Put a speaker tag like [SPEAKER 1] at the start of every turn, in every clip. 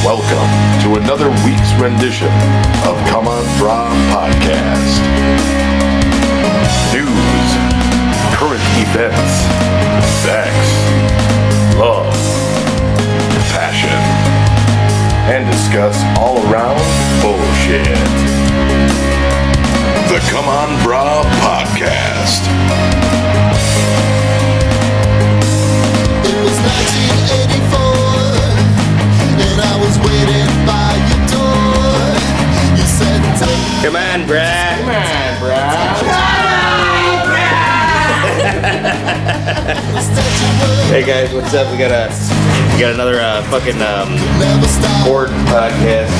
[SPEAKER 1] Welcome to another week's rendition of Come On Fra Podcast. News, current events, sex, love, passion, and discuss all around bullshit. The Come On Bra Podcast.
[SPEAKER 2] It was 1984, and I was waiting by your door. You said, "Take
[SPEAKER 3] Come on, Brad. Come on,
[SPEAKER 2] us that you would
[SPEAKER 3] Hey guys, what's up? We got a we got another uh, fucking um,
[SPEAKER 2] never stop."
[SPEAKER 3] board podcast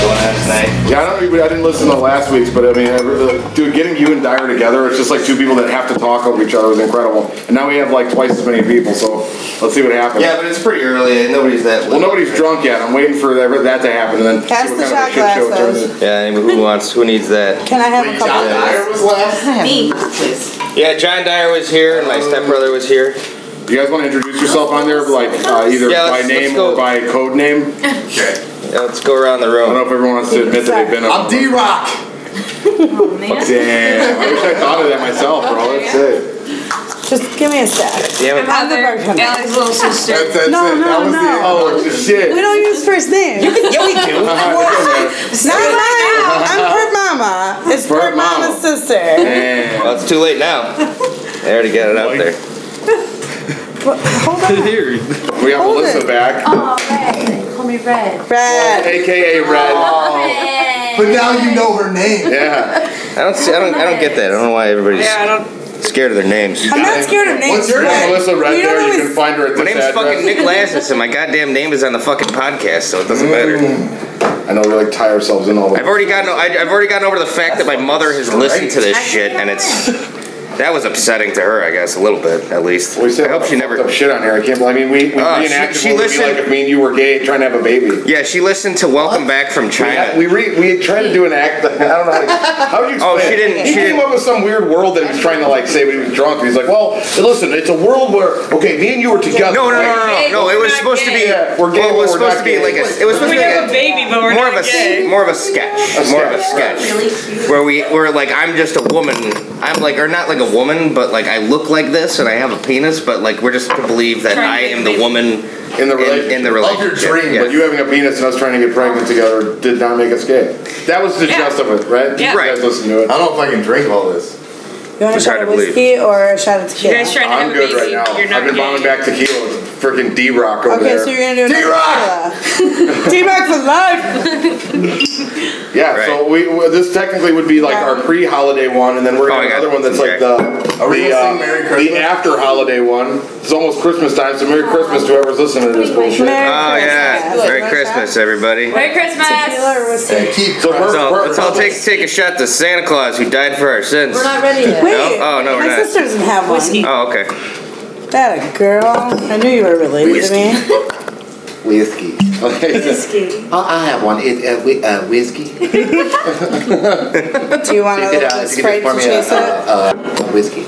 [SPEAKER 3] going on tonight.
[SPEAKER 4] Yeah, I don't. know, I didn't listen to last week's, but I mean, I really- dude, getting you and Dyer together, it's just like two people that have to talk over each other is incredible. And now we have like twice as many people, so let's see what happens.
[SPEAKER 3] Yeah, but it's pretty early. and Nobody's that.
[SPEAKER 4] Well, nobody's drunk yet. I'm waiting for that, that to happen, and then see
[SPEAKER 5] Pass
[SPEAKER 4] what
[SPEAKER 5] the
[SPEAKER 4] kind of a
[SPEAKER 5] shot
[SPEAKER 4] shit show it turns
[SPEAKER 5] glasses.
[SPEAKER 4] into.
[SPEAKER 3] Yeah, I mean, who wants? Who needs that?
[SPEAKER 5] Can I have a couple?
[SPEAKER 4] Dyer was last.
[SPEAKER 6] Me, please.
[SPEAKER 3] Yeah, John Dyer was here, and my stepbrother was here.
[SPEAKER 4] Do you guys want to introduce yourself on there, like uh, either
[SPEAKER 3] Yeah,
[SPEAKER 4] by
[SPEAKER 3] let's- let's
[SPEAKER 4] name
[SPEAKER 3] go.
[SPEAKER 4] or by code name? I
[SPEAKER 3] Yeah, let's go around the
[SPEAKER 4] don't know
[SPEAKER 3] room.
[SPEAKER 4] if everyone wants to admit that they've been. I'm D Rock. Damn, I wish I thought of that myself, bro. That's it.
[SPEAKER 5] Just give me a sec.
[SPEAKER 3] Damn it.
[SPEAKER 5] I'm the virgin.
[SPEAKER 6] Allie's little sister.
[SPEAKER 4] That's, that's
[SPEAKER 5] No,
[SPEAKER 4] it. that
[SPEAKER 5] no,
[SPEAKER 4] was
[SPEAKER 5] no.
[SPEAKER 4] the oh shit.
[SPEAKER 5] We don't use first names. Not
[SPEAKER 3] Yeah, we do.
[SPEAKER 5] mine. I'm Pert Mama. It's
[SPEAKER 4] Pert
[SPEAKER 5] Pert
[SPEAKER 4] Mama.
[SPEAKER 5] Mama's sister.
[SPEAKER 4] Damn.
[SPEAKER 3] Well, it's too late now. I already got it out there.
[SPEAKER 4] We have
[SPEAKER 5] Hold
[SPEAKER 4] Melissa
[SPEAKER 5] it.
[SPEAKER 4] back,
[SPEAKER 6] Oh, Red. Call me Red.
[SPEAKER 5] Brad.
[SPEAKER 4] aka Red.
[SPEAKER 6] Oh.
[SPEAKER 2] But now you know her name.
[SPEAKER 4] Yeah.
[SPEAKER 3] I don't see. I don't. I don't get that. I don't know why everybody's scared of their names.
[SPEAKER 5] I'm not scared of names.
[SPEAKER 4] What's your
[SPEAKER 5] but
[SPEAKER 4] name? Melissa Red
[SPEAKER 5] you don't
[SPEAKER 4] there. You can
[SPEAKER 5] always-
[SPEAKER 4] find her at
[SPEAKER 3] My
[SPEAKER 4] this
[SPEAKER 3] name's
[SPEAKER 4] address.
[SPEAKER 3] fucking Nick Lassus, and my goddamn name is on the fucking podcast, so it doesn't matter.
[SPEAKER 4] I know we like tie ourselves in all
[SPEAKER 3] I've
[SPEAKER 4] the.
[SPEAKER 3] already gotten I- I've already gotten over the fact that my mother has listened to this shit, and it's that was upsetting to her, I guess, a little bit at least.
[SPEAKER 4] We said
[SPEAKER 3] I hope she never.
[SPEAKER 4] Up shit on here. I can't. believe- I mean, we, we
[SPEAKER 3] Uh,
[SPEAKER 4] reenacted
[SPEAKER 3] she- she
[SPEAKER 4] what it would be
[SPEAKER 3] listened-
[SPEAKER 4] like if me and you were gay trying to have a baby.
[SPEAKER 3] Yeah, she listened to Welcome Back from China.
[SPEAKER 4] We re, we tried to do an act. I don't know. How, to, how would you explain?
[SPEAKER 3] Oh, she
[SPEAKER 4] it?
[SPEAKER 3] didn't-
[SPEAKER 4] He
[SPEAKER 3] she
[SPEAKER 4] came
[SPEAKER 3] didn't-
[SPEAKER 4] up with some weird world that he was trying to like say, but he was drunk. He's like, "Well, listen, it's a world where okay, me and you were together.
[SPEAKER 3] no, no, no,
[SPEAKER 4] right?
[SPEAKER 3] no, no, no. It was supposed to be.
[SPEAKER 4] Yeah, we're gay,
[SPEAKER 3] well, it was
[SPEAKER 4] but we're
[SPEAKER 3] supposed to
[SPEAKER 4] not
[SPEAKER 3] be
[SPEAKER 4] gay.
[SPEAKER 3] like a. It was supposed to be
[SPEAKER 7] have a
[SPEAKER 3] like
[SPEAKER 7] baby, but
[SPEAKER 3] a,
[SPEAKER 7] we're
[SPEAKER 3] more of
[SPEAKER 7] not
[SPEAKER 3] a
[SPEAKER 7] gay.
[SPEAKER 3] more of a sketch, more of a sketch,
[SPEAKER 6] Really cute.
[SPEAKER 3] where we were like, I'm just a woman. I'm like, or not like a woman, but like I look like this and I have a penis, but like we're just to believe that I am the woman
[SPEAKER 4] in the
[SPEAKER 3] in,
[SPEAKER 4] relationship.
[SPEAKER 3] in the
[SPEAKER 4] Of your
[SPEAKER 3] relationship.
[SPEAKER 4] dream,
[SPEAKER 3] yeah.
[SPEAKER 4] but you having a penis and us trying to get pregnant together did not make us gay. That was the
[SPEAKER 7] Yeah.
[SPEAKER 4] gist of it, right?
[SPEAKER 7] Yeah.
[SPEAKER 4] You guys
[SPEAKER 3] Right.
[SPEAKER 4] listen to it.
[SPEAKER 8] I don't know if I can drink all this.
[SPEAKER 5] You want a
[SPEAKER 3] It's
[SPEAKER 5] shot
[SPEAKER 3] hard
[SPEAKER 5] of
[SPEAKER 3] to believe.
[SPEAKER 5] whiskey or a shot of
[SPEAKER 7] You
[SPEAKER 5] tequila?
[SPEAKER 7] guys trying to
[SPEAKER 4] I'm
[SPEAKER 7] have a
[SPEAKER 4] good
[SPEAKER 7] baby?
[SPEAKER 4] right now.
[SPEAKER 7] You're not
[SPEAKER 4] I've been
[SPEAKER 7] gay.
[SPEAKER 4] bombing back tequila with freaking D Rock over
[SPEAKER 5] Okay,
[SPEAKER 4] there.
[SPEAKER 5] so you're gonna do another tequila. D-Rock for life.
[SPEAKER 4] yeah, so we, we- this technically would be like
[SPEAKER 5] Yeah.
[SPEAKER 4] our pre holiday one, and then we're
[SPEAKER 3] Oh, I
[SPEAKER 4] gonna have
[SPEAKER 3] got
[SPEAKER 4] another one that's
[SPEAKER 3] some
[SPEAKER 4] like the,
[SPEAKER 8] Are we
[SPEAKER 4] the, uh,
[SPEAKER 8] gonna sing Merry
[SPEAKER 4] the
[SPEAKER 8] Christmas?
[SPEAKER 4] after holiday one. It's almost Christmas time, so Merry Christmas to whoever's listening to this bullshit.
[SPEAKER 5] Merry
[SPEAKER 3] Oh yeah!
[SPEAKER 5] Christmas.
[SPEAKER 3] Merry Christmas, everybody.
[SPEAKER 7] Merry Christmas.
[SPEAKER 5] Tequila or whiskey?
[SPEAKER 8] Hey, keep
[SPEAKER 4] So
[SPEAKER 3] Let's
[SPEAKER 4] Bert-
[SPEAKER 3] all,
[SPEAKER 4] Bert-
[SPEAKER 3] let's all take take a shot to Santa Claus who died for our sins.
[SPEAKER 6] We're not ready yet.
[SPEAKER 5] Wait,
[SPEAKER 3] Oh, no, we're
[SPEAKER 5] my
[SPEAKER 3] not.
[SPEAKER 5] sister doesn't have one.
[SPEAKER 7] Whiskey.
[SPEAKER 3] Oh, okay.
[SPEAKER 5] That a girl. I knew you were related to me.
[SPEAKER 8] whiskey. Oh, I have one. It, uh, whi- uh, whiskey. Take
[SPEAKER 5] Do you want a
[SPEAKER 8] it
[SPEAKER 5] little
[SPEAKER 8] out. Take it
[SPEAKER 5] Sprite
[SPEAKER 8] for
[SPEAKER 5] to
[SPEAKER 8] me. Uh,
[SPEAKER 5] chase it?
[SPEAKER 8] uh, uh, whiskey.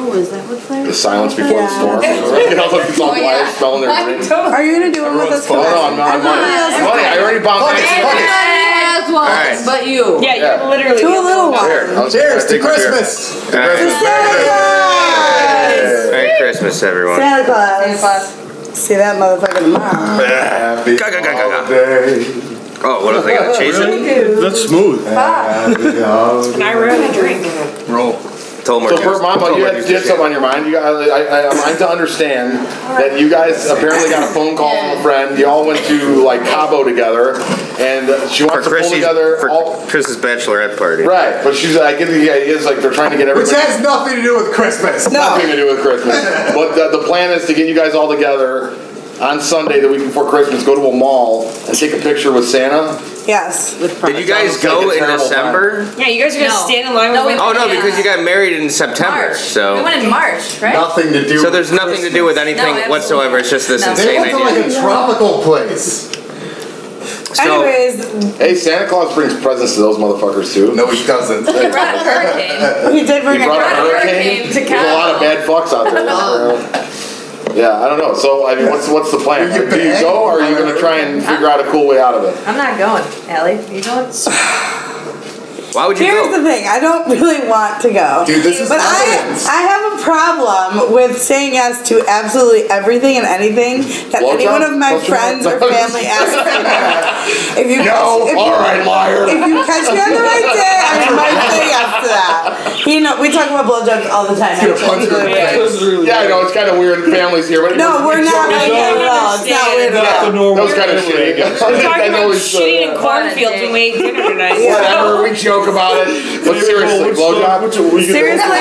[SPEAKER 6] Oh, is that what
[SPEAKER 4] The
[SPEAKER 6] flavor?
[SPEAKER 4] silence before the
[SPEAKER 5] Yeah. Oh,
[SPEAKER 4] storm. Get all the people on wires spelling their name.
[SPEAKER 5] Are you gonna do one with us?
[SPEAKER 4] Oh, no, I'm not. I'm not. I'm not. I already bombed back.
[SPEAKER 6] Everybody has one,
[SPEAKER 3] Alright.
[SPEAKER 6] but you.
[SPEAKER 7] Yeah,
[SPEAKER 4] Yeah.
[SPEAKER 7] you're literally.
[SPEAKER 5] Do a little one.
[SPEAKER 8] Cheers to Christmas.
[SPEAKER 3] All right. Merry Christmas, everyone.
[SPEAKER 5] Santa Claus. See that motherfucking mom.
[SPEAKER 8] Happy
[SPEAKER 3] Ga, ga, ga, ga, ga.
[SPEAKER 8] holiday.
[SPEAKER 3] Oh, what else I gotta chase it?
[SPEAKER 9] That's smooth.
[SPEAKER 8] Happy holiday.
[SPEAKER 7] I ruined a drink.
[SPEAKER 3] Roll. Told
[SPEAKER 4] So, Bert, Mama, you had, you had something on your mind. You got, I, I, I'm to understand that you guys apparently got a phone call from a friend. You all went to like Cabo together, and uh, she
[SPEAKER 3] for
[SPEAKER 4] wants to pull
[SPEAKER 3] Chrissy's
[SPEAKER 4] together
[SPEAKER 3] for
[SPEAKER 4] all.
[SPEAKER 3] Chris's bachelorette party.
[SPEAKER 4] Right, but she's. I get the idea is like they're trying to get
[SPEAKER 8] Which
[SPEAKER 4] everybody.
[SPEAKER 8] has nothing to do with Christmas.
[SPEAKER 4] nothing to do with Christmas. But the, the plan is to get you guys all together on Sunday, the week before Christmas, go to a mall and take a picture with Santa.
[SPEAKER 5] Yes.
[SPEAKER 3] Did you guys
[SPEAKER 4] Sounds like
[SPEAKER 3] go
[SPEAKER 4] a
[SPEAKER 3] in
[SPEAKER 4] terrible
[SPEAKER 3] December?
[SPEAKER 7] Yeah, you guys are gonna
[SPEAKER 6] No.
[SPEAKER 7] stand in line with
[SPEAKER 6] No,
[SPEAKER 7] women.
[SPEAKER 3] Oh no,
[SPEAKER 6] Yeah.
[SPEAKER 3] because you got married in September.
[SPEAKER 6] March. We
[SPEAKER 3] So
[SPEAKER 6] went in March, right?
[SPEAKER 8] Nothing to do.
[SPEAKER 3] so there's nothing to do with
[SPEAKER 6] No,
[SPEAKER 3] anything
[SPEAKER 6] absolutely.
[SPEAKER 3] whatsoever. It's just this
[SPEAKER 6] No.
[SPEAKER 8] They
[SPEAKER 3] insane
[SPEAKER 8] went to like
[SPEAKER 3] idea.
[SPEAKER 8] a tropical place.
[SPEAKER 3] So-
[SPEAKER 5] Anyways,
[SPEAKER 4] Hey, Santa Claus brings presents to those motherfuckers too.
[SPEAKER 7] No, he doesn't.
[SPEAKER 6] He brought a hurricane.
[SPEAKER 5] he did
[SPEAKER 4] He
[SPEAKER 5] bring a
[SPEAKER 4] brought a
[SPEAKER 6] Brought a
[SPEAKER 4] hurricane.
[SPEAKER 6] hurricane to
[SPEAKER 4] There's a lot of bad fucks out there.
[SPEAKER 5] Um,
[SPEAKER 4] yeah, I don't know. So I mean, what's what's the plan?
[SPEAKER 7] Will you
[SPEAKER 4] Do you
[SPEAKER 7] bang?
[SPEAKER 4] go, or are you going to try and figure out a cool way out of it?
[SPEAKER 6] I'm not going. Allie, you going?
[SPEAKER 3] Why would you
[SPEAKER 5] Here's
[SPEAKER 3] go?
[SPEAKER 5] the thing. I don't really want to go.
[SPEAKER 7] Dude, this is
[SPEAKER 5] but
[SPEAKER 7] evidence.
[SPEAKER 5] I, I have a problem with saying yes to absolutely everything and anything that
[SPEAKER 4] Blowjob?
[SPEAKER 5] any one of my
[SPEAKER 4] Blowjob?
[SPEAKER 5] friends or family asks me. If you
[SPEAKER 4] No,
[SPEAKER 5] if you-
[SPEAKER 4] all right, liar.
[SPEAKER 5] If you catch me on the right day, I might say yes to that. You know, we talk about blowjobs all the time.
[SPEAKER 7] Gonna punch her in the
[SPEAKER 5] actually.
[SPEAKER 7] face.
[SPEAKER 4] Yeah, I know it's kind of weird. Families here, but
[SPEAKER 5] No, we're not like that at all. It's not weird at all.
[SPEAKER 4] That was kind of shitty.
[SPEAKER 9] Talking
[SPEAKER 4] That
[SPEAKER 9] about
[SPEAKER 4] always, uh,
[SPEAKER 9] shitting in cornfields when we ate dinner tonight.
[SPEAKER 4] Whatever, we joke about it. But seriously, blowjob.
[SPEAKER 5] Seriously?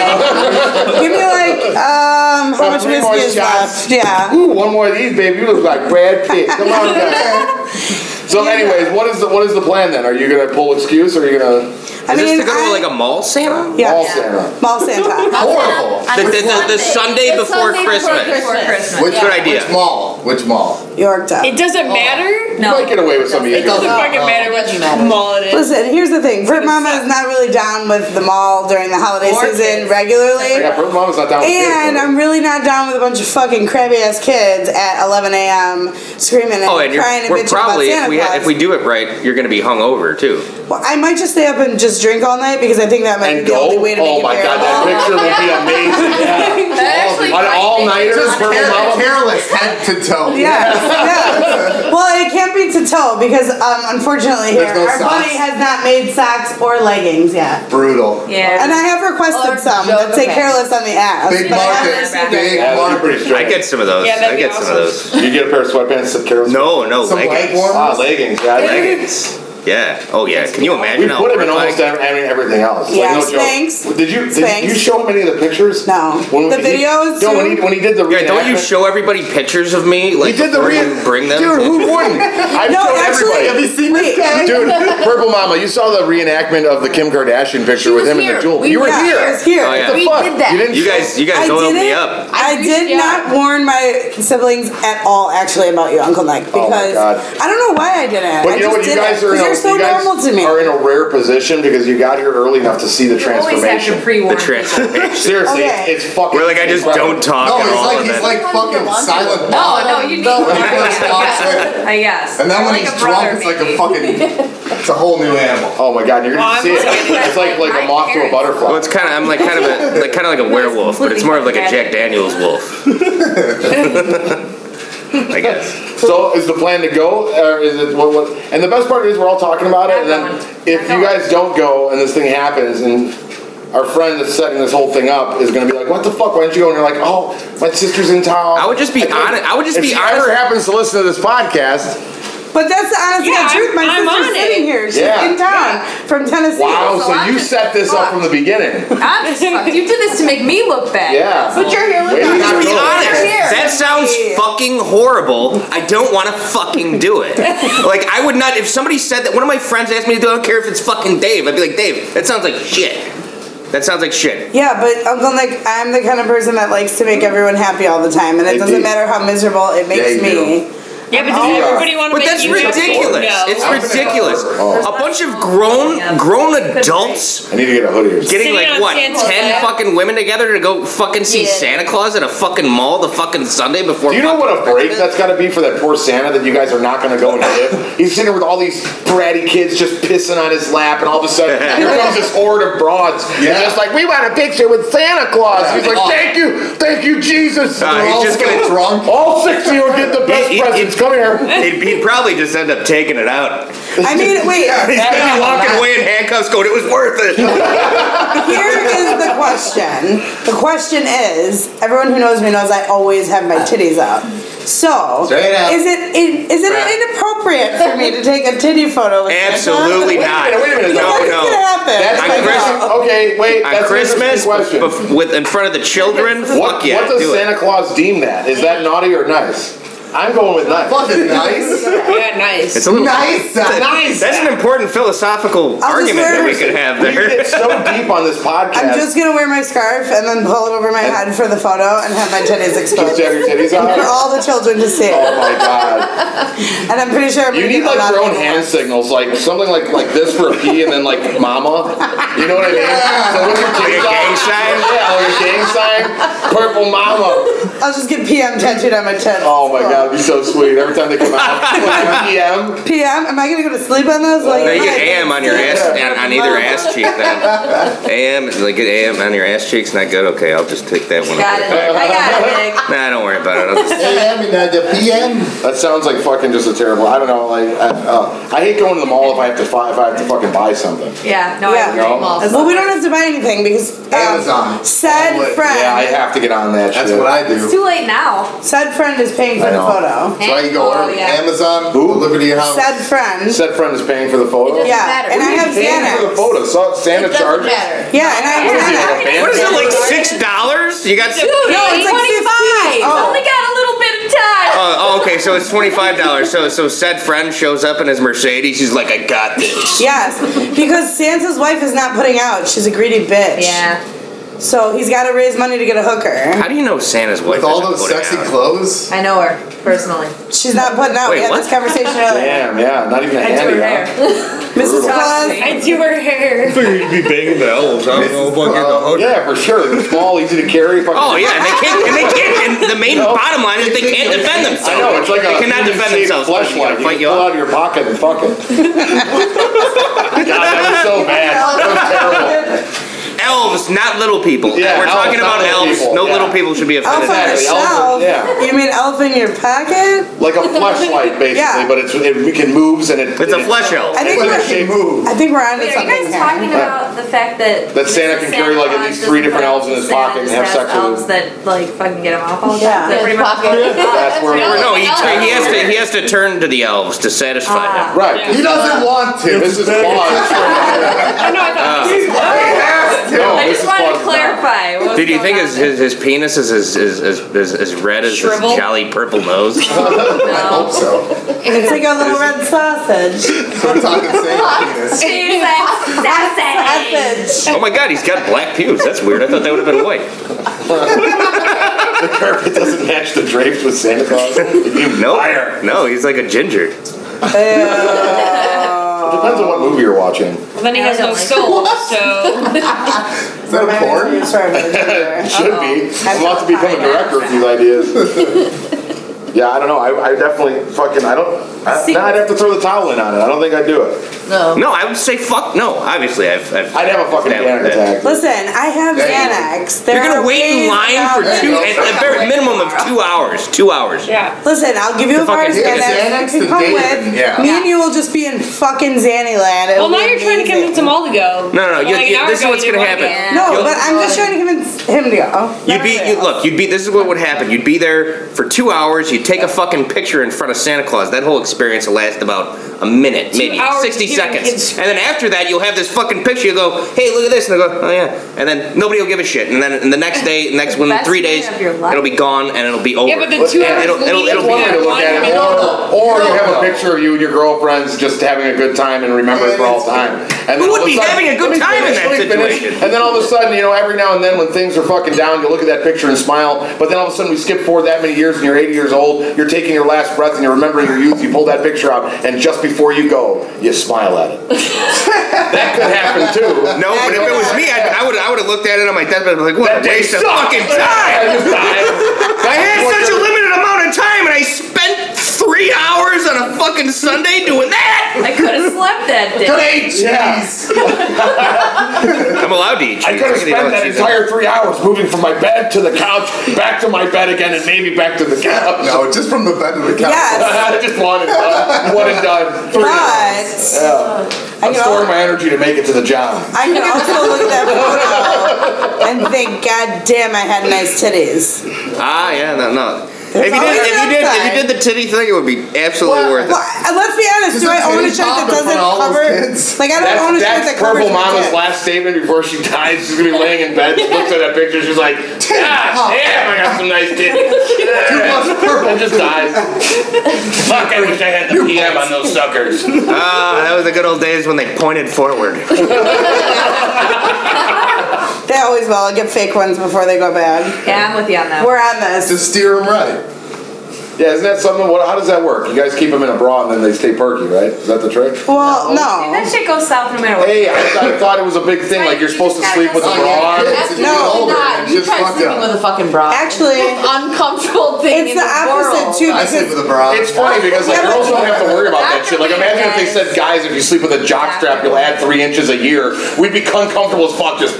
[SPEAKER 5] Give me like, um, how
[SPEAKER 4] About
[SPEAKER 5] much
[SPEAKER 4] three more
[SPEAKER 5] whiskey is
[SPEAKER 4] shots.
[SPEAKER 5] left? Yeah.
[SPEAKER 4] Ooh, one more of these, baby. You look like Brad Pitt. Come on, guys. So, anyways, what is the what is the plan then? Are you gonna pull excuse, or are you gonna
[SPEAKER 5] I
[SPEAKER 3] Is
[SPEAKER 5] mean,
[SPEAKER 3] this to go to
[SPEAKER 5] I-
[SPEAKER 3] like a mall Santa?
[SPEAKER 5] yeah.
[SPEAKER 4] all Santa?
[SPEAKER 5] Mall Santa.
[SPEAKER 7] Horrible.
[SPEAKER 3] The, the, the, the Sunday before
[SPEAKER 6] Sunday
[SPEAKER 3] Christmas.
[SPEAKER 6] Before Christmas.
[SPEAKER 7] Which,
[SPEAKER 3] Good idea.
[SPEAKER 7] Which mall? Which
[SPEAKER 5] Oh.
[SPEAKER 7] mall?
[SPEAKER 5] Yorktown.
[SPEAKER 9] It doesn't matter.
[SPEAKER 4] You
[SPEAKER 6] No.
[SPEAKER 4] might get away with some of these.
[SPEAKER 9] It doesn't
[SPEAKER 7] No,
[SPEAKER 9] fucking
[SPEAKER 7] no,
[SPEAKER 9] matter
[SPEAKER 6] doesn't
[SPEAKER 9] what
[SPEAKER 6] matter.
[SPEAKER 9] mall it is.
[SPEAKER 5] Listen, here's the thing. Brit Mama is not really down with the mall during the holiday
[SPEAKER 9] Or
[SPEAKER 5] season
[SPEAKER 9] kids.
[SPEAKER 5] regularly.
[SPEAKER 4] Yeah, Bert Mama's not down with kids,
[SPEAKER 5] And
[SPEAKER 4] so-
[SPEAKER 5] I'm really not down with a bunch of fucking crabby ass kids at 11 a.m. screaming and
[SPEAKER 3] Oh, and you're,
[SPEAKER 5] crying and
[SPEAKER 3] we're
[SPEAKER 5] bitching about
[SPEAKER 3] probably
[SPEAKER 5] Santa
[SPEAKER 3] if we
[SPEAKER 5] Claus.
[SPEAKER 3] if we do it right, you're gonna be hungover too.
[SPEAKER 5] well, I might just stay up and just drink all night because I think that might
[SPEAKER 4] and
[SPEAKER 5] be the
[SPEAKER 4] go.
[SPEAKER 5] only way to make
[SPEAKER 4] Oh
[SPEAKER 5] it
[SPEAKER 4] my god,
[SPEAKER 5] bearable.
[SPEAKER 4] that picture would be amazing. Yeah.
[SPEAKER 6] Actually,
[SPEAKER 4] An all nighter, Bert
[SPEAKER 7] Care-
[SPEAKER 4] Mama.
[SPEAKER 7] Careless, head to toe.
[SPEAKER 5] Yes, yes. Well, it can't be to toe because um, unfortunately here,
[SPEAKER 7] There's no
[SPEAKER 5] our
[SPEAKER 7] socks.
[SPEAKER 5] buddy has not made socks or leggings yet.
[SPEAKER 7] Brutal.
[SPEAKER 9] Yeah.
[SPEAKER 5] And I have requested
[SPEAKER 6] Or
[SPEAKER 5] some
[SPEAKER 6] yoga
[SPEAKER 5] that say
[SPEAKER 6] pants.
[SPEAKER 5] careless on the ass.
[SPEAKER 7] Big
[SPEAKER 5] but I haven't
[SPEAKER 7] market.
[SPEAKER 5] received them
[SPEAKER 7] Big
[SPEAKER 4] Yeah, that'd be
[SPEAKER 7] market.
[SPEAKER 4] pretty
[SPEAKER 3] I
[SPEAKER 4] strange.
[SPEAKER 3] get some of those.
[SPEAKER 9] Yeah, that'd
[SPEAKER 3] I
[SPEAKER 9] be
[SPEAKER 3] get some of those.
[SPEAKER 9] awesome.
[SPEAKER 4] You get a pair of sweatpants that carries.
[SPEAKER 3] No, no
[SPEAKER 7] Some leg
[SPEAKER 3] leggings.
[SPEAKER 7] warmers.
[SPEAKER 4] Ah, leggings. Yeah.
[SPEAKER 3] Leggings. Yeah. Oh yeah. Can you
[SPEAKER 4] We
[SPEAKER 3] imagine? how
[SPEAKER 4] put him in
[SPEAKER 3] horrifying-
[SPEAKER 4] almost every, I mean, everything else.
[SPEAKER 5] Yeah,
[SPEAKER 4] like, no joke.
[SPEAKER 5] Spanx.
[SPEAKER 4] Did you did
[SPEAKER 5] Spanx.
[SPEAKER 4] you show him any of the pictures?
[SPEAKER 5] No. The
[SPEAKER 4] he-
[SPEAKER 5] videos,
[SPEAKER 4] No, when
[SPEAKER 5] too?
[SPEAKER 4] he when he did the
[SPEAKER 3] Yeah. Don't you
[SPEAKER 4] reenactment-
[SPEAKER 3] show everybody pictures of me?
[SPEAKER 4] He
[SPEAKER 3] Like
[SPEAKER 4] did the
[SPEAKER 3] before you
[SPEAKER 4] re-
[SPEAKER 3] bring them.
[SPEAKER 4] Dude,
[SPEAKER 3] to-
[SPEAKER 4] who wouldn't? I've
[SPEAKER 5] No,
[SPEAKER 4] shown
[SPEAKER 5] actually-
[SPEAKER 4] everybody.
[SPEAKER 7] Have you seen this guy?
[SPEAKER 4] Dude, Purple Mama, you saw the reenactment of the Kim Kardashian picture with
[SPEAKER 6] was
[SPEAKER 4] him and
[SPEAKER 6] here.
[SPEAKER 4] the jewel.
[SPEAKER 6] We-
[SPEAKER 4] you were
[SPEAKER 5] yeah,
[SPEAKER 4] here.
[SPEAKER 5] I was here.
[SPEAKER 3] Oh, yeah.
[SPEAKER 4] What the
[SPEAKER 6] We
[SPEAKER 4] fuck?
[SPEAKER 6] did that.
[SPEAKER 4] You didn't
[SPEAKER 3] You guys, you
[SPEAKER 5] I
[SPEAKER 3] guys oiled
[SPEAKER 5] didn't.
[SPEAKER 3] me up.
[SPEAKER 5] I did not warn my siblings at all, actually, about you, Uncle Nick,
[SPEAKER 4] Oh, my
[SPEAKER 5] because
[SPEAKER 4] God.
[SPEAKER 5] I don't know why I didn't.
[SPEAKER 4] But
[SPEAKER 5] I
[SPEAKER 4] you know
[SPEAKER 5] just
[SPEAKER 4] what? You
[SPEAKER 5] did
[SPEAKER 4] guys
[SPEAKER 5] it,
[SPEAKER 4] are in
[SPEAKER 5] 'cause
[SPEAKER 4] a,
[SPEAKER 5] you're so
[SPEAKER 4] you guys
[SPEAKER 5] normal to me.
[SPEAKER 4] are in a rare position because you got here early enough to see the
[SPEAKER 9] You always have to
[SPEAKER 4] transformation.
[SPEAKER 9] pre-warn.
[SPEAKER 3] The transformation.
[SPEAKER 4] Seriously,
[SPEAKER 5] Okay.
[SPEAKER 4] it's, it's fucking.
[SPEAKER 3] We're like, I just
[SPEAKER 4] incredible.
[SPEAKER 3] don't talk
[SPEAKER 7] No,
[SPEAKER 3] at
[SPEAKER 7] he's
[SPEAKER 3] all.
[SPEAKER 7] like
[SPEAKER 3] and
[SPEAKER 7] he's
[SPEAKER 3] then-
[SPEAKER 7] like fucking silent
[SPEAKER 9] No,
[SPEAKER 7] Bob.
[SPEAKER 9] no, you need.
[SPEAKER 7] When he first walks in.
[SPEAKER 9] I guess.
[SPEAKER 7] And then when
[SPEAKER 9] Like
[SPEAKER 7] he's
[SPEAKER 9] a brother,
[SPEAKER 7] drunk, it's like a
[SPEAKER 9] maybe.
[SPEAKER 7] fucking. It's a whole new animal.
[SPEAKER 4] Oh my god, you're
[SPEAKER 9] Oh,
[SPEAKER 4] gonna
[SPEAKER 9] I'm
[SPEAKER 4] see it.
[SPEAKER 9] looking at
[SPEAKER 4] It's like like
[SPEAKER 9] my
[SPEAKER 4] a moth to a
[SPEAKER 9] parents.
[SPEAKER 3] Well,
[SPEAKER 4] butterfly.
[SPEAKER 3] it's kind of I'm like kind of a like kind of like a werewolf, but it's more of like a Jack Daniel's wolf. I guess.
[SPEAKER 4] So is the plan to go, or is it what? what and the best part is we're all talking about it, and then
[SPEAKER 9] Not
[SPEAKER 4] if
[SPEAKER 9] going.
[SPEAKER 4] you guys don't go and this thing happens, and our friend that's setting this whole thing up is gonna be like, what the fuck? Why didn't you go? And you're like, oh, my sister's in town.
[SPEAKER 3] I would just be
[SPEAKER 4] think-
[SPEAKER 3] honest- I would just
[SPEAKER 4] if
[SPEAKER 3] be
[SPEAKER 4] she
[SPEAKER 3] honest-
[SPEAKER 4] ever happens to listen to this podcast,
[SPEAKER 5] But that's the honest
[SPEAKER 9] Yeah,
[SPEAKER 5] yeah, truth. My
[SPEAKER 9] I'm- I'm
[SPEAKER 5] sister's
[SPEAKER 9] on it.
[SPEAKER 5] sitting here. She's
[SPEAKER 4] Yeah.
[SPEAKER 5] in town from Tennessee.
[SPEAKER 4] wow.
[SPEAKER 6] so
[SPEAKER 4] So,
[SPEAKER 6] I'm
[SPEAKER 4] you
[SPEAKER 6] just
[SPEAKER 4] set this up from the beginning.
[SPEAKER 6] I'm just fucked. You did this to make me look bad.
[SPEAKER 4] Yeah.
[SPEAKER 6] But you're here
[SPEAKER 4] Wait,
[SPEAKER 6] with
[SPEAKER 4] I
[SPEAKER 6] us.
[SPEAKER 4] gotta
[SPEAKER 3] Be
[SPEAKER 4] go.
[SPEAKER 3] honest.
[SPEAKER 6] Here.
[SPEAKER 3] That sounds fucking horrible. I don't want to fucking do it. Like I would not. If somebody said that, one of my friends asked me to do. it, I don't care if it's fucking Dave. I'd be like, Dave, that sounds like shit. That sounds like shit.
[SPEAKER 5] Yeah, but Uncle Nick, I'm the kind of person that likes to make everyone happy all the time, and it doesn't
[SPEAKER 4] Indeed.
[SPEAKER 5] matter how miserable it makes
[SPEAKER 7] you
[SPEAKER 5] me.
[SPEAKER 9] Yeah, but does
[SPEAKER 4] Oh, yeah.
[SPEAKER 9] everybody want to
[SPEAKER 3] But
[SPEAKER 9] make
[SPEAKER 3] that's
[SPEAKER 9] you happy?
[SPEAKER 3] ridiculous.
[SPEAKER 9] No.
[SPEAKER 3] It's
[SPEAKER 7] I'm gonna
[SPEAKER 3] ridiculous.
[SPEAKER 7] go
[SPEAKER 3] A bunch of grown grown adults
[SPEAKER 4] I need to get a hoodie. Or something.
[SPEAKER 3] Getting
[SPEAKER 9] Sitting
[SPEAKER 3] like
[SPEAKER 9] on
[SPEAKER 3] what,
[SPEAKER 9] Santa's
[SPEAKER 3] ten
[SPEAKER 9] lap.
[SPEAKER 3] fucking women together to go fucking see
[SPEAKER 6] Yeah.
[SPEAKER 3] Santa Claus at a fucking mall the fucking Sunday before.
[SPEAKER 4] Do you know
[SPEAKER 3] fucking
[SPEAKER 4] what a break
[SPEAKER 3] Christmas?
[SPEAKER 4] that's got to be for that poor Santa that you guys are not going to go and live? He's sitting there with all these bratty kids just pissing on his lap, and all of a sudden here comes this horde of broads. Yeah.
[SPEAKER 7] Yeah.
[SPEAKER 4] just like, we want a picture with Santa Claus.
[SPEAKER 7] Yeah.
[SPEAKER 4] He's like,
[SPEAKER 7] Oh.
[SPEAKER 4] thank you, thank you, Jesus.
[SPEAKER 3] Uh,
[SPEAKER 4] They're
[SPEAKER 3] he's
[SPEAKER 4] all
[SPEAKER 3] just
[SPEAKER 4] sitting-
[SPEAKER 3] gonna
[SPEAKER 7] drunk.
[SPEAKER 4] All six of you will get the best
[SPEAKER 3] He- he-
[SPEAKER 4] presents.
[SPEAKER 3] he-
[SPEAKER 4] Come here.
[SPEAKER 3] He'd, he'd probably just end up taking it out.
[SPEAKER 5] I mean, wait.
[SPEAKER 3] He's gonna be walking away in handcuffs, going, "It was worth it."
[SPEAKER 5] Here is the question. The question is, everyone who knows me knows I always have my titties out. So,
[SPEAKER 7] Straight up.
[SPEAKER 5] is it in, is it
[SPEAKER 3] Right.
[SPEAKER 5] inappropriate for me to take a titty photo? With Santa?
[SPEAKER 3] Absolutely
[SPEAKER 4] Wait a
[SPEAKER 3] not.
[SPEAKER 4] minute, wait a minute.
[SPEAKER 3] No,
[SPEAKER 5] That's gonna
[SPEAKER 3] no.
[SPEAKER 5] happen.
[SPEAKER 4] That's
[SPEAKER 3] On
[SPEAKER 5] Like,
[SPEAKER 3] Christmas-
[SPEAKER 5] uh,
[SPEAKER 4] Okay, wait.
[SPEAKER 3] On
[SPEAKER 4] That's an interesting
[SPEAKER 3] Christmas,
[SPEAKER 4] question.
[SPEAKER 3] bef- with in front of the children.
[SPEAKER 4] what
[SPEAKER 3] fuck yeah,
[SPEAKER 4] what does
[SPEAKER 3] do
[SPEAKER 4] Santa Claus deem that? Is that naughty or nice? I'm going with nice.
[SPEAKER 7] Fucking nice.
[SPEAKER 9] yeah, nice.
[SPEAKER 3] It's a little
[SPEAKER 7] Nice, nice.
[SPEAKER 3] That's an important philosophical
[SPEAKER 5] I'll just
[SPEAKER 3] argument that we
[SPEAKER 5] wear-
[SPEAKER 3] could have
[SPEAKER 4] We
[SPEAKER 3] there.
[SPEAKER 4] get so deep on this podcast.
[SPEAKER 5] I'm just gonna wear my scarf and then pull it over my head for the photo and have my titties
[SPEAKER 4] Just
[SPEAKER 5] exposed
[SPEAKER 4] have your titties
[SPEAKER 5] for
[SPEAKER 4] out.
[SPEAKER 5] all the children to see.
[SPEAKER 4] Oh my god!
[SPEAKER 5] And I'm pretty sure I'm
[SPEAKER 4] You
[SPEAKER 5] gonna
[SPEAKER 4] need
[SPEAKER 5] get
[SPEAKER 4] like
[SPEAKER 5] a lot
[SPEAKER 4] your
[SPEAKER 5] of
[SPEAKER 4] own hand signals, like something like like this for a P, and then like mama. You know what I mean? So with your
[SPEAKER 3] Like a
[SPEAKER 4] titties
[SPEAKER 3] gang
[SPEAKER 4] out,
[SPEAKER 3] sign.
[SPEAKER 4] yeah, like a gang sign, purple mama.
[SPEAKER 5] I'll just get PM tattooed on my tent.
[SPEAKER 4] Oh my god, it'd be so sweet. Every time they come out, like PM.
[SPEAKER 5] PM? Am I gonna go to sleep on those? Like,
[SPEAKER 3] No, you get
[SPEAKER 5] hi.
[SPEAKER 3] AM on your ass on, on either ass cheek then. AM like get AM on your ass cheek's not good. Okay, I'll just take that one.
[SPEAKER 6] Got it. I got it. Nick.
[SPEAKER 3] Nah, don't worry about it. I'll just
[SPEAKER 7] AM and uh, the PM.
[SPEAKER 4] That sounds like fucking just a terrible. I don't know. Like I, uh, I hate going to the mall if I have to fi- if I have to fucking buy something.
[SPEAKER 6] Yeah, no,
[SPEAKER 5] Yeah.
[SPEAKER 6] I agree.
[SPEAKER 4] No.
[SPEAKER 6] Well,
[SPEAKER 5] Well, we don't have to buy anything because um,
[SPEAKER 7] Amazon.
[SPEAKER 5] Said
[SPEAKER 7] Always.
[SPEAKER 5] friend,
[SPEAKER 4] Yeah, I have to get on that.
[SPEAKER 7] That's
[SPEAKER 4] shit.
[SPEAKER 7] what I
[SPEAKER 6] It's
[SPEAKER 7] do.
[SPEAKER 6] too late now.
[SPEAKER 5] said friend is paying for
[SPEAKER 4] I
[SPEAKER 5] the
[SPEAKER 4] know.
[SPEAKER 5] photo.
[SPEAKER 7] That's why you go
[SPEAKER 6] Oh,
[SPEAKER 7] order
[SPEAKER 6] yeah.
[SPEAKER 7] Amazon,
[SPEAKER 4] Who?
[SPEAKER 7] deliver to your house.
[SPEAKER 5] Said friend.
[SPEAKER 4] Said friend is paying for the photo.
[SPEAKER 6] It doesn't
[SPEAKER 5] yeah,
[SPEAKER 6] matter.
[SPEAKER 5] and I
[SPEAKER 6] Who's
[SPEAKER 5] have
[SPEAKER 4] Paying for the
[SPEAKER 5] Xanax.
[SPEAKER 4] photo. So Santa
[SPEAKER 6] It doesn't
[SPEAKER 4] charges.
[SPEAKER 6] matter.
[SPEAKER 5] Yeah, and I have Xanax.
[SPEAKER 3] What is it like six dollars? You got six
[SPEAKER 6] No,
[SPEAKER 5] it's like 15. Oh.
[SPEAKER 6] Only got a little bit of time.
[SPEAKER 3] Oh, oh, okay, so it's twenty five dollars. So so said friend shows up in his Mercedes, he's like, I got this.
[SPEAKER 5] Yes, because Santa's wife is not putting out. She's a greedy bitch.
[SPEAKER 6] yeah,
[SPEAKER 5] So he's got to raise money to get a hooker.
[SPEAKER 3] How do you know Santa's wife?
[SPEAKER 7] With all
[SPEAKER 3] isn't
[SPEAKER 7] those
[SPEAKER 3] putting
[SPEAKER 7] sexy
[SPEAKER 3] out?
[SPEAKER 7] clothes.
[SPEAKER 6] I know her personally.
[SPEAKER 5] She's not putting out.
[SPEAKER 3] Wait,
[SPEAKER 5] we had
[SPEAKER 3] what?
[SPEAKER 5] this conversation earlier.
[SPEAKER 4] Damn. Yeah. Not even a
[SPEAKER 6] I do
[SPEAKER 4] handy.
[SPEAKER 6] her
[SPEAKER 4] huh?
[SPEAKER 6] hair.
[SPEAKER 5] Mrs. Claus,
[SPEAKER 9] I do her hair.
[SPEAKER 3] You'd be banging bells. I don't know if I get the hook.
[SPEAKER 4] Yeah, for sure. They're Small, easy to carry. Fucking
[SPEAKER 3] Oh yeah, and they can't. And they can't. And the main
[SPEAKER 4] No.
[SPEAKER 3] bottom line is they can't defend themselves.
[SPEAKER 4] I know. It's like
[SPEAKER 3] they
[SPEAKER 4] a
[SPEAKER 3] cannot defend themselves.
[SPEAKER 4] Flashlight.
[SPEAKER 3] They gotta Fight you
[SPEAKER 4] you can pull
[SPEAKER 3] up.
[SPEAKER 4] out of your pocket and fuck it. God, that was so bad. That was terrible.
[SPEAKER 3] Elves, not little people.
[SPEAKER 4] Yeah,
[SPEAKER 3] We're talking about
[SPEAKER 4] elves, not little
[SPEAKER 3] elves.
[SPEAKER 4] people,
[SPEAKER 3] No
[SPEAKER 4] yeah.
[SPEAKER 3] little people should be
[SPEAKER 5] elf on
[SPEAKER 3] offended.
[SPEAKER 5] the
[SPEAKER 4] Exactly, elf-
[SPEAKER 5] shelf.
[SPEAKER 4] yeah.
[SPEAKER 5] You mean elf in your pocket?
[SPEAKER 4] like a flashlight basically,
[SPEAKER 5] Yeah.
[SPEAKER 4] but it's it, we can moves and it.
[SPEAKER 3] It's a
[SPEAKER 4] it-
[SPEAKER 3] flesh elf.
[SPEAKER 5] I think
[SPEAKER 4] But
[SPEAKER 5] we're.
[SPEAKER 4] it can move.
[SPEAKER 5] I think we're on to
[SPEAKER 6] Wait, are
[SPEAKER 5] something
[SPEAKER 6] you guys
[SPEAKER 5] here.
[SPEAKER 6] talking about the fact that
[SPEAKER 4] That Santa can carry, like, at least three different elves in his pocket and have sex with
[SPEAKER 6] elves that like fucking get him off all the
[SPEAKER 5] Yeah.
[SPEAKER 6] time? Is that pretty much what it is?
[SPEAKER 4] That's where we're
[SPEAKER 3] No, he, tur- he has to. He has to turn to the elves to satisfy them.
[SPEAKER 4] right.
[SPEAKER 7] He doesn't want to.
[SPEAKER 4] This is Claus.
[SPEAKER 9] I know. I thought
[SPEAKER 4] No,
[SPEAKER 6] I
[SPEAKER 4] this
[SPEAKER 6] just
[SPEAKER 4] is
[SPEAKER 6] wanted
[SPEAKER 4] Claus.
[SPEAKER 6] to clarify. what was
[SPEAKER 3] Dude, do you
[SPEAKER 6] going
[SPEAKER 3] think
[SPEAKER 6] on
[SPEAKER 3] his,
[SPEAKER 6] there.
[SPEAKER 3] his, his penis is as, as, as, as, as red as his
[SPEAKER 9] Shriveled?
[SPEAKER 3] jolly purple nose?
[SPEAKER 7] I hope so.
[SPEAKER 5] It's like a little red sausage.
[SPEAKER 7] So I'm talking same penis.
[SPEAKER 6] She's like, "Sassy."
[SPEAKER 5] Sausage.
[SPEAKER 3] oh my god, he's got black pubes. That's weird. I thought that would have been white.
[SPEAKER 4] The carpet doesn't match the drapes with Santa Claus. You
[SPEAKER 3] No, no, he's like a ginger.
[SPEAKER 4] Depends on what movie you're watching.
[SPEAKER 9] Well, then he has no soul, so
[SPEAKER 7] Is that a porn?
[SPEAKER 5] Sorry, I'm a ginger.
[SPEAKER 4] Should be. I'm about to become a director with these ideas. Yeah, I don't know. I, I definitely fucking I don't. I, now I'd have to throw the towel in on it. I don't think I'd do it.
[SPEAKER 3] No, I would say fuck no. Obviously, I've. I've
[SPEAKER 4] I'd have a fucking
[SPEAKER 3] Yeah.
[SPEAKER 4] panic attack.
[SPEAKER 5] Listen, I have
[SPEAKER 7] There
[SPEAKER 5] Xanax. There
[SPEAKER 3] You're
[SPEAKER 5] are
[SPEAKER 3] gonna wait in
[SPEAKER 5] ways
[SPEAKER 3] line for
[SPEAKER 5] around
[SPEAKER 3] two,
[SPEAKER 5] it.
[SPEAKER 3] at the very minimum of two hours. Two hours.
[SPEAKER 9] yeah.
[SPEAKER 5] Listen, I'll give you a bar of
[SPEAKER 3] fucking-
[SPEAKER 5] Xanax. you
[SPEAKER 7] Xanax to
[SPEAKER 5] can come
[SPEAKER 7] Dayton,
[SPEAKER 5] with.
[SPEAKER 7] yeah.
[SPEAKER 5] Me and you will just be in fucking Xanny land. It'll
[SPEAKER 9] Well, now
[SPEAKER 5] be
[SPEAKER 9] you're trying to
[SPEAKER 5] amazing.
[SPEAKER 9] convince them all to go.
[SPEAKER 3] No, no, no.
[SPEAKER 9] Like
[SPEAKER 3] You,
[SPEAKER 9] an
[SPEAKER 3] you-
[SPEAKER 9] hour
[SPEAKER 3] this is
[SPEAKER 9] ago,
[SPEAKER 3] what's
[SPEAKER 9] you
[SPEAKER 3] gonna
[SPEAKER 9] didn't
[SPEAKER 3] happen.
[SPEAKER 9] wanna
[SPEAKER 6] Yeah.
[SPEAKER 5] No,
[SPEAKER 3] You'll-
[SPEAKER 5] but I'm just trying to convince him to go.
[SPEAKER 3] You'd be you, look. You'd be. This is what would happen. You'd be there for two hours. You'd take a fucking picture in front of Santa Claus. That whole experience will last about a minute, maybe
[SPEAKER 9] hours
[SPEAKER 3] sixty
[SPEAKER 9] of giving
[SPEAKER 3] seconds.
[SPEAKER 9] kids-
[SPEAKER 3] And then after that, you'll have this fucking picture. You go, hey, look at this, and they go, oh yeah. And then nobody will give a shit. And then and the next day, next when
[SPEAKER 6] Best
[SPEAKER 3] three
[SPEAKER 6] day
[SPEAKER 3] days,
[SPEAKER 6] of your life.
[SPEAKER 3] it'll be gone and it'll be over.
[SPEAKER 9] Yeah, but the two
[SPEAKER 3] And
[SPEAKER 9] hours
[SPEAKER 3] it'll, it'll,
[SPEAKER 9] leading
[SPEAKER 3] it'll
[SPEAKER 9] to
[SPEAKER 4] One way
[SPEAKER 3] be
[SPEAKER 9] that
[SPEAKER 4] to look at it, or, or you have a picture of you and your girlfriends just having a good time and remember it for all time. And then
[SPEAKER 3] Who would
[SPEAKER 4] all of
[SPEAKER 3] be having a good
[SPEAKER 4] Let me
[SPEAKER 3] time in
[SPEAKER 4] finish,
[SPEAKER 3] that
[SPEAKER 4] let me finish.
[SPEAKER 3] situation?
[SPEAKER 4] And then all of a sudden, you know, every now and then when things are fucking down, you look at that picture and smile. But then all of a sudden, we skip forward that many years, and you're 80 years old. You're taking your last breath, and you're remembering your youth. You pull that picture out, and just before you go, you smile at it. that could happen too.
[SPEAKER 3] No, but if it was me, I'd, I would I would have looked at it on my deathbed and been like, what a
[SPEAKER 4] That day
[SPEAKER 3] waste of
[SPEAKER 4] sucked.
[SPEAKER 3] fucking
[SPEAKER 4] I
[SPEAKER 3] time!
[SPEAKER 4] just died.
[SPEAKER 3] I had such a limited amount of time and I spent three hours on a fucking Sunday doing that!
[SPEAKER 6] I could have slept that day.
[SPEAKER 4] Great, yeah.
[SPEAKER 3] I'm allowed to eat cheese.
[SPEAKER 4] I could have
[SPEAKER 3] can eat all
[SPEAKER 4] spent that
[SPEAKER 3] cheese.
[SPEAKER 4] entire three hours moving from my bed to the couch, back to my bed again, and maybe back to the couch.
[SPEAKER 7] No, just from the bed to the couch.
[SPEAKER 5] Yes,
[SPEAKER 4] I just wanted done. One and done.
[SPEAKER 5] but
[SPEAKER 4] Three.
[SPEAKER 5] I
[SPEAKER 4] I'm
[SPEAKER 5] can,
[SPEAKER 4] storing
[SPEAKER 5] also,
[SPEAKER 4] my energy to make it to the job.
[SPEAKER 5] I can also look at that photo and think, God damn, I had nice titties.
[SPEAKER 3] Ah, yeah, no, no. If you,
[SPEAKER 5] always
[SPEAKER 3] did, if, you did, if you
[SPEAKER 5] upside.
[SPEAKER 3] did the titty thing, it would be absolutely
[SPEAKER 7] Well,
[SPEAKER 3] worth it.
[SPEAKER 5] Well, I- let's be honest.
[SPEAKER 7] Is
[SPEAKER 5] Do
[SPEAKER 7] it
[SPEAKER 5] I own a
[SPEAKER 7] titty
[SPEAKER 5] shirt that
[SPEAKER 7] top in front of
[SPEAKER 5] doesn't
[SPEAKER 7] all those
[SPEAKER 5] cover?
[SPEAKER 7] kids?
[SPEAKER 5] Like I don't own a
[SPEAKER 4] That's,
[SPEAKER 5] shirt that
[SPEAKER 4] that's
[SPEAKER 5] covers
[SPEAKER 4] Purple
[SPEAKER 5] my
[SPEAKER 4] Mama's
[SPEAKER 5] tits.
[SPEAKER 4] last statement before she dies. She's gonna be laying in bed. She looks at that picture. She's like, "God damn, I got some nice tits." Too much purple. Just dies. Fuck! I wish I had the PM on those suckers.
[SPEAKER 3] Ah, that was the good old days when they pointed forward.
[SPEAKER 5] They always will. I'll get fake ones before they go bad.
[SPEAKER 6] Yeah, I'm with you on that.
[SPEAKER 5] We're on this.
[SPEAKER 7] Just steer them right.
[SPEAKER 4] Yeah, isn't that something? What? How does that work? You guys keep them in a bra and then they stay perky, right? Is that the trick?
[SPEAKER 5] Well,
[SPEAKER 6] Dude,
[SPEAKER 5] no.
[SPEAKER 6] that shit goes south no matter what.
[SPEAKER 4] Hey, I, I thought it was a big thing. Like you're supposed to sleep with a bra. on.
[SPEAKER 7] Kids, if you
[SPEAKER 5] No,
[SPEAKER 7] get older,
[SPEAKER 10] Not,
[SPEAKER 7] and
[SPEAKER 10] you
[SPEAKER 7] just
[SPEAKER 10] try
[SPEAKER 7] fuck
[SPEAKER 10] sleeping
[SPEAKER 7] up.
[SPEAKER 10] with a fucking bra.
[SPEAKER 5] Actually,
[SPEAKER 10] uncomfortable thing.
[SPEAKER 5] it's
[SPEAKER 10] in
[SPEAKER 5] the opposite too
[SPEAKER 7] I sleep
[SPEAKER 5] because
[SPEAKER 7] with a bra.
[SPEAKER 4] It's funny because like
[SPEAKER 5] Yeah, but-
[SPEAKER 4] girls don't have to worry about that shit. Like imagine if they said, guys, if you sleep with a jock strap, you'll add three inches a year. We'd be uncomfortable as fuck just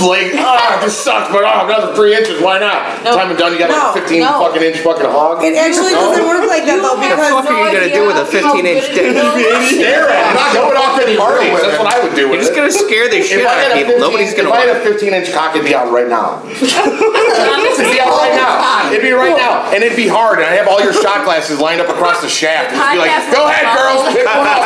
[SPEAKER 4] like ah, this sucks, but ah, another three inches, why not?
[SPEAKER 10] No.
[SPEAKER 4] Time and done, you got
[SPEAKER 5] No,
[SPEAKER 4] like a fifteen
[SPEAKER 10] no.
[SPEAKER 4] fucking inch fucking hog.
[SPEAKER 5] it actually doesn't work like that though
[SPEAKER 3] What the
[SPEAKER 5] because
[SPEAKER 3] fuck are you gonna do with a 15 inch dick?
[SPEAKER 4] Stare at it. Show it off at parties. That's what I would do
[SPEAKER 3] You're
[SPEAKER 4] with
[SPEAKER 3] just
[SPEAKER 4] it.
[SPEAKER 3] gonna scare the
[SPEAKER 4] If
[SPEAKER 3] shit
[SPEAKER 4] I
[SPEAKER 3] out of
[SPEAKER 4] had a
[SPEAKER 3] people. Nobody's
[SPEAKER 4] 15,
[SPEAKER 3] gonna
[SPEAKER 4] if
[SPEAKER 3] want
[SPEAKER 4] I had
[SPEAKER 3] it.
[SPEAKER 4] a 15 inch cock, it'd be out right now. it'd be out right now. It'd be right now, and it'd be hard. And I have all your shot glasses lined up across the shaft. It'd be like, go ahead, girls, pick one up.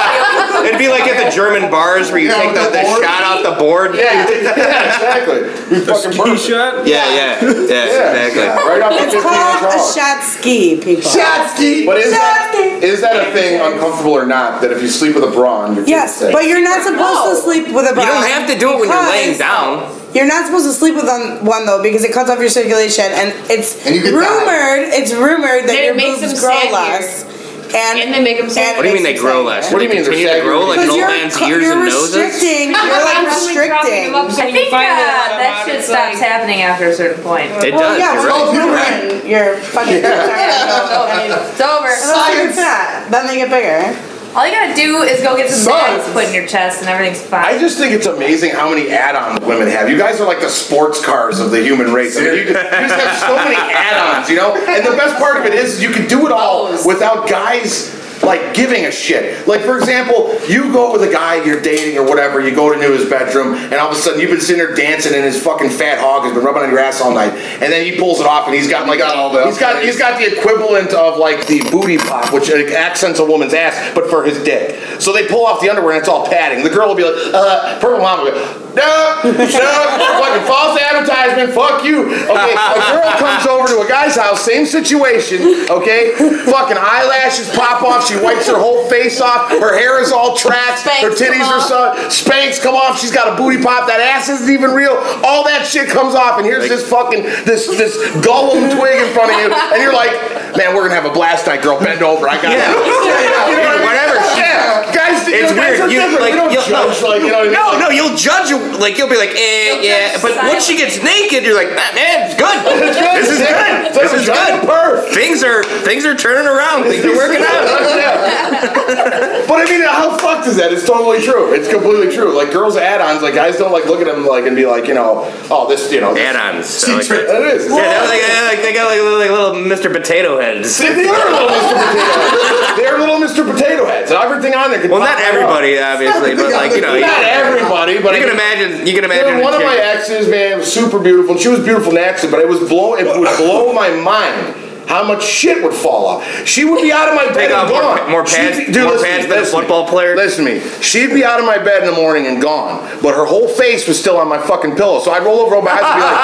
[SPEAKER 3] It'd be like at the German bars where you
[SPEAKER 7] Yeah,
[SPEAKER 3] take
[SPEAKER 7] with
[SPEAKER 3] the,
[SPEAKER 7] the
[SPEAKER 3] the
[SPEAKER 7] board.
[SPEAKER 3] shot off the board. Yeah,
[SPEAKER 4] Yeah, you- yeah, exactly. Be fucking perfect.
[SPEAKER 11] shot?
[SPEAKER 3] yeah, yeah,
[SPEAKER 4] Yeah,
[SPEAKER 3] exactly.
[SPEAKER 4] Right off the 15
[SPEAKER 5] it's called a
[SPEAKER 4] inch hog.
[SPEAKER 5] shot ski, people.
[SPEAKER 7] Shatsky.
[SPEAKER 4] But is
[SPEAKER 5] Shot.
[SPEAKER 4] that, is that a thing, uncomfortable or not, that if you sleep with a bra on your
[SPEAKER 5] Yes,
[SPEAKER 4] tits
[SPEAKER 5] but you're not supposed to sleep with a bra.
[SPEAKER 3] You don't have to do it when you're laying
[SPEAKER 5] because
[SPEAKER 3] down.
[SPEAKER 5] You're not supposed to sleep with on- one though because it cuts off your circulation and it's
[SPEAKER 7] And you could die.
[SPEAKER 5] rumored. It's rumored that
[SPEAKER 9] it
[SPEAKER 5] your
[SPEAKER 9] makes
[SPEAKER 5] boobs
[SPEAKER 9] them
[SPEAKER 5] grow
[SPEAKER 9] saggier.
[SPEAKER 5] less. And,
[SPEAKER 9] And they make them saggier.
[SPEAKER 3] What do you mean they grow less?
[SPEAKER 4] What do you mean they're
[SPEAKER 3] Continue to
[SPEAKER 4] shaggy?
[SPEAKER 3] grow like an
[SPEAKER 5] Because
[SPEAKER 3] old
[SPEAKER 5] you're,
[SPEAKER 3] man's
[SPEAKER 5] cu-
[SPEAKER 3] ears
[SPEAKER 5] you're
[SPEAKER 3] and noses?
[SPEAKER 5] restricting. You're like restricting.
[SPEAKER 6] I think uh, that shit stops happening after a certain point.
[SPEAKER 3] It
[SPEAKER 5] Well,
[SPEAKER 3] does.
[SPEAKER 5] yeah,
[SPEAKER 3] you're
[SPEAKER 5] once
[SPEAKER 3] right.
[SPEAKER 5] you're rumored, you're fucking.
[SPEAKER 6] It's over.
[SPEAKER 5] Science. Then they get bigger.
[SPEAKER 6] All you gotta do is go get some bags put in your chest and everything's fine.
[SPEAKER 4] I just think it's amazing how many add-ons women have. You guys are like the sports cars of the human race. I mean, you, just, you just have so many add-ons, you know. And the best part of it is you can do it all without guys like giving a shit. Like for example, you go with a guy you're dating or whatever. You go into his bedroom, and all of a sudden you've been sitting there dancing, and his fucking fat hog has been rubbing on your ass all night. And then he pulls it off, and he's got like
[SPEAKER 7] got all the
[SPEAKER 4] he's got he's got the equivalent of like the booty pop, which accents a woman's ass, but for his dick. So they pull off the underwear and it's all padding. The girl will be like, uh, purple mom will be like, no, no, fucking false advertisement, fuck you. Okay, a girl comes over to a guy's house, same situation, okay? Fucking eyelashes pop off, she wipes her whole face off, her hair is all trapped, her
[SPEAKER 10] Spanx
[SPEAKER 4] titties
[SPEAKER 10] come
[SPEAKER 4] are
[SPEAKER 10] off.
[SPEAKER 4] so spanks come off, she's got a booty pop, that ass isn't even real, all that shit comes off, and here's this fucking this this golem twig in front of you, and you're like, man, we're gonna have a blast night, girl. Bend over, I got
[SPEAKER 3] Yeah.
[SPEAKER 4] it. You know what I mean?
[SPEAKER 3] Whatever.
[SPEAKER 4] Yeah, guys, you
[SPEAKER 3] It's
[SPEAKER 4] know, guys
[SPEAKER 3] weird.
[SPEAKER 4] are
[SPEAKER 3] You-
[SPEAKER 4] different.
[SPEAKER 3] like,
[SPEAKER 4] we don't
[SPEAKER 3] you'll-
[SPEAKER 4] judge, like you know what I mean?
[SPEAKER 3] No, no, you'll judge. Like you'll be like, eh,
[SPEAKER 6] You'll
[SPEAKER 3] yeah.
[SPEAKER 6] judge
[SPEAKER 3] But once she gets naked, you're like, "Ah, man, it's
[SPEAKER 4] It's
[SPEAKER 3] good. This is
[SPEAKER 4] Yeah.
[SPEAKER 3] good.
[SPEAKER 4] It's like
[SPEAKER 3] This
[SPEAKER 4] a
[SPEAKER 3] is
[SPEAKER 4] giant
[SPEAKER 3] good.
[SPEAKER 4] perf.
[SPEAKER 3] Things are things are turning around. Things are working out.
[SPEAKER 4] Yeah. but I mean, how fucked is that? It's totally true. It's completely true. Like girls' add-ons, like guys don't like look at them like and be like, you know, oh this, you know, this-
[SPEAKER 3] Add-ons. I like
[SPEAKER 4] It
[SPEAKER 3] that.
[SPEAKER 4] is.
[SPEAKER 3] Yeah, they're like, they're like, they got like little, like little Mr. Potato Heads.
[SPEAKER 4] They, they are little Mr. Potato Heads. They're little Mr. Potato Heads. Everything on there. could
[SPEAKER 3] Well,
[SPEAKER 4] pop
[SPEAKER 3] not
[SPEAKER 4] right
[SPEAKER 3] everybody, obviously, but like you know,
[SPEAKER 4] up.
[SPEAKER 3] you,
[SPEAKER 4] Not
[SPEAKER 3] you
[SPEAKER 4] everybody, but I
[SPEAKER 3] can
[SPEAKER 4] mean-
[SPEAKER 3] imagine. You can
[SPEAKER 4] Dude,
[SPEAKER 3] imagine.
[SPEAKER 4] one
[SPEAKER 3] a
[SPEAKER 4] of my
[SPEAKER 3] chick-
[SPEAKER 4] exes, man, was super beautiful. She was beautiful naturally, but it was blow. It would blow my mind how much shit would fall off. She would be out of my bed
[SPEAKER 3] Take
[SPEAKER 4] and
[SPEAKER 3] off more
[SPEAKER 4] gone.
[SPEAKER 3] pa- more
[SPEAKER 4] She'd
[SPEAKER 3] pads-
[SPEAKER 4] be-
[SPEAKER 3] more
[SPEAKER 4] listen to
[SPEAKER 3] pads
[SPEAKER 4] me,
[SPEAKER 3] than a
[SPEAKER 4] listen to me,
[SPEAKER 3] football player?
[SPEAKER 4] Listen to me. She'd be out of my bed in the morning and gone, but her whole face was still on my fucking pillow. So I'd roll over over my eyes and be like,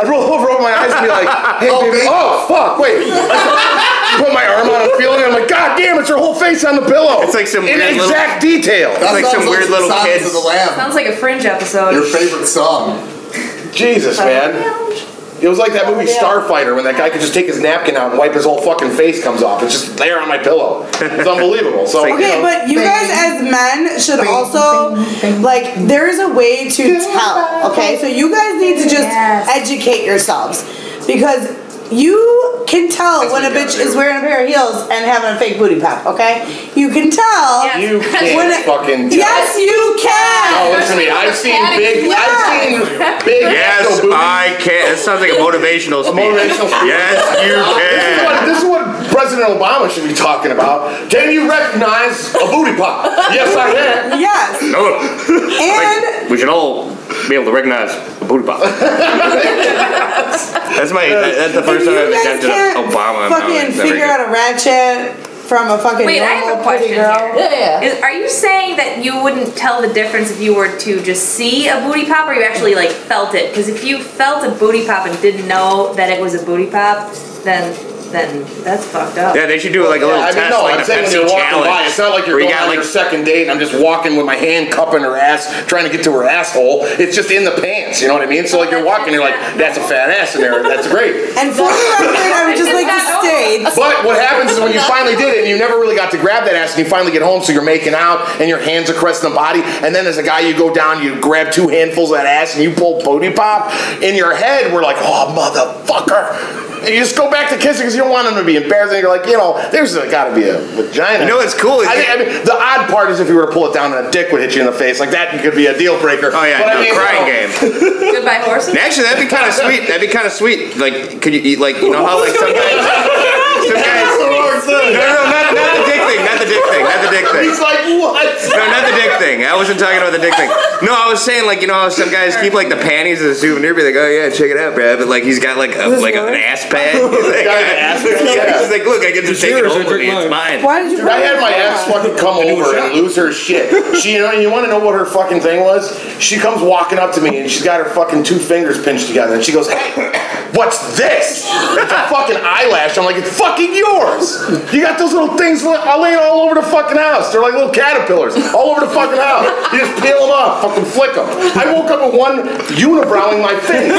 [SPEAKER 4] I'd roll over over my eyes and be like, Hey,
[SPEAKER 7] Oh,
[SPEAKER 4] baby,
[SPEAKER 7] baby.
[SPEAKER 4] oh fuck, wait. Put my arm on, I'm feeling it. I'm like, God damn, it's her whole face on the pillow.
[SPEAKER 3] It's like some
[SPEAKER 4] in
[SPEAKER 3] weird little-
[SPEAKER 4] exact detail.
[SPEAKER 7] That
[SPEAKER 3] like
[SPEAKER 7] sounds
[SPEAKER 3] some weird little
[SPEAKER 7] Silence
[SPEAKER 3] kids.
[SPEAKER 7] of the Lamb.
[SPEAKER 6] Sounds like a fringe episode.
[SPEAKER 7] Your favorite song.
[SPEAKER 4] Jesus, man. It was like that movie Starfighter when that guy could just take his napkin out and wipe his whole fucking face comes off. It's just there on my pillow. It's unbelievable. So
[SPEAKER 5] Okay, but you guys as men should also like there is a way to tell. Okay, so you guys need to just
[SPEAKER 6] Yes.
[SPEAKER 5] educate yourselves because you can tell when a
[SPEAKER 7] what you
[SPEAKER 5] bitch
[SPEAKER 7] gotta do.
[SPEAKER 5] is wearing a pair of heels and having a fake booty pop. Okay, you can tell.
[SPEAKER 6] Yes.
[SPEAKER 4] you can't
[SPEAKER 5] When it-
[SPEAKER 4] fucking
[SPEAKER 5] Yes, you
[SPEAKER 4] Oh,
[SPEAKER 5] can.
[SPEAKER 4] listen to me. I've seen big. I've seen big.
[SPEAKER 3] Yes,
[SPEAKER 4] boobies.
[SPEAKER 3] I can. That sounds like a motivational speech.
[SPEAKER 4] motivational speech.
[SPEAKER 3] Yes, you
[SPEAKER 4] This is,
[SPEAKER 3] can.
[SPEAKER 4] what, this is what President Obama should be talking about. Can you recognize a booty pop? Yes, I can.
[SPEAKER 5] Yes,
[SPEAKER 3] No,
[SPEAKER 5] and
[SPEAKER 3] we should all be able to recognize a booty pop. That's my. that- that's the
[SPEAKER 5] If
[SPEAKER 3] first
[SPEAKER 5] you
[SPEAKER 3] time I've
[SPEAKER 5] guys
[SPEAKER 3] attempted
[SPEAKER 5] can't
[SPEAKER 3] Obama. in my life.
[SPEAKER 5] fucking
[SPEAKER 3] Never
[SPEAKER 5] figure
[SPEAKER 3] again.
[SPEAKER 5] out a ratchet from a fucking
[SPEAKER 6] Wait, I have
[SPEAKER 5] normal
[SPEAKER 6] a
[SPEAKER 5] pretty
[SPEAKER 6] question
[SPEAKER 5] girl.
[SPEAKER 6] here.
[SPEAKER 10] Yeah, yeah.
[SPEAKER 6] Is, are you saying that you wouldn't tell the difference if you were to just see a booty pop, or you actually like felt it? Because if you felt a booty pop and didn't know that it was a booty pop, then then that's fucked up.
[SPEAKER 3] Yeah, they should do like a little
[SPEAKER 4] Yeah, I
[SPEAKER 3] test,
[SPEAKER 4] mean, no,
[SPEAKER 3] like
[SPEAKER 4] I'm
[SPEAKER 3] the
[SPEAKER 4] saying
[SPEAKER 3] Pepsi
[SPEAKER 4] when you're walking
[SPEAKER 3] challenge.
[SPEAKER 4] by, it's not like you're
[SPEAKER 3] where you
[SPEAKER 4] going
[SPEAKER 3] got,
[SPEAKER 4] on
[SPEAKER 3] like,
[SPEAKER 4] your second date and I'm just walking with my hand cupping her ass, trying to get to her asshole. It's just in the pants, you know what I mean? So like you're walking, you're like, that's a fat ass in there. That's great.
[SPEAKER 5] And for the record, I would just like to state
[SPEAKER 4] But what happens is when you finally did it and you never really got to grab that ass and you finally get home, so you're making out and your hands are caressing the body, and then as a guy you go down, you grab two handfuls of that ass and you pull booty pop in your head, we're like, oh motherfucker. And you just go back to kissing because you don't want them to be embarrassed. And you're like, you know, there's got to be a vagina.
[SPEAKER 3] You know what's cool is
[SPEAKER 4] I, think- I mean, the odd part is if you were to pull it down and a dick would hit you in the face, like that could be a deal breaker.
[SPEAKER 3] Oh yeah,
[SPEAKER 4] But I
[SPEAKER 3] no,
[SPEAKER 4] mean,
[SPEAKER 3] crying
[SPEAKER 4] you know,
[SPEAKER 3] game.
[SPEAKER 6] Goodbye horses.
[SPEAKER 3] Actually, that'd be kind of sweet. That'd be kind of sweet. Like, could you eat like you know how like some guys, some guys. No, no, not, not the dick thing. Not the dick thing. Not the dick thing.
[SPEAKER 4] He's like, what?
[SPEAKER 3] No, not the dick thing. I wasn't talking about the dick thing. No, I was saying like you know how some guys keep like the panties as a souvenir, be like, oh yeah, check it out, Brad. But like he's got like a, like an ass pad. He's like,
[SPEAKER 4] Got an ass pad?
[SPEAKER 3] yeah, he's like, look, I get to take it
[SPEAKER 7] yours, I
[SPEAKER 3] home with
[SPEAKER 7] drink
[SPEAKER 3] me. It's
[SPEAKER 7] mine.
[SPEAKER 3] mine.
[SPEAKER 5] why did you
[SPEAKER 4] I had my ex fucking come over and lose her shit. She, you know, you want to know what her fucking thing was? She comes walking up to me and she's got her fucking two fingers pinched together and she goes, "Hey, what's this? It's a fucking eyelash." I'm like, "It's fucking yours. You got those little things li- laying all over the fucking house. They're like little caterpillars all over the fucking house. You just peel them off, fucking flick them." I woke up with one unibrowing my face.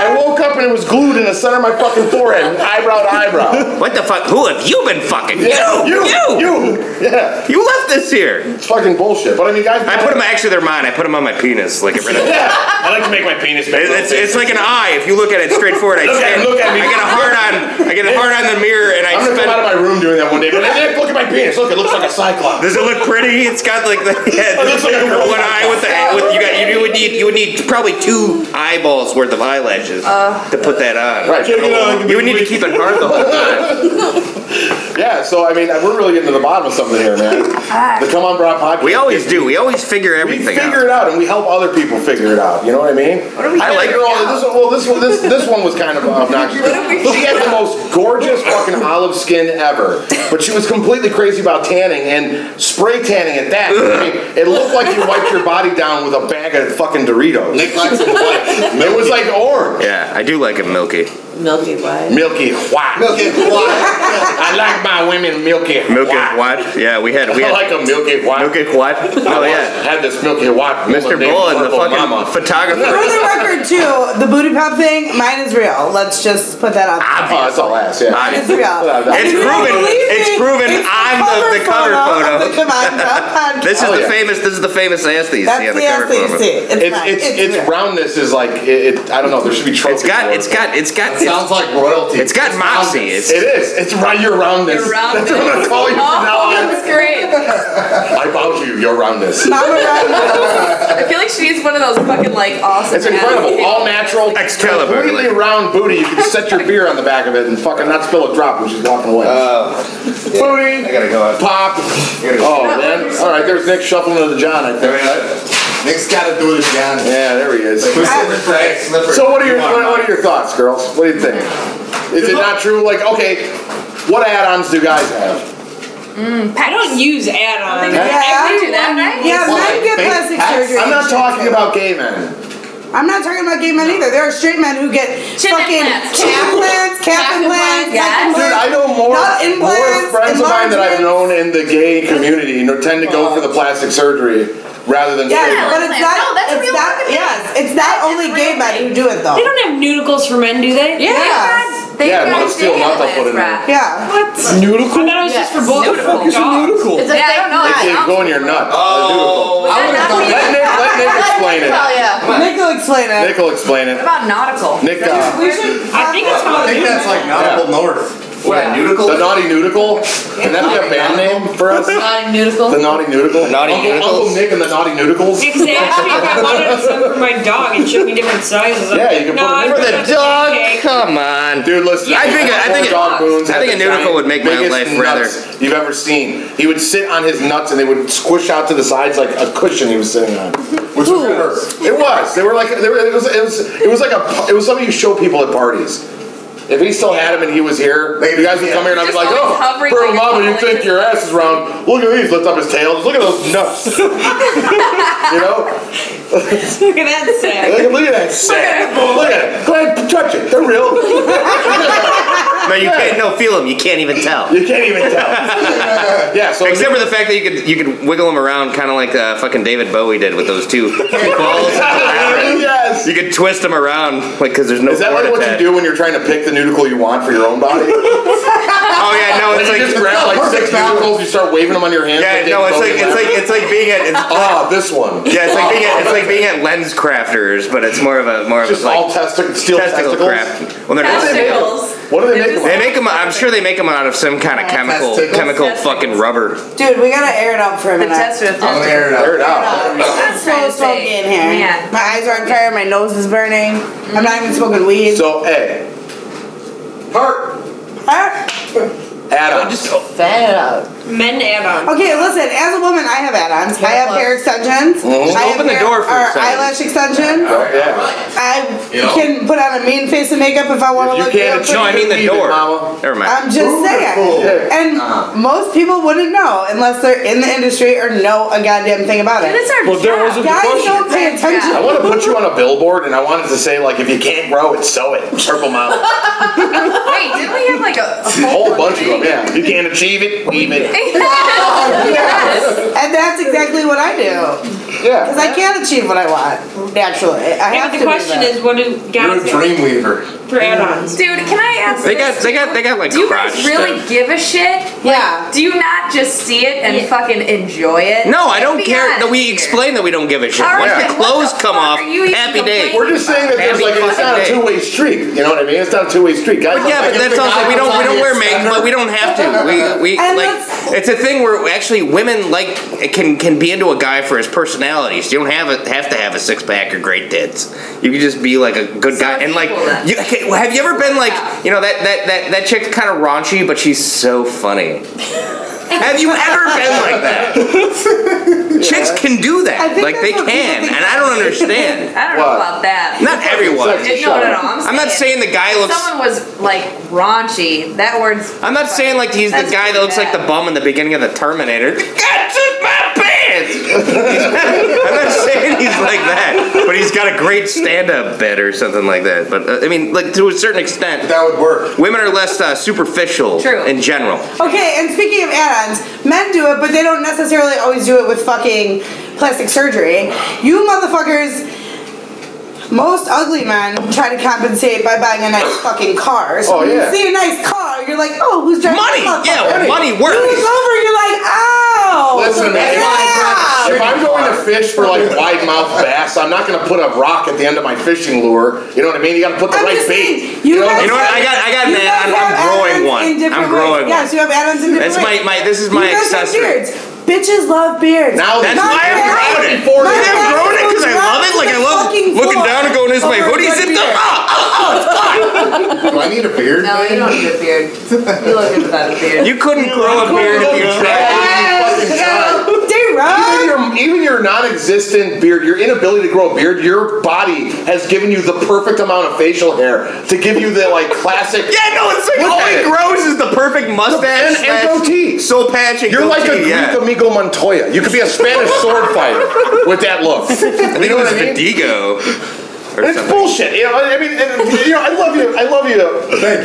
[SPEAKER 4] I woke up and it was glued in the center of my fucking forehead, eyebrow to eyebrow.
[SPEAKER 3] What the fuck? Who have you been fucking? you, you, you,
[SPEAKER 4] you, yeah.
[SPEAKER 3] left this here.
[SPEAKER 4] It's fucking bullshit. But I mean, guys,
[SPEAKER 3] I put them actually. They're mine. I put them on my penis. Like, get rid of it.
[SPEAKER 4] Yeah, I like to make my penis big.
[SPEAKER 3] It's, it's like an eye. If you look at it straight forward, I,
[SPEAKER 4] Look at-
[SPEAKER 3] stand,
[SPEAKER 4] look at me.
[SPEAKER 3] I get a hard on. I get a hard on the mirror, and I
[SPEAKER 4] I'm gonna
[SPEAKER 3] spend.
[SPEAKER 4] come out of my room doing that one day. But hey, look at my penis. Look, it looks like a cyclops.
[SPEAKER 3] does it look pretty? It's got like the yeah,
[SPEAKER 4] It looks like a girl.
[SPEAKER 3] one eye with the with you got you would need you would need probably two eyeballs worth of eyelashes to put that on.
[SPEAKER 4] Right.
[SPEAKER 3] You would need to keep it hard the whole time.
[SPEAKER 4] Yeah. So I mean, we're really getting to the bottom of something here, man. The Come On Bra podcast.
[SPEAKER 3] We always do. We always figure
[SPEAKER 4] We
[SPEAKER 3] everything
[SPEAKER 4] figure
[SPEAKER 3] out.
[SPEAKER 4] it out, and we help other people figure it out. You know what I mean? What
[SPEAKER 6] are we
[SPEAKER 4] I like
[SPEAKER 3] figuring
[SPEAKER 4] her all. This, well, this one, this this one was kind of obnoxious. she had the most gorgeous fucking olive skin ever, but she was completely crazy about tanning and spray tanning at that. I mean, it looked like you wiped your body down with a bag of fucking Doritos.
[SPEAKER 7] Nick likes it white.
[SPEAKER 4] It was like orange,
[SPEAKER 3] Yeah, I do like him milky.
[SPEAKER 10] Milky Way.
[SPEAKER 4] milky white.
[SPEAKER 7] Milk it white.
[SPEAKER 4] I like my women milky
[SPEAKER 3] Milky
[SPEAKER 4] white.
[SPEAKER 3] what? Yeah, we had we
[SPEAKER 4] I
[SPEAKER 3] had
[SPEAKER 4] like a milky white.
[SPEAKER 3] milky what? Oh yeah.
[SPEAKER 4] had this milky white. woman
[SPEAKER 3] Mr.
[SPEAKER 4] named
[SPEAKER 3] Bull is a
[SPEAKER 4] Purple
[SPEAKER 3] fucking
[SPEAKER 4] Mama.
[SPEAKER 5] For
[SPEAKER 3] photographer.
[SPEAKER 5] the record, too, the booty pop thing, mine is real. Let's just put that out. there.
[SPEAKER 4] Oh, that's all ass. Yeah.
[SPEAKER 5] It's real. And
[SPEAKER 3] It's
[SPEAKER 5] if you don't
[SPEAKER 3] proven-
[SPEAKER 5] believe
[SPEAKER 3] it's
[SPEAKER 5] me,
[SPEAKER 3] proven
[SPEAKER 5] it's
[SPEAKER 3] I'm the- the cover photo.
[SPEAKER 5] of the Come On Drop podcast.
[SPEAKER 3] This is
[SPEAKER 4] Oh,
[SPEAKER 3] the
[SPEAKER 4] yeah.
[SPEAKER 3] famous. This is the famous ass that you
[SPEAKER 5] That's
[SPEAKER 3] see
[SPEAKER 5] the,
[SPEAKER 3] on the, cover
[SPEAKER 5] ass that you
[SPEAKER 3] photo.
[SPEAKER 5] see. It's,
[SPEAKER 4] It's
[SPEAKER 5] not-
[SPEAKER 4] it's it's,
[SPEAKER 5] real.
[SPEAKER 4] roundness is like it, it. I don't know. There should be
[SPEAKER 3] It's
[SPEAKER 4] trophies.
[SPEAKER 3] got.
[SPEAKER 4] for
[SPEAKER 3] It's
[SPEAKER 4] it.
[SPEAKER 3] got. It's got. It's,
[SPEAKER 7] Sounds like royalty.
[SPEAKER 3] it's got moxie. It's
[SPEAKER 4] It is. It's round. You're roundness.
[SPEAKER 6] Your
[SPEAKER 4] That's
[SPEAKER 6] roundness.
[SPEAKER 4] what I'm gonna call you from
[SPEAKER 6] Oh,
[SPEAKER 4] now on.
[SPEAKER 6] that's great.
[SPEAKER 4] I bow to you. Your roundness.
[SPEAKER 5] Mama Roundhouse.
[SPEAKER 6] I feel like she needs one of those fucking like awesome.
[SPEAKER 4] It's incredible. All natural.
[SPEAKER 3] Excalibur,
[SPEAKER 4] Completely
[SPEAKER 3] like-
[SPEAKER 4] round booty. You can set your beer on the back of it and fucking not spill a drop when she's walking away. Uh, booty.
[SPEAKER 3] I gotta go out.
[SPEAKER 4] Pop. Oh man. All right. There's Nick shuffling to the John. I think.
[SPEAKER 7] Nick's got to do it again.
[SPEAKER 4] Yeah. There he is.
[SPEAKER 7] Slipper.
[SPEAKER 4] So what are your what, what are your thoughts, girls? What do you think? Is it not true? Like, okay, what add-ons do guys have?
[SPEAKER 9] I don't use add-ons.
[SPEAKER 5] Yeah,
[SPEAKER 6] I
[SPEAKER 5] I
[SPEAKER 6] do that, right?
[SPEAKER 5] Yeah, men get
[SPEAKER 7] Fake
[SPEAKER 5] plastic
[SPEAKER 7] hats?
[SPEAKER 5] surgery.
[SPEAKER 4] I'm not
[SPEAKER 5] and
[SPEAKER 4] talking
[SPEAKER 5] shit.
[SPEAKER 4] about gay men.
[SPEAKER 5] I'm not talking about gay men either. There are straight men who get
[SPEAKER 6] Chin
[SPEAKER 5] fucking
[SPEAKER 6] implants.
[SPEAKER 5] calf implants, calf implants,
[SPEAKER 6] Yes.
[SPEAKER 5] neck
[SPEAKER 4] Dude,
[SPEAKER 5] implants.
[SPEAKER 4] I know more
[SPEAKER 5] Not
[SPEAKER 4] more
[SPEAKER 5] implants,
[SPEAKER 4] friends of mine that I've
[SPEAKER 5] enlargements.
[SPEAKER 4] known in the gay community tend to go for the plastic surgery rather than
[SPEAKER 5] Yeah,
[SPEAKER 4] straight.
[SPEAKER 5] but it's
[SPEAKER 6] implants.
[SPEAKER 5] not.
[SPEAKER 6] No, that's a
[SPEAKER 5] it's
[SPEAKER 6] real
[SPEAKER 5] not.
[SPEAKER 6] fucking
[SPEAKER 5] Yes, it's not only
[SPEAKER 6] a
[SPEAKER 5] gay
[SPEAKER 6] real
[SPEAKER 5] men
[SPEAKER 6] thing.
[SPEAKER 5] who do it though.
[SPEAKER 9] They don't have nudicles for men, do they?
[SPEAKER 6] Yeah.
[SPEAKER 5] Yeah.
[SPEAKER 6] They
[SPEAKER 4] Yeah,
[SPEAKER 6] got
[SPEAKER 4] most steel
[SPEAKER 6] dangling
[SPEAKER 4] nuts I'll put in there.
[SPEAKER 6] wrap.
[SPEAKER 5] Yeah.
[SPEAKER 9] What? Nudicle? I thought it was just for both.
[SPEAKER 6] What the fuck is a
[SPEAKER 9] nudicle?
[SPEAKER 10] It's a
[SPEAKER 6] Yeah, I
[SPEAKER 10] fake
[SPEAKER 6] don't know.
[SPEAKER 10] nut.
[SPEAKER 4] It's
[SPEAKER 6] Yeah.
[SPEAKER 4] going in your nut.
[SPEAKER 7] Uh,
[SPEAKER 4] Oh.
[SPEAKER 10] I would've thought
[SPEAKER 4] Let Nick, let Nick explain
[SPEAKER 10] Hell
[SPEAKER 4] it.
[SPEAKER 10] yeah.
[SPEAKER 5] Nick will explain it.
[SPEAKER 4] Nick will explain
[SPEAKER 6] What
[SPEAKER 4] it.
[SPEAKER 6] about nautical?
[SPEAKER 4] Nick, uh,
[SPEAKER 5] We should.
[SPEAKER 9] I think it's
[SPEAKER 7] I
[SPEAKER 9] called
[SPEAKER 7] think that's like Nautical North. What, a nudicle?
[SPEAKER 4] the naughty nudicle. Can that be a band name for us? The
[SPEAKER 10] Not a nudicle.
[SPEAKER 4] naughty nudicle.
[SPEAKER 3] Naughty
[SPEAKER 4] Uncle,
[SPEAKER 3] nudicles?
[SPEAKER 4] Uncle Nick and the naughty nudicles.
[SPEAKER 9] Because they asked me if I wanted some for my dog and showed me different sizes. I'm
[SPEAKER 4] Yeah,
[SPEAKER 9] like,
[SPEAKER 4] you can
[SPEAKER 9] no,
[SPEAKER 4] put it
[SPEAKER 9] I'm
[SPEAKER 4] for the
[SPEAKER 9] good. Okay.
[SPEAKER 3] Come on.
[SPEAKER 4] Dude, listen.
[SPEAKER 3] I think- I think it-
[SPEAKER 4] Dog Boons
[SPEAKER 3] I think
[SPEAKER 4] had
[SPEAKER 3] a
[SPEAKER 4] the
[SPEAKER 3] nudicle
[SPEAKER 4] giant,
[SPEAKER 3] would make my
[SPEAKER 4] biggest
[SPEAKER 3] life
[SPEAKER 4] nuts You've ever seen. He would sit on his nuts and they would squish out to the sides like a cushion he was sitting on, which was hurt. It was. They were like they were, it was it was it was like a it was something you show people at parties. If he still had him and he was here, like, you guys would come here and I'd be
[SPEAKER 6] Just
[SPEAKER 4] like,
[SPEAKER 6] always
[SPEAKER 4] "Oh,
[SPEAKER 6] hovering
[SPEAKER 4] Bro,
[SPEAKER 6] like a
[SPEAKER 4] mama, you
[SPEAKER 6] bubble.
[SPEAKER 4] think your ass is round? Look at these. Lift up his tail. Just look at those nuts. you know."
[SPEAKER 9] Look at that sack.
[SPEAKER 4] Look, look at that sack. Look at it. Go ahead, touch it. They're real.
[SPEAKER 3] No, you can't. No, feel them. You can't even tell.
[SPEAKER 4] You can't even tell. yeah, so
[SPEAKER 3] Except for the fact that you could you could wiggle them around, kind of like uh, fucking David Bowie did with those two balls.
[SPEAKER 4] yes.
[SPEAKER 3] You could twist them around, like because there's no.
[SPEAKER 4] Is that
[SPEAKER 3] cord
[SPEAKER 4] like what you
[SPEAKER 3] attached.
[SPEAKER 4] do when you're trying to pick the nudicle you want for your own body? you
[SPEAKER 3] Oh yeah, no, it's
[SPEAKER 4] just
[SPEAKER 3] like
[SPEAKER 4] grab like six nudicles, you start waving them on your hands.
[SPEAKER 3] yeah, no, it's like it's like it's like being at it's,
[SPEAKER 4] ah, this one.
[SPEAKER 3] yeah, it's like being at it's like being at lens crafters, but it's more of a more of
[SPEAKER 4] Just
[SPEAKER 3] a, like
[SPEAKER 4] all testi- steel
[SPEAKER 3] testicle
[SPEAKER 4] testicles.
[SPEAKER 3] craft. Well, they're not-
[SPEAKER 6] Testicles.
[SPEAKER 4] What do they
[SPEAKER 6] They're
[SPEAKER 4] make
[SPEAKER 6] just-
[SPEAKER 4] them
[SPEAKER 3] They make them. I'm sure they make them out of some kind
[SPEAKER 4] Uh,
[SPEAKER 3] of chemical,
[SPEAKER 7] Testicles?
[SPEAKER 3] chemical
[SPEAKER 6] Testicles.
[SPEAKER 3] fucking rubber.
[SPEAKER 5] Dude, we gotta air it up for a
[SPEAKER 6] The
[SPEAKER 5] minute.
[SPEAKER 6] tester of
[SPEAKER 3] Oh,
[SPEAKER 7] I'm gonna
[SPEAKER 6] testicles.
[SPEAKER 7] air it
[SPEAKER 4] Air
[SPEAKER 7] out.
[SPEAKER 4] it out.
[SPEAKER 5] It's so
[SPEAKER 6] Trying to
[SPEAKER 5] smoky
[SPEAKER 6] say,
[SPEAKER 5] in here.
[SPEAKER 6] man.
[SPEAKER 5] My eyes are on fire. My nose is burning. I'm not even smoking weed.
[SPEAKER 4] So, hey,
[SPEAKER 7] Part.
[SPEAKER 5] Huh?
[SPEAKER 4] add-ons.
[SPEAKER 10] Fan it out.
[SPEAKER 9] Men add on.
[SPEAKER 5] Okay, listen. As a woman, I have add-ons. I have hair extensions.
[SPEAKER 4] Mhm.
[SPEAKER 5] I have
[SPEAKER 3] Open the
[SPEAKER 5] hair-
[SPEAKER 3] door for a
[SPEAKER 5] or
[SPEAKER 3] second.
[SPEAKER 5] eyelash extension.
[SPEAKER 4] Yeah.
[SPEAKER 5] I
[SPEAKER 7] You know.
[SPEAKER 5] can put on a mean face of makeup if I want
[SPEAKER 4] If
[SPEAKER 5] to
[SPEAKER 4] you
[SPEAKER 5] look
[SPEAKER 4] can't
[SPEAKER 5] real pretty.
[SPEAKER 3] No, I mean the
[SPEAKER 4] Leave it,
[SPEAKER 3] door.
[SPEAKER 4] Mama.
[SPEAKER 3] Never mind.
[SPEAKER 5] I'm just
[SPEAKER 4] Beautiful.
[SPEAKER 5] saying. And most people wouldn't know unless they're in the industry or know a goddamn thing about it.
[SPEAKER 6] That's our
[SPEAKER 4] Well, there
[SPEAKER 6] job.
[SPEAKER 4] was a-
[SPEAKER 5] Guys don't pay
[SPEAKER 6] That's our
[SPEAKER 5] attention.
[SPEAKER 4] I
[SPEAKER 6] job.
[SPEAKER 4] want to put you on a billboard, and I wanted to say like, if you can't grow it, sew it. Purple Mama.
[SPEAKER 6] Wait, didn't we have like a, a
[SPEAKER 4] A
[SPEAKER 6] whole
[SPEAKER 4] whole bunch of them. Yeah. You can't achieve it, weave it.
[SPEAKER 6] yes.
[SPEAKER 5] And that's exactly what I do.
[SPEAKER 4] Yeah.
[SPEAKER 5] Because I can't achieve what I want, naturally. I
[SPEAKER 9] Yeah,
[SPEAKER 5] have
[SPEAKER 9] but
[SPEAKER 5] to
[SPEAKER 9] the question
[SPEAKER 5] do that.
[SPEAKER 9] is, what do
[SPEAKER 7] You're
[SPEAKER 9] guys
[SPEAKER 7] a
[SPEAKER 9] do
[SPEAKER 7] dream weaver.
[SPEAKER 9] for add-ons?
[SPEAKER 6] Dude, can I ask
[SPEAKER 3] They
[SPEAKER 6] this?
[SPEAKER 3] got they got they got like
[SPEAKER 6] Do you
[SPEAKER 3] crotch
[SPEAKER 6] guys really
[SPEAKER 3] stuff.
[SPEAKER 6] give a shit?
[SPEAKER 5] Yeah.
[SPEAKER 6] Do you not just see it and fucking enjoy it?
[SPEAKER 3] No, I
[SPEAKER 6] Let's
[SPEAKER 3] don't
[SPEAKER 6] be
[SPEAKER 3] care.
[SPEAKER 6] honest
[SPEAKER 3] No, we
[SPEAKER 6] here.
[SPEAKER 3] explain that we don't give a shit.
[SPEAKER 6] All
[SPEAKER 3] Once
[SPEAKER 6] right,
[SPEAKER 3] the
[SPEAKER 6] what
[SPEAKER 3] clothes
[SPEAKER 6] the
[SPEAKER 3] come
[SPEAKER 6] fuck
[SPEAKER 3] off,
[SPEAKER 6] are you even
[SPEAKER 3] happy day.
[SPEAKER 6] complaining?
[SPEAKER 4] We're just saying that there's like it's not a two-way street. You know what I mean? It's not a two-way street, guys.
[SPEAKER 3] But yeah, but that's also we don't we don't wear makeup, but we don't have to. We we
[SPEAKER 5] And
[SPEAKER 3] like
[SPEAKER 5] that's-
[SPEAKER 3] it's a thing where actually women like can can be into a guy for his personality. So you don't have a, have to have a six pack or great tits. You can just be like a good
[SPEAKER 6] So
[SPEAKER 3] guy
[SPEAKER 6] it's
[SPEAKER 3] and like
[SPEAKER 6] equal then.
[SPEAKER 3] you, okay, well, have you ever been like
[SPEAKER 6] Yeah.
[SPEAKER 3] you know that that that that chick's kind of raunchy, but she's so funny. have you ever been like that? Chicks can do
[SPEAKER 5] I
[SPEAKER 3] that.
[SPEAKER 5] think
[SPEAKER 3] Like
[SPEAKER 5] that's
[SPEAKER 3] they
[SPEAKER 5] what people
[SPEAKER 3] can,
[SPEAKER 5] think
[SPEAKER 3] and I don't understand.
[SPEAKER 6] I don't
[SPEAKER 4] What?
[SPEAKER 6] know about that.
[SPEAKER 3] Not everyone.
[SPEAKER 4] It's like-
[SPEAKER 6] no, no, no. I'm,
[SPEAKER 3] I'm not saying the guy
[SPEAKER 6] if
[SPEAKER 3] looks.
[SPEAKER 6] Someone was like raunchy. That word's.
[SPEAKER 3] I'm not saying like he's the
[SPEAKER 6] That's
[SPEAKER 3] guy that
[SPEAKER 6] pretty
[SPEAKER 3] looks like the
[SPEAKER 6] bad.
[SPEAKER 3] bum in the beginning of the Terminator. God took my pants. I'm not saying he's like that, but he's got a great stand-up bit or something like that. But uh, I mean, like to a certain extent,
[SPEAKER 7] That would work.
[SPEAKER 3] women are less uh, superficial
[SPEAKER 6] True.
[SPEAKER 3] in general.
[SPEAKER 5] Okay, and speaking of add-ons, men do it, but they don't necessarily always do it with fucking plastic surgery. You motherfuckers, most ugly men try to compensate by buying a nice fucking car. So
[SPEAKER 4] Oh,
[SPEAKER 5] when
[SPEAKER 4] yeah.
[SPEAKER 5] you see a nice car, you're like, oh, who's driving
[SPEAKER 3] Money,
[SPEAKER 5] this motherfucker?
[SPEAKER 3] yeah, well, money
[SPEAKER 5] You look
[SPEAKER 3] works.
[SPEAKER 5] over, you're like, oh,
[SPEAKER 4] Listen,
[SPEAKER 5] yeah.
[SPEAKER 4] if, if I'm going to fish for like wide mouth bass, I'm not going to put a rock at the end of my fishing lure. You know what I mean? You got to put the
[SPEAKER 5] I'm
[SPEAKER 4] right
[SPEAKER 5] just saying,
[SPEAKER 4] bait.
[SPEAKER 5] you guys
[SPEAKER 3] You know what? I got, I got,
[SPEAKER 5] You
[SPEAKER 3] an,
[SPEAKER 5] guys
[SPEAKER 3] I'm,
[SPEAKER 5] have
[SPEAKER 3] I'm growing
[SPEAKER 5] add-ons
[SPEAKER 3] one.
[SPEAKER 5] in different
[SPEAKER 3] I'm growing
[SPEAKER 5] ways.
[SPEAKER 3] one.
[SPEAKER 5] Yes, you have add-ons in different
[SPEAKER 3] That's my,
[SPEAKER 5] ways.
[SPEAKER 3] my. This is my
[SPEAKER 5] you guys Have
[SPEAKER 3] accessory.
[SPEAKER 5] beards. Bitches love beards.
[SPEAKER 4] Now
[SPEAKER 3] That's
[SPEAKER 4] My
[SPEAKER 3] why I'm
[SPEAKER 4] dad-
[SPEAKER 3] growing it.
[SPEAKER 4] my
[SPEAKER 3] And
[SPEAKER 5] dad
[SPEAKER 3] I'm growing it because I
[SPEAKER 5] was
[SPEAKER 3] love
[SPEAKER 5] rocked
[SPEAKER 3] it. Like
[SPEAKER 5] to
[SPEAKER 3] I
[SPEAKER 5] the
[SPEAKER 3] love
[SPEAKER 5] fucking
[SPEAKER 3] looking
[SPEAKER 5] floor
[SPEAKER 3] down and going, "Is my
[SPEAKER 5] over
[SPEAKER 3] hoodie
[SPEAKER 5] my
[SPEAKER 3] zipped
[SPEAKER 5] beard.
[SPEAKER 3] up?" Ah,
[SPEAKER 7] Do I need a beard?
[SPEAKER 6] No, you don't need a beard. You look good without a beard.
[SPEAKER 3] You couldn't grow a beard if you tried.
[SPEAKER 5] They
[SPEAKER 4] Even
[SPEAKER 5] run.
[SPEAKER 4] your, even your non-existent beard, your inability to grow a beard, your body has given you the perfect amount of facial hair to give you the like classic.
[SPEAKER 3] Yeah, no, it's like
[SPEAKER 4] Look
[SPEAKER 3] all
[SPEAKER 4] at
[SPEAKER 3] it
[SPEAKER 4] it.
[SPEAKER 3] grows is the perfect mustache
[SPEAKER 4] And- and
[SPEAKER 3] slash
[SPEAKER 4] goatee.
[SPEAKER 3] soul patch and
[SPEAKER 4] You're like a
[SPEAKER 3] goatee,
[SPEAKER 4] Greek
[SPEAKER 3] yeah.
[SPEAKER 4] amigo Montoya. You could be a Spanish sword fighter with that look.
[SPEAKER 3] I
[SPEAKER 4] You
[SPEAKER 3] think it
[SPEAKER 4] know
[SPEAKER 3] was
[SPEAKER 4] what I mean?
[SPEAKER 3] Vidigo or
[SPEAKER 4] It's
[SPEAKER 3] something.
[SPEAKER 4] bullshit. You know, I I mean, and, you know, I love you. I love you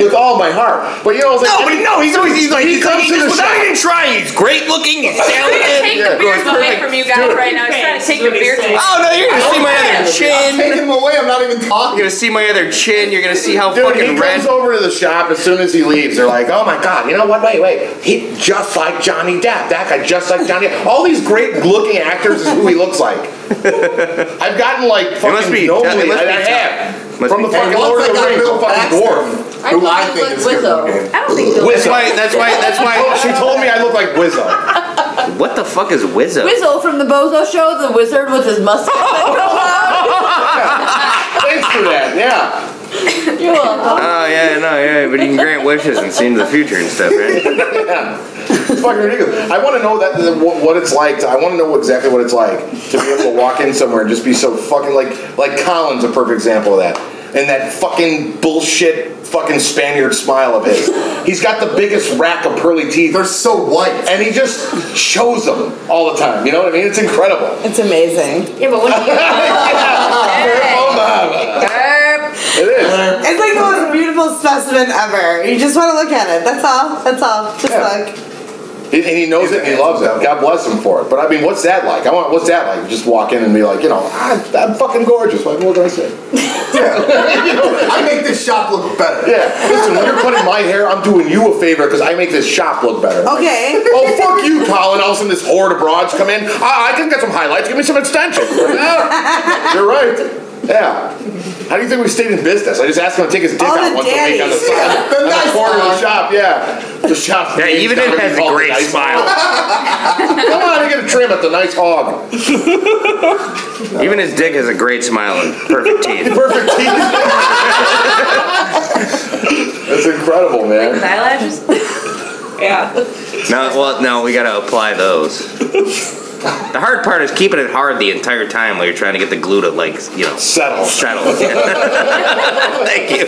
[SPEAKER 4] with all my heart. But you know, I was like,
[SPEAKER 3] No, but no, he's always he's like
[SPEAKER 4] He
[SPEAKER 3] he's
[SPEAKER 4] comes
[SPEAKER 3] like, he's
[SPEAKER 4] to the
[SPEAKER 3] without
[SPEAKER 4] shop.
[SPEAKER 3] even trying. He's great looking. He's
[SPEAKER 6] I'm gonna
[SPEAKER 3] talented.
[SPEAKER 6] take the beards away from you guys right now. I'm trying to take your beards away.
[SPEAKER 3] Oh no, you're gonna see my other
[SPEAKER 7] I'm
[SPEAKER 3] chin.
[SPEAKER 7] taking him away. I'm not even
[SPEAKER 3] You're
[SPEAKER 7] talking.
[SPEAKER 3] gonna see my other chin. You're gonna see how
[SPEAKER 4] Dude, he
[SPEAKER 3] fucking red.
[SPEAKER 4] comes over to the shop as soon as he leaves. They're like, "Oh my god, you know what? Wait, wait, he just like Johnny Depp. That guy just like Johnny. Depp. All these great-looking actors is who he looks like." I've gotten like fucking
[SPEAKER 3] must be-
[SPEAKER 4] gnome-
[SPEAKER 3] it must
[SPEAKER 4] I,
[SPEAKER 3] be
[SPEAKER 4] I
[SPEAKER 3] tough.
[SPEAKER 4] have
[SPEAKER 3] Must
[SPEAKER 4] from
[SPEAKER 3] be
[SPEAKER 4] the
[SPEAKER 3] tough.
[SPEAKER 4] fucking
[SPEAKER 7] It looks
[SPEAKER 4] Lord of
[SPEAKER 7] like
[SPEAKER 4] the
[SPEAKER 7] I'm
[SPEAKER 4] Rings,
[SPEAKER 7] Bill
[SPEAKER 4] the fucking
[SPEAKER 7] Paxton.
[SPEAKER 4] dwarf.
[SPEAKER 10] I
[SPEAKER 7] Who
[SPEAKER 10] thought
[SPEAKER 7] I
[SPEAKER 10] you
[SPEAKER 7] think
[SPEAKER 10] looked
[SPEAKER 7] is good
[SPEAKER 10] Wizzo.
[SPEAKER 6] I
[SPEAKER 7] looking.
[SPEAKER 6] don't think
[SPEAKER 4] Wizzo.
[SPEAKER 3] That's why. That's why. That's
[SPEAKER 4] Oh,
[SPEAKER 3] why.
[SPEAKER 4] she told me I look like Wizzo.
[SPEAKER 3] What the fuck is Wizzo?
[SPEAKER 10] Wizzo from the Bozo Show, the wizard with his mustache. that grows out.
[SPEAKER 4] Thanks for that. Yeah.
[SPEAKER 10] You're welcome.
[SPEAKER 3] Oh yeah, no, yeah, but you can grant wishes and see into the future and stuff, right?
[SPEAKER 4] It's fucking ridiculous. I want to know that the- what what it's like. To, I want to know exactly what it's like to be able to walk in somewhere and just be so fucking like like Colin's a perfect example of that. And that fucking bullshit fucking Spaniard smile of his. He's got the biggest rack of pearly teeth. They're so white. And he just shows them all the time. You know what I mean? It's incredible.
[SPEAKER 5] It's amazing.
[SPEAKER 9] Yeah, but when you
[SPEAKER 4] It is.
[SPEAKER 5] It's like the most beautiful specimen ever. You just want to look at it. That's all. That's all. Just
[SPEAKER 4] And
[SPEAKER 5] look.
[SPEAKER 4] and he knows it and he loves it. God bless him for it. But I mean, what's that like? I want, what's that like? Just walk in and be like, you know, I'm, I'm fucking gorgeous. Like, what can I say?
[SPEAKER 7] I make this shop look better.
[SPEAKER 4] Yeah. Listen, when you're cutting my hair, I'm doing you a favor because I make this shop look better.
[SPEAKER 5] Okay.
[SPEAKER 4] Oh fuck you, Colin! All of a sudden, this horde of broads come in. I, I can get some highlights. Give me some extensions. Yeah, you're right. Yeah. How do you think we stayed in business? I just asked him to take his dick
[SPEAKER 5] All
[SPEAKER 4] out
[SPEAKER 5] the
[SPEAKER 4] once a week on the
[SPEAKER 5] daddies.
[SPEAKER 4] side, on the corner of the shop. Yeah, the shop.
[SPEAKER 3] Yeah, even it has a
[SPEAKER 4] All the
[SPEAKER 3] great
[SPEAKER 4] nice-
[SPEAKER 3] smile.
[SPEAKER 4] Come on, I get a trim at the nice hog.
[SPEAKER 3] Even his dick has a great smile and perfect teeth.
[SPEAKER 4] Perfect teeth. That's incredible, man.
[SPEAKER 6] Eyelashes?
[SPEAKER 9] yeah.
[SPEAKER 3] No, well, no, we gotta apply those. The hard part is keeping it hard the entire time while you're trying to get the glue to like, you know,
[SPEAKER 4] Settle.
[SPEAKER 3] settle. Thank you.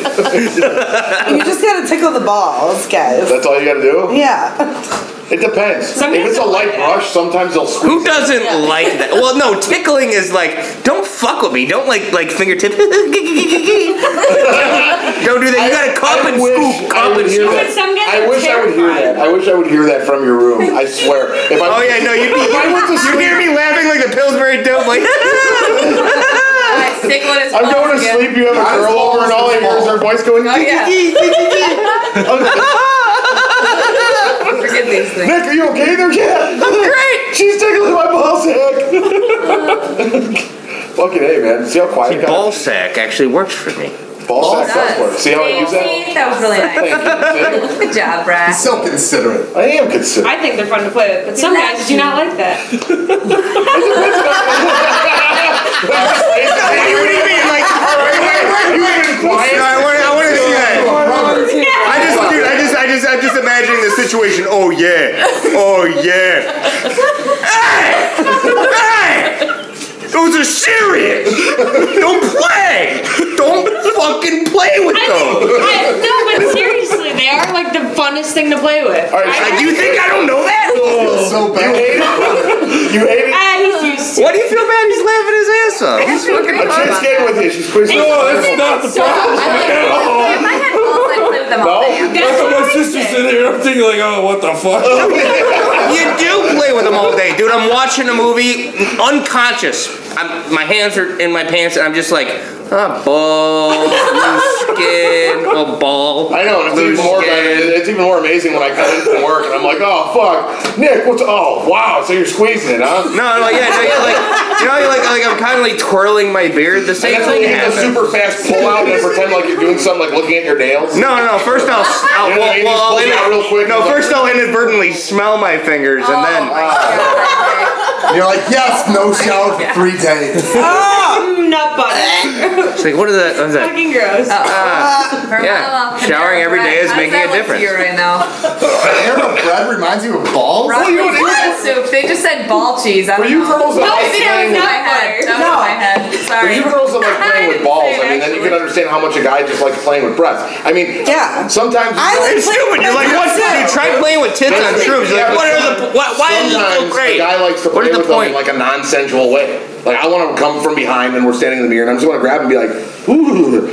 [SPEAKER 5] You just gotta tickle the balls, guys.
[SPEAKER 4] That's all you gotta do.
[SPEAKER 5] Yeah. Oh!
[SPEAKER 4] It depends.
[SPEAKER 9] Sometimes
[SPEAKER 4] if it's a
[SPEAKER 9] they'll
[SPEAKER 4] light
[SPEAKER 9] like it.
[SPEAKER 4] brush, sometimes they'll squeeze.
[SPEAKER 3] Who doesn't like that? Well, no, tickling is like, don't fuck with me. Don't like like fingertip. don't do that. You gotta cup
[SPEAKER 4] I
[SPEAKER 3] and
[SPEAKER 4] wish
[SPEAKER 3] scoop,
[SPEAKER 4] I
[SPEAKER 3] cup
[SPEAKER 4] would
[SPEAKER 3] and
[SPEAKER 4] hear
[SPEAKER 3] scoop.
[SPEAKER 4] that.
[SPEAKER 9] Some guys
[SPEAKER 4] I
[SPEAKER 9] are
[SPEAKER 4] wish I would hear that.
[SPEAKER 9] terrified.
[SPEAKER 4] I wish I would hear that from your room. I swear. If I,
[SPEAKER 3] Oh yeah, no, you'd, be,
[SPEAKER 4] if I went to
[SPEAKER 3] you'd hear
[SPEAKER 4] sleep,
[SPEAKER 3] me laughing like the Pillsbury Doughboy.
[SPEAKER 6] I stick one his
[SPEAKER 4] I'm
[SPEAKER 6] balls
[SPEAKER 4] going to sleep.
[SPEAKER 6] again.
[SPEAKER 4] You have a
[SPEAKER 7] Not as
[SPEAKER 4] girl over, and all I hear
[SPEAKER 7] small as
[SPEAKER 4] is her voice going.
[SPEAKER 6] Oh, yeah.
[SPEAKER 4] "Nick,
[SPEAKER 6] Forget these things.
[SPEAKER 4] are you okay there? Yeah, I'm great. She's tickling my ball sack. Fucking hey, man. See how quiet. I got?
[SPEAKER 3] Ball sack actually works for me.
[SPEAKER 4] ball sack does work. See how I use that?
[SPEAKER 6] See, that was really nice.
[SPEAKER 4] Thank you. See?
[SPEAKER 6] Good job, Brad.
[SPEAKER 7] So considerate.
[SPEAKER 4] I am considerate.
[SPEAKER 9] I think they're fun to play with, but some guys do not like that.
[SPEAKER 3] Hey, what do you mean? Like, No, I want, I want to see that. I just, dude, I just, I just, I'm just imagining the situation. Oh yeah, oh yeah. hey, hey, those are serious. Don't play. Don't fucking play with those.
[SPEAKER 9] I, no, but seriously, they are like the funnest thing to play with.
[SPEAKER 4] All right,
[SPEAKER 3] Like, you think I don't know that?
[SPEAKER 7] Feels so
[SPEAKER 4] you
[SPEAKER 7] bad.
[SPEAKER 4] hate it. You hate it.
[SPEAKER 9] Ah, he's used to
[SPEAKER 3] Why do you feel bad? He's laughing his ass off. He's fucking.
[SPEAKER 4] I'm just kidding with you. She's quizzing.
[SPEAKER 11] not the problem.
[SPEAKER 6] If I had balls, I'd play with them all day.
[SPEAKER 9] it.
[SPEAKER 11] That's what my sister's sitting here. I'm thinking like, oh, what the fuck?
[SPEAKER 3] You do play with them all day, dude. I'm watching a movie, unconscious. I'm, my hands are in my pants, and I'm just like, ah, ball, loose skin, oh, ball.
[SPEAKER 4] I know, and it's even more
[SPEAKER 3] skin.
[SPEAKER 4] it's even more amazing when I come in from work and I'm like, oh fuck, Nick, what's oh wow, so you're squeezing it, huh?
[SPEAKER 3] No, no, yeah, no, yeah, like, you know, you're like, like I'm kind of like twirling my beard. The
[SPEAKER 4] And
[SPEAKER 3] same
[SPEAKER 4] that's when
[SPEAKER 3] thing
[SPEAKER 4] you get the
[SPEAKER 3] happens.
[SPEAKER 4] super fast pull out and pretend like you're doing something like looking at your nails.
[SPEAKER 3] No, no, no. First I'll, s- I'll,
[SPEAKER 4] You know, you
[SPEAKER 3] well, well, I'll
[SPEAKER 4] just pull it out real quick.
[SPEAKER 3] No, first I'll inadvertently smell my fingers, and
[SPEAKER 6] Oh
[SPEAKER 3] then
[SPEAKER 4] Oh,
[SPEAKER 7] And you're like, yes, no shower for three days.
[SPEAKER 9] Mm, nut butter.
[SPEAKER 3] it's like, what is that? What is that?
[SPEAKER 9] Fucking gross.
[SPEAKER 6] Vermont
[SPEAKER 3] Yeah.
[SPEAKER 6] law.
[SPEAKER 3] Showering every day is
[SPEAKER 6] How does
[SPEAKER 3] making
[SPEAKER 6] that
[SPEAKER 3] a
[SPEAKER 6] look to
[SPEAKER 3] difference.
[SPEAKER 6] You right now.
[SPEAKER 7] The hair of bread reminds you of balls.
[SPEAKER 6] Rock and soup. They just said ball cheese. I
[SPEAKER 4] Were
[SPEAKER 6] don't
[SPEAKER 4] you
[SPEAKER 6] know.
[SPEAKER 4] girls that
[SPEAKER 9] No,
[SPEAKER 4] like
[SPEAKER 9] I
[SPEAKER 4] playing
[SPEAKER 9] think I was
[SPEAKER 4] with,
[SPEAKER 6] My
[SPEAKER 9] not-
[SPEAKER 6] head. That
[SPEAKER 5] No.
[SPEAKER 6] was my head.
[SPEAKER 4] were
[SPEAKER 6] Sorry.
[SPEAKER 4] you girls that like playing with balls? I mean, then you can
[SPEAKER 6] Actually.
[SPEAKER 4] understand how much a guy just likes playing with breasts. I mean,
[SPEAKER 5] Yeah.
[SPEAKER 4] sometimes
[SPEAKER 5] I like
[SPEAKER 3] It's stupid. You're like, what? Dude, try playing with tits on shrooms. You're like, what are the? What, why is this so
[SPEAKER 4] Sometimes
[SPEAKER 3] great?
[SPEAKER 4] the guy likes to
[SPEAKER 3] What
[SPEAKER 4] play
[SPEAKER 3] is the
[SPEAKER 4] with them
[SPEAKER 3] point?
[SPEAKER 4] in like a non-sensual way. Like I want to come from behind and we're standing in the mirror and I just want to grab him and be like, ooh.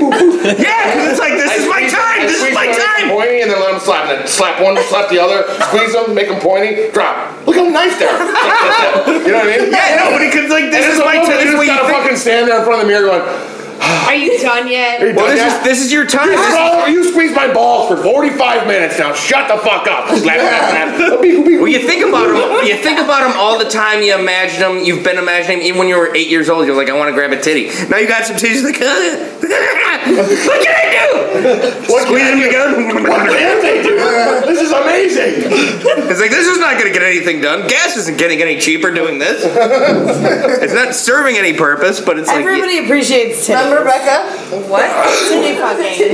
[SPEAKER 3] Yeah, 'cause it's like this is my time. This is
[SPEAKER 4] Squeeze
[SPEAKER 3] my
[SPEAKER 4] them, make them
[SPEAKER 3] time.
[SPEAKER 4] Pointy and then let them slap and then slap one, slap the other, squeeze them, make them pointy, drop. Look how nice they are. you know what I mean?
[SPEAKER 3] Yeah, no, but it's like
[SPEAKER 4] And
[SPEAKER 3] this
[SPEAKER 4] as
[SPEAKER 3] is
[SPEAKER 4] a
[SPEAKER 3] my
[SPEAKER 4] woman,
[SPEAKER 3] time. This is
[SPEAKER 4] you just
[SPEAKER 3] what you
[SPEAKER 4] gotta
[SPEAKER 3] think.
[SPEAKER 4] fucking stand there in front of the mirror going, "Are
[SPEAKER 9] Are you done yet?
[SPEAKER 4] you
[SPEAKER 3] Well,
[SPEAKER 4] done
[SPEAKER 3] this
[SPEAKER 4] yet?"
[SPEAKER 3] is this is your time. This is-
[SPEAKER 4] Bro, you squeezed my balls for 45 minutes now. Shut the fuck up. Slap, slap, slap.
[SPEAKER 3] Well, you think about them. You think about them all the time. You imagine them. You've been imagining 'em. even when you were eight years old. You're like, I want to grab a titty. Now you got some titties. Like, what can I do?
[SPEAKER 4] What
[SPEAKER 3] Squeeze
[SPEAKER 4] can
[SPEAKER 3] them
[SPEAKER 4] What
[SPEAKER 3] together.
[SPEAKER 4] can they do? This is amazing.
[SPEAKER 3] It's like this is not going to get anything done. Gas isn't getting any cheaper doing this. it's not serving any purpose. But it's like.
[SPEAKER 5] Everybody appreciates titties.
[SPEAKER 10] Remember Becca?
[SPEAKER 6] What?
[SPEAKER 5] Titty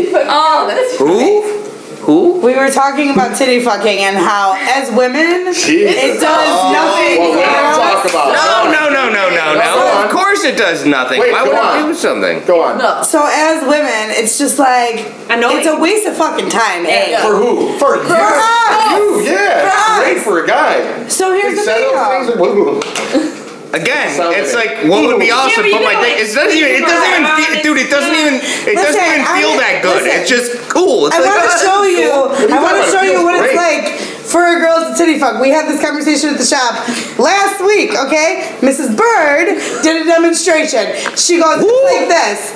[SPEAKER 5] fucking.
[SPEAKER 6] Oh,
[SPEAKER 3] Who? Who?
[SPEAKER 5] We were talking about titty fucking and how, as women, it does
[SPEAKER 4] Oh,
[SPEAKER 5] nothing.
[SPEAKER 4] Well, we don't talk about
[SPEAKER 3] No, no, no, no, no, no. Of course it does nothing.
[SPEAKER 4] Wait,
[SPEAKER 3] Why
[SPEAKER 4] go
[SPEAKER 3] would it
[SPEAKER 4] on.
[SPEAKER 3] do something?
[SPEAKER 4] Go on.
[SPEAKER 5] So as women, it's just like it's a waste of fucking time. eh?
[SPEAKER 4] For who? For you.
[SPEAKER 5] us.
[SPEAKER 4] You, yeah.
[SPEAKER 5] For
[SPEAKER 4] Great for a guy.
[SPEAKER 5] So here's the
[SPEAKER 4] Set
[SPEAKER 5] thing.
[SPEAKER 4] up
[SPEAKER 5] though.
[SPEAKER 4] things- woo.
[SPEAKER 3] Again,
[SPEAKER 4] Sounds
[SPEAKER 3] it's like
[SPEAKER 4] like
[SPEAKER 3] what would be
[SPEAKER 4] Yeah,
[SPEAKER 3] awesome?
[SPEAKER 9] but
[SPEAKER 3] Put
[SPEAKER 9] you
[SPEAKER 3] my
[SPEAKER 9] know
[SPEAKER 3] dick. It
[SPEAKER 9] it's-
[SPEAKER 3] doesn't even. It doesn't even. Feel, dude, it doesn't even. It doesn't
[SPEAKER 5] Listen,
[SPEAKER 3] even
[SPEAKER 5] I-
[SPEAKER 3] feel that good.
[SPEAKER 5] listen.
[SPEAKER 3] It's just cool. It's
[SPEAKER 5] I
[SPEAKER 3] like,
[SPEAKER 5] want
[SPEAKER 3] "Oh,
[SPEAKER 5] to show
[SPEAKER 3] this is
[SPEAKER 5] you.
[SPEAKER 3] cool."
[SPEAKER 5] I want to
[SPEAKER 4] about it,
[SPEAKER 5] show
[SPEAKER 4] it
[SPEAKER 5] you
[SPEAKER 4] feels
[SPEAKER 5] what it's
[SPEAKER 4] great.
[SPEAKER 5] like for a girl to titty fuck. We had this conversation at the shop last week. Okay, Mrs. Bird did a demonstration. She goes it's like this.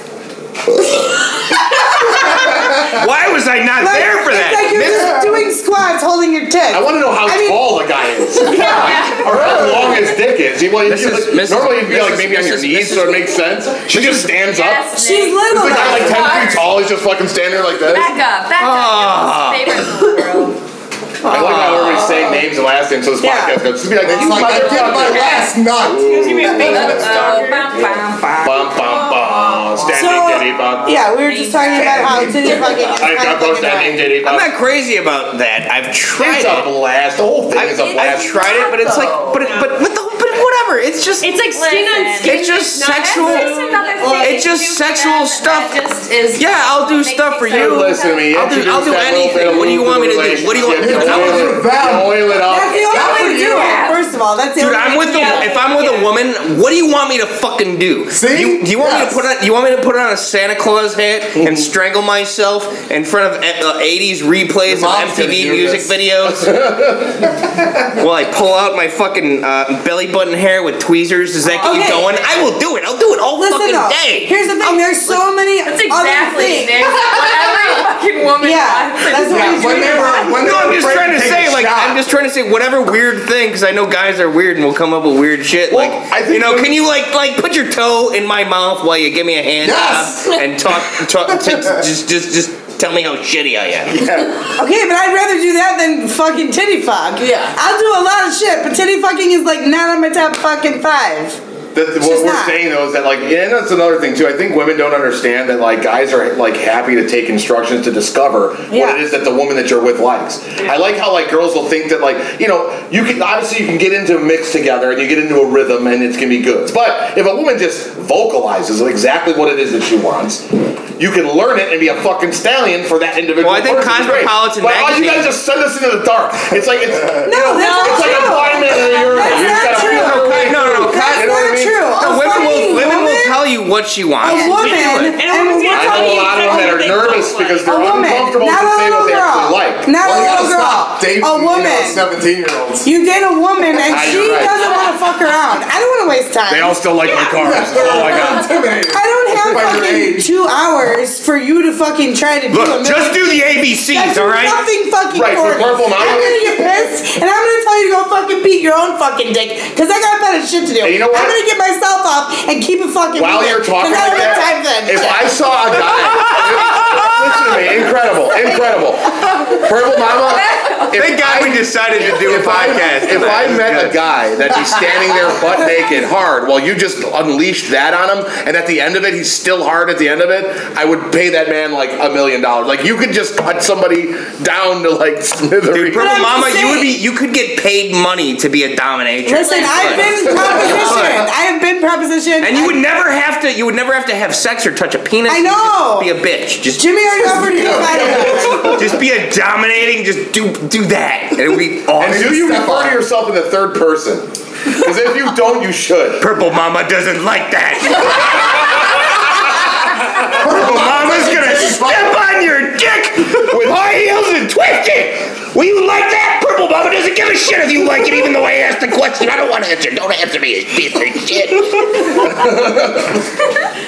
[SPEAKER 3] Why was I not
[SPEAKER 5] Like,
[SPEAKER 3] there for
[SPEAKER 5] it's
[SPEAKER 3] that?
[SPEAKER 5] like you're
[SPEAKER 3] Miss-
[SPEAKER 5] just doing squats, holding your tits.
[SPEAKER 4] I want to know how
[SPEAKER 5] I mean-
[SPEAKER 4] tall the guy is. Or how long his dick is. He, well, he'd be
[SPEAKER 3] Mrs.
[SPEAKER 4] like-
[SPEAKER 3] Mrs.
[SPEAKER 4] normally you'd be like
[SPEAKER 3] Mrs.
[SPEAKER 4] maybe on your
[SPEAKER 3] Mrs.
[SPEAKER 4] knees, so it makes sense. She just stands up.
[SPEAKER 6] Yes,
[SPEAKER 5] She's
[SPEAKER 6] Nick.
[SPEAKER 5] little.
[SPEAKER 4] The guy like
[SPEAKER 5] though.
[SPEAKER 4] ten feet tall. He's just fucking standing there like this.
[SPEAKER 6] Back up, back
[SPEAKER 3] Ah.
[SPEAKER 6] up. It's his favorite in the world.
[SPEAKER 4] I like how everybody's saying names and last names, so this
[SPEAKER 5] Yeah.
[SPEAKER 4] podcast goes. Just be like,
[SPEAKER 7] It's
[SPEAKER 4] you
[SPEAKER 7] like I get my
[SPEAKER 4] motherfucker.
[SPEAKER 7] last nut.
[SPEAKER 9] There's gonna be a big
[SPEAKER 6] Uh-oh, bum, bum, bum.
[SPEAKER 4] Bum bum
[SPEAKER 3] Oh.
[SPEAKER 4] bum. Standing titty bum.
[SPEAKER 5] yeah, we were just talking about how titty fucking is
[SPEAKER 4] I
[SPEAKER 5] kind
[SPEAKER 4] got
[SPEAKER 5] of
[SPEAKER 4] both
[SPEAKER 5] fucking
[SPEAKER 4] standing
[SPEAKER 5] annoying.
[SPEAKER 4] titty
[SPEAKER 3] I'm
[SPEAKER 4] bum.
[SPEAKER 3] not crazy about that. I've tried
[SPEAKER 4] It's a
[SPEAKER 3] it.
[SPEAKER 4] blast. The whole thing is a
[SPEAKER 3] I've
[SPEAKER 4] blast.
[SPEAKER 3] tried it, but it's like, but it, but but, the, but whatever. It's just.
[SPEAKER 9] It's like skin on
[SPEAKER 6] Listen.
[SPEAKER 9] skin.
[SPEAKER 3] It's just
[SPEAKER 9] not
[SPEAKER 3] sexual-
[SPEAKER 9] that
[SPEAKER 6] It's another thing
[SPEAKER 3] It's
[SPEAKER 6] you
[SPEAKER 3] just
[SPEAKER 6] do for
[SPEAKER 3] sexual
[SPEAKER 6] them
[SPEAKER 3] stuff.
[SPEAKER 6] That just is
[SPEAKER 3] Yeah, I'll do stuff for
[SPEAKER 4] Hey,
[SPEAKER 3] you.
[SPEAKER 4] listen to me.
[SPEAKER 3] I'll do- I'll do
[SPEAKER 4] Introduce that little
[SPEAKER 3] anything.
[SPEAKER 4] bit of
[SPEAKER 3] What do you want me to do?
[SPEAKER 4] relationship.
[SPEAKER 3] What do you want-
[SPEAKER 4] You
[SPEAKER 7] That was
[SPEAKER 4] oil
[SPEAKER 7] for
[SPEAKER 4] it-
[SPEAKER 7] them.
[SPEAKER 4] you Oil it up.
[SPEAKER 5] That's the only way to do it. First of all, that's the
[SPEAKER 3] Dude,
[SPEAKER 5] only
[SPEAKER 3] I'm
[SPEAKER 5] way
[SPEAKER 3] with
[SPEAKER 5] to
[SPEAKER 3] the.
[SPEAKER 5] do it.
[SPEAKER 3] If I'm with a woman, what do you want me to fucking do?
[SPEAKER 7] See?
[SPEAKER 3] You, do you want me
[SPEAKER 7] Yes. Mm-hmm.
[SPEAKER 3] to put on? You want me to put on a Santa Claus hat and strangle myself in front of uh, '80s replays
[SPEAKER 7] Your
[SPEAKER 3] of
[SPEAKER 7] mom's gonna
[SPEAKER 3] MTV
[SPEAKER 7] hear
[SPEAKER 3] music
[SPEAKER 7] this.
[SPEAKER 3] videos? While I pull out my fucking uh, belly button hair with tweezers? Does that keep
[SPEAKER 5] Okay.
[SPEAKER 3] going? I will do it. I'll do it all
[SPEAKER 5] Listen
[SPEAKER 3] fucking
[SPEAKER 5] though,
[SPEAKER 3] day.
[SPEAKER 5] here's the thing. There's so many
[SPEAKER 6] That's
[SPEAKER 5] other
[SPEAKER 6] exactly
[SPEAKER 5] things.
[SPEAKER 6] Nick. What every fucking woman
[SPEAKER 5] Yeah,
[SPEAKER 6] wants.
[SPEAKER 5] that's what we
[SPEAKER 7] When
[SPEAKER 5] dream
[SPEAKER 7] they were, when they
[SPEAKER 3] No,
[SPEAKER 7] were
[SPEAKER 3] I'm just
[SPEAKER 7] afraid
[SPEAKER 3] trying to
[SPEAKER 7] take a
[SPEAKER 3] say, like,
[SPEAKER 7] shot.
[SPEAKER 3] I'm just trying to say whatever weird thing, because I know guys are weird and will come up with weird shit.
[SPEAKER 4] Well,
[SPEAKER 3] like,
[SPEAKER 4] I think
[SPEAKER 3] you know,
[SPEAKER 4] when-
[SPEAKER 3] can you like, like, put your toe in my mouth while you give me a hand
[SPEAKER 7] Yes!
[SPEAKER 3] job and talk, talk, t- t- just, just, just tell me how shitty I am.
[SPEAKER 5] Okay, but I'd rather do that than fucking titty fuck.
[SPEAKER 10] Yeah.
[SPEAKER 5] I'll do a lot of shit, but titty fucking is like not on my top fucking five.
[SPEAKER 4] That, that
[SPEAKER 5] She's
[SPEAKER 4] what we're
[SPEAKER 5] not.
[SPEAKER 4] saying though is that like, and that's another thing too. I think women don't understand that like guys are like happy to take instructions to discover
[SPEAKER 5] Yeah.
[SPEAKER 4] what it is that the woman that you're with likes. I like how like girls will think that like you know you can obviously you can get into a mix together and you get into a rhythm and it's gonna be good. But if a woman just vocalizes exactly what it is that she wants, you can learn it and be a fucking stallion for that individual.
[SPEAKER 3] Well, I think
[SPEAKER 4] person. It's great.
[SPEAKER 3] Cosmopolitan
[SPEAKER 4] But all you
[SPEAKER 3] magazine-
[SPEAKER 4] guys just send us into the dark. It's like it's
[SPEAKER 5] No,
[SPEAKER 4] it's
[SPEAKER 5] that's
[SPEAKER 4] like
[SPEAKER 5] not
[SPEAKER 4] a
[SPEAKER 5] true.
[SPEAKER 4] blind man in the urinal. You
[SPEAKER 5] That's
[SPEAKER 4] just
[SPEAKER 5] not
[SPEAKER 4] gotta
[SPEAKER 5] true.
[SPEAKER 4] feel your way
[SPEAKER 3] No, no, no,
[SPEAKER 4] through.
[SPEAKER 5] That's
[SPEAKER 4] You know what I
[SPEAKER 5] not
[SPEAKER 4] mean?
[SPEAKER 5] true.
[SPEAKER 3] No,
[SPEAKER 5] A
[SPEAKER 3] women
[SPEAKER 5] fucking
[SPEAKER 3] will, women will
[SPEAKER 5] woman-
[SPEAKER 3] tell you what she wants.
[SPEAKER 5] A woman,
[SPEAKER 3] You do it.
[SPEAKER 5] and
[SPEAKER 9] woman's
[SPEAKER 5] we're
[SPEAKER 9] gonna
[SPEAKER 4] I know a
[SPEAKER 5] talking-
[SPEAKER 4] lot of women that are nervous because they're
[SPEAKER 5] a woman,
[SPEAKER 4] uncomfortable
[SPEAKER 5] not
[SPEAKER 4] to say
[SPEAKER 5] a little
[SPEAKER 4] what they
[SPEAKER 5] girl,
[SPEAKER 4] actually like.
[SPEAKER 5] not a
[SPEAKER 7] Well, you gotta
[SPEAKER 5] little girl,
[SPEAKER 7] stop dating,
[SPEAKER 5] a
[SPEAKER 7] you know,
[SPEAKER 5] woman.
[SPEAKER 7] 17 year olds.
[SPEAKER 5] You date a woman and
[SPEAKER 4] Ah,
[SPEAKER 5] she
[SPEAKER 4] you're right.
[SPEAKER 5] doesn't want to fuck around. I don't want to waste time.
[SPEAKER 4] They all still like my cars. Oh my god.
[SPEAKER 7] Intimidated.
[SPEAKER 5] I don't have
[SPEAKER 7] By your
[SPEAKER 5] fucking
[SPEAKER 7] age.
[SPEAKER 5] two hours for you to fucking try to do a
[SPEAKER 3] Look,
[SPEAKER 5] million
[SPEAKER 3] just do the ABCs,
[SPEAKER 5] That's
[SPEAKER 3] all right?
[SPEAKER 5] Nothing fucking
[SPEAKER 4] Right,
[SPEAKER 5] for
[SPEAKER 4] for Purple Mountain.
[SPEAKER 5] I'm gonna get pissed, and I'm gonna tell you to go fucking beat your own fucking dick, cause I got better shit to do.
[SPEAKER 4] And you know what?
[SPEAKER 5] I'm gonna get myself off and keep it fucking.
[SPEAKER 4] While
[SPEAKER 5] moving,
[SPEAKER 4] you're talking
[SPEAKER 5] 'cause I
[SPEAKER 4] like
[SPEAKER 5] don't have time
[SPEAKER 4] that,
[SPEAKER 5] then.
[SPEAKER 4] if I saw a guy, listen to me, incredible, incredible, purple mama. If
[SPEAKER 3] Thank God we
[SPEAKER 4] I,
[SPEAKER 3] decided to do a
[SPEAKER 4] if I,
[SPEAKER 3] podcast.
[SPEAKER 4] if I met a guy that'd be standing there butt naked hard while you just unleashed that on him, and at the end of it he's still hard at the end of it, I would pay that man like a million dollars. Like you could just cut somebody down to like smithereens.
[SPEAKER 3] Dude, Purple
[SPEAKER 5] I'm
[SPEAKER 3] Mama,
[SPEAKER 5] just
[SPEAKER 3] you would be,
[SPEAKER 5] saying-
[SPEAKER 3] you could get paid money to be a dominatrix.
[SPEAKER 5] Listen, I've been propositioned. I have been propositioned.
[SPEAKER 3] And you would never have to. You would never have to have sex or touch a penis.
[SPEAKER 5] I
[SPEAKER 3] You
[SPEAKER 5] know.
[SPEAKER 3] Just be a bitch. Just,
[SPEAKER 5] Jimmy already offered to go find him.
[SPEAKER 3] just be a dominating. Just do do that. And it would be
[SPEAKER 4] And do
[SPEAKER 3] awesome.
[SPEAKER 4] you
[SPEAKER 7] Step
[SPEAKER 4] refer to
[SPEAKER 7] up.
[SPEAKER 4] yourself in the third person? Because if you don't, you should.
[SPEAKER 3] Purple Mama doesn't like that. Purple Mama's gonna step on your dick with high heels and twist it. Will you like that? Purple Mama doesn't give a shit if you like it, even though I asked the question. I don't want to answer. Don't answer me, you piece of shit.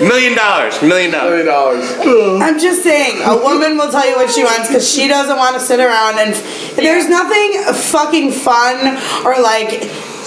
[SPEAKER 3] million dollars. Million dollars.
[SPEAKER 4] Million dollars.
[SPEAKER 5] I'm just saying, a woman will tell you what she wants because she doesn't want to sit around and there's nothing fucking fun or like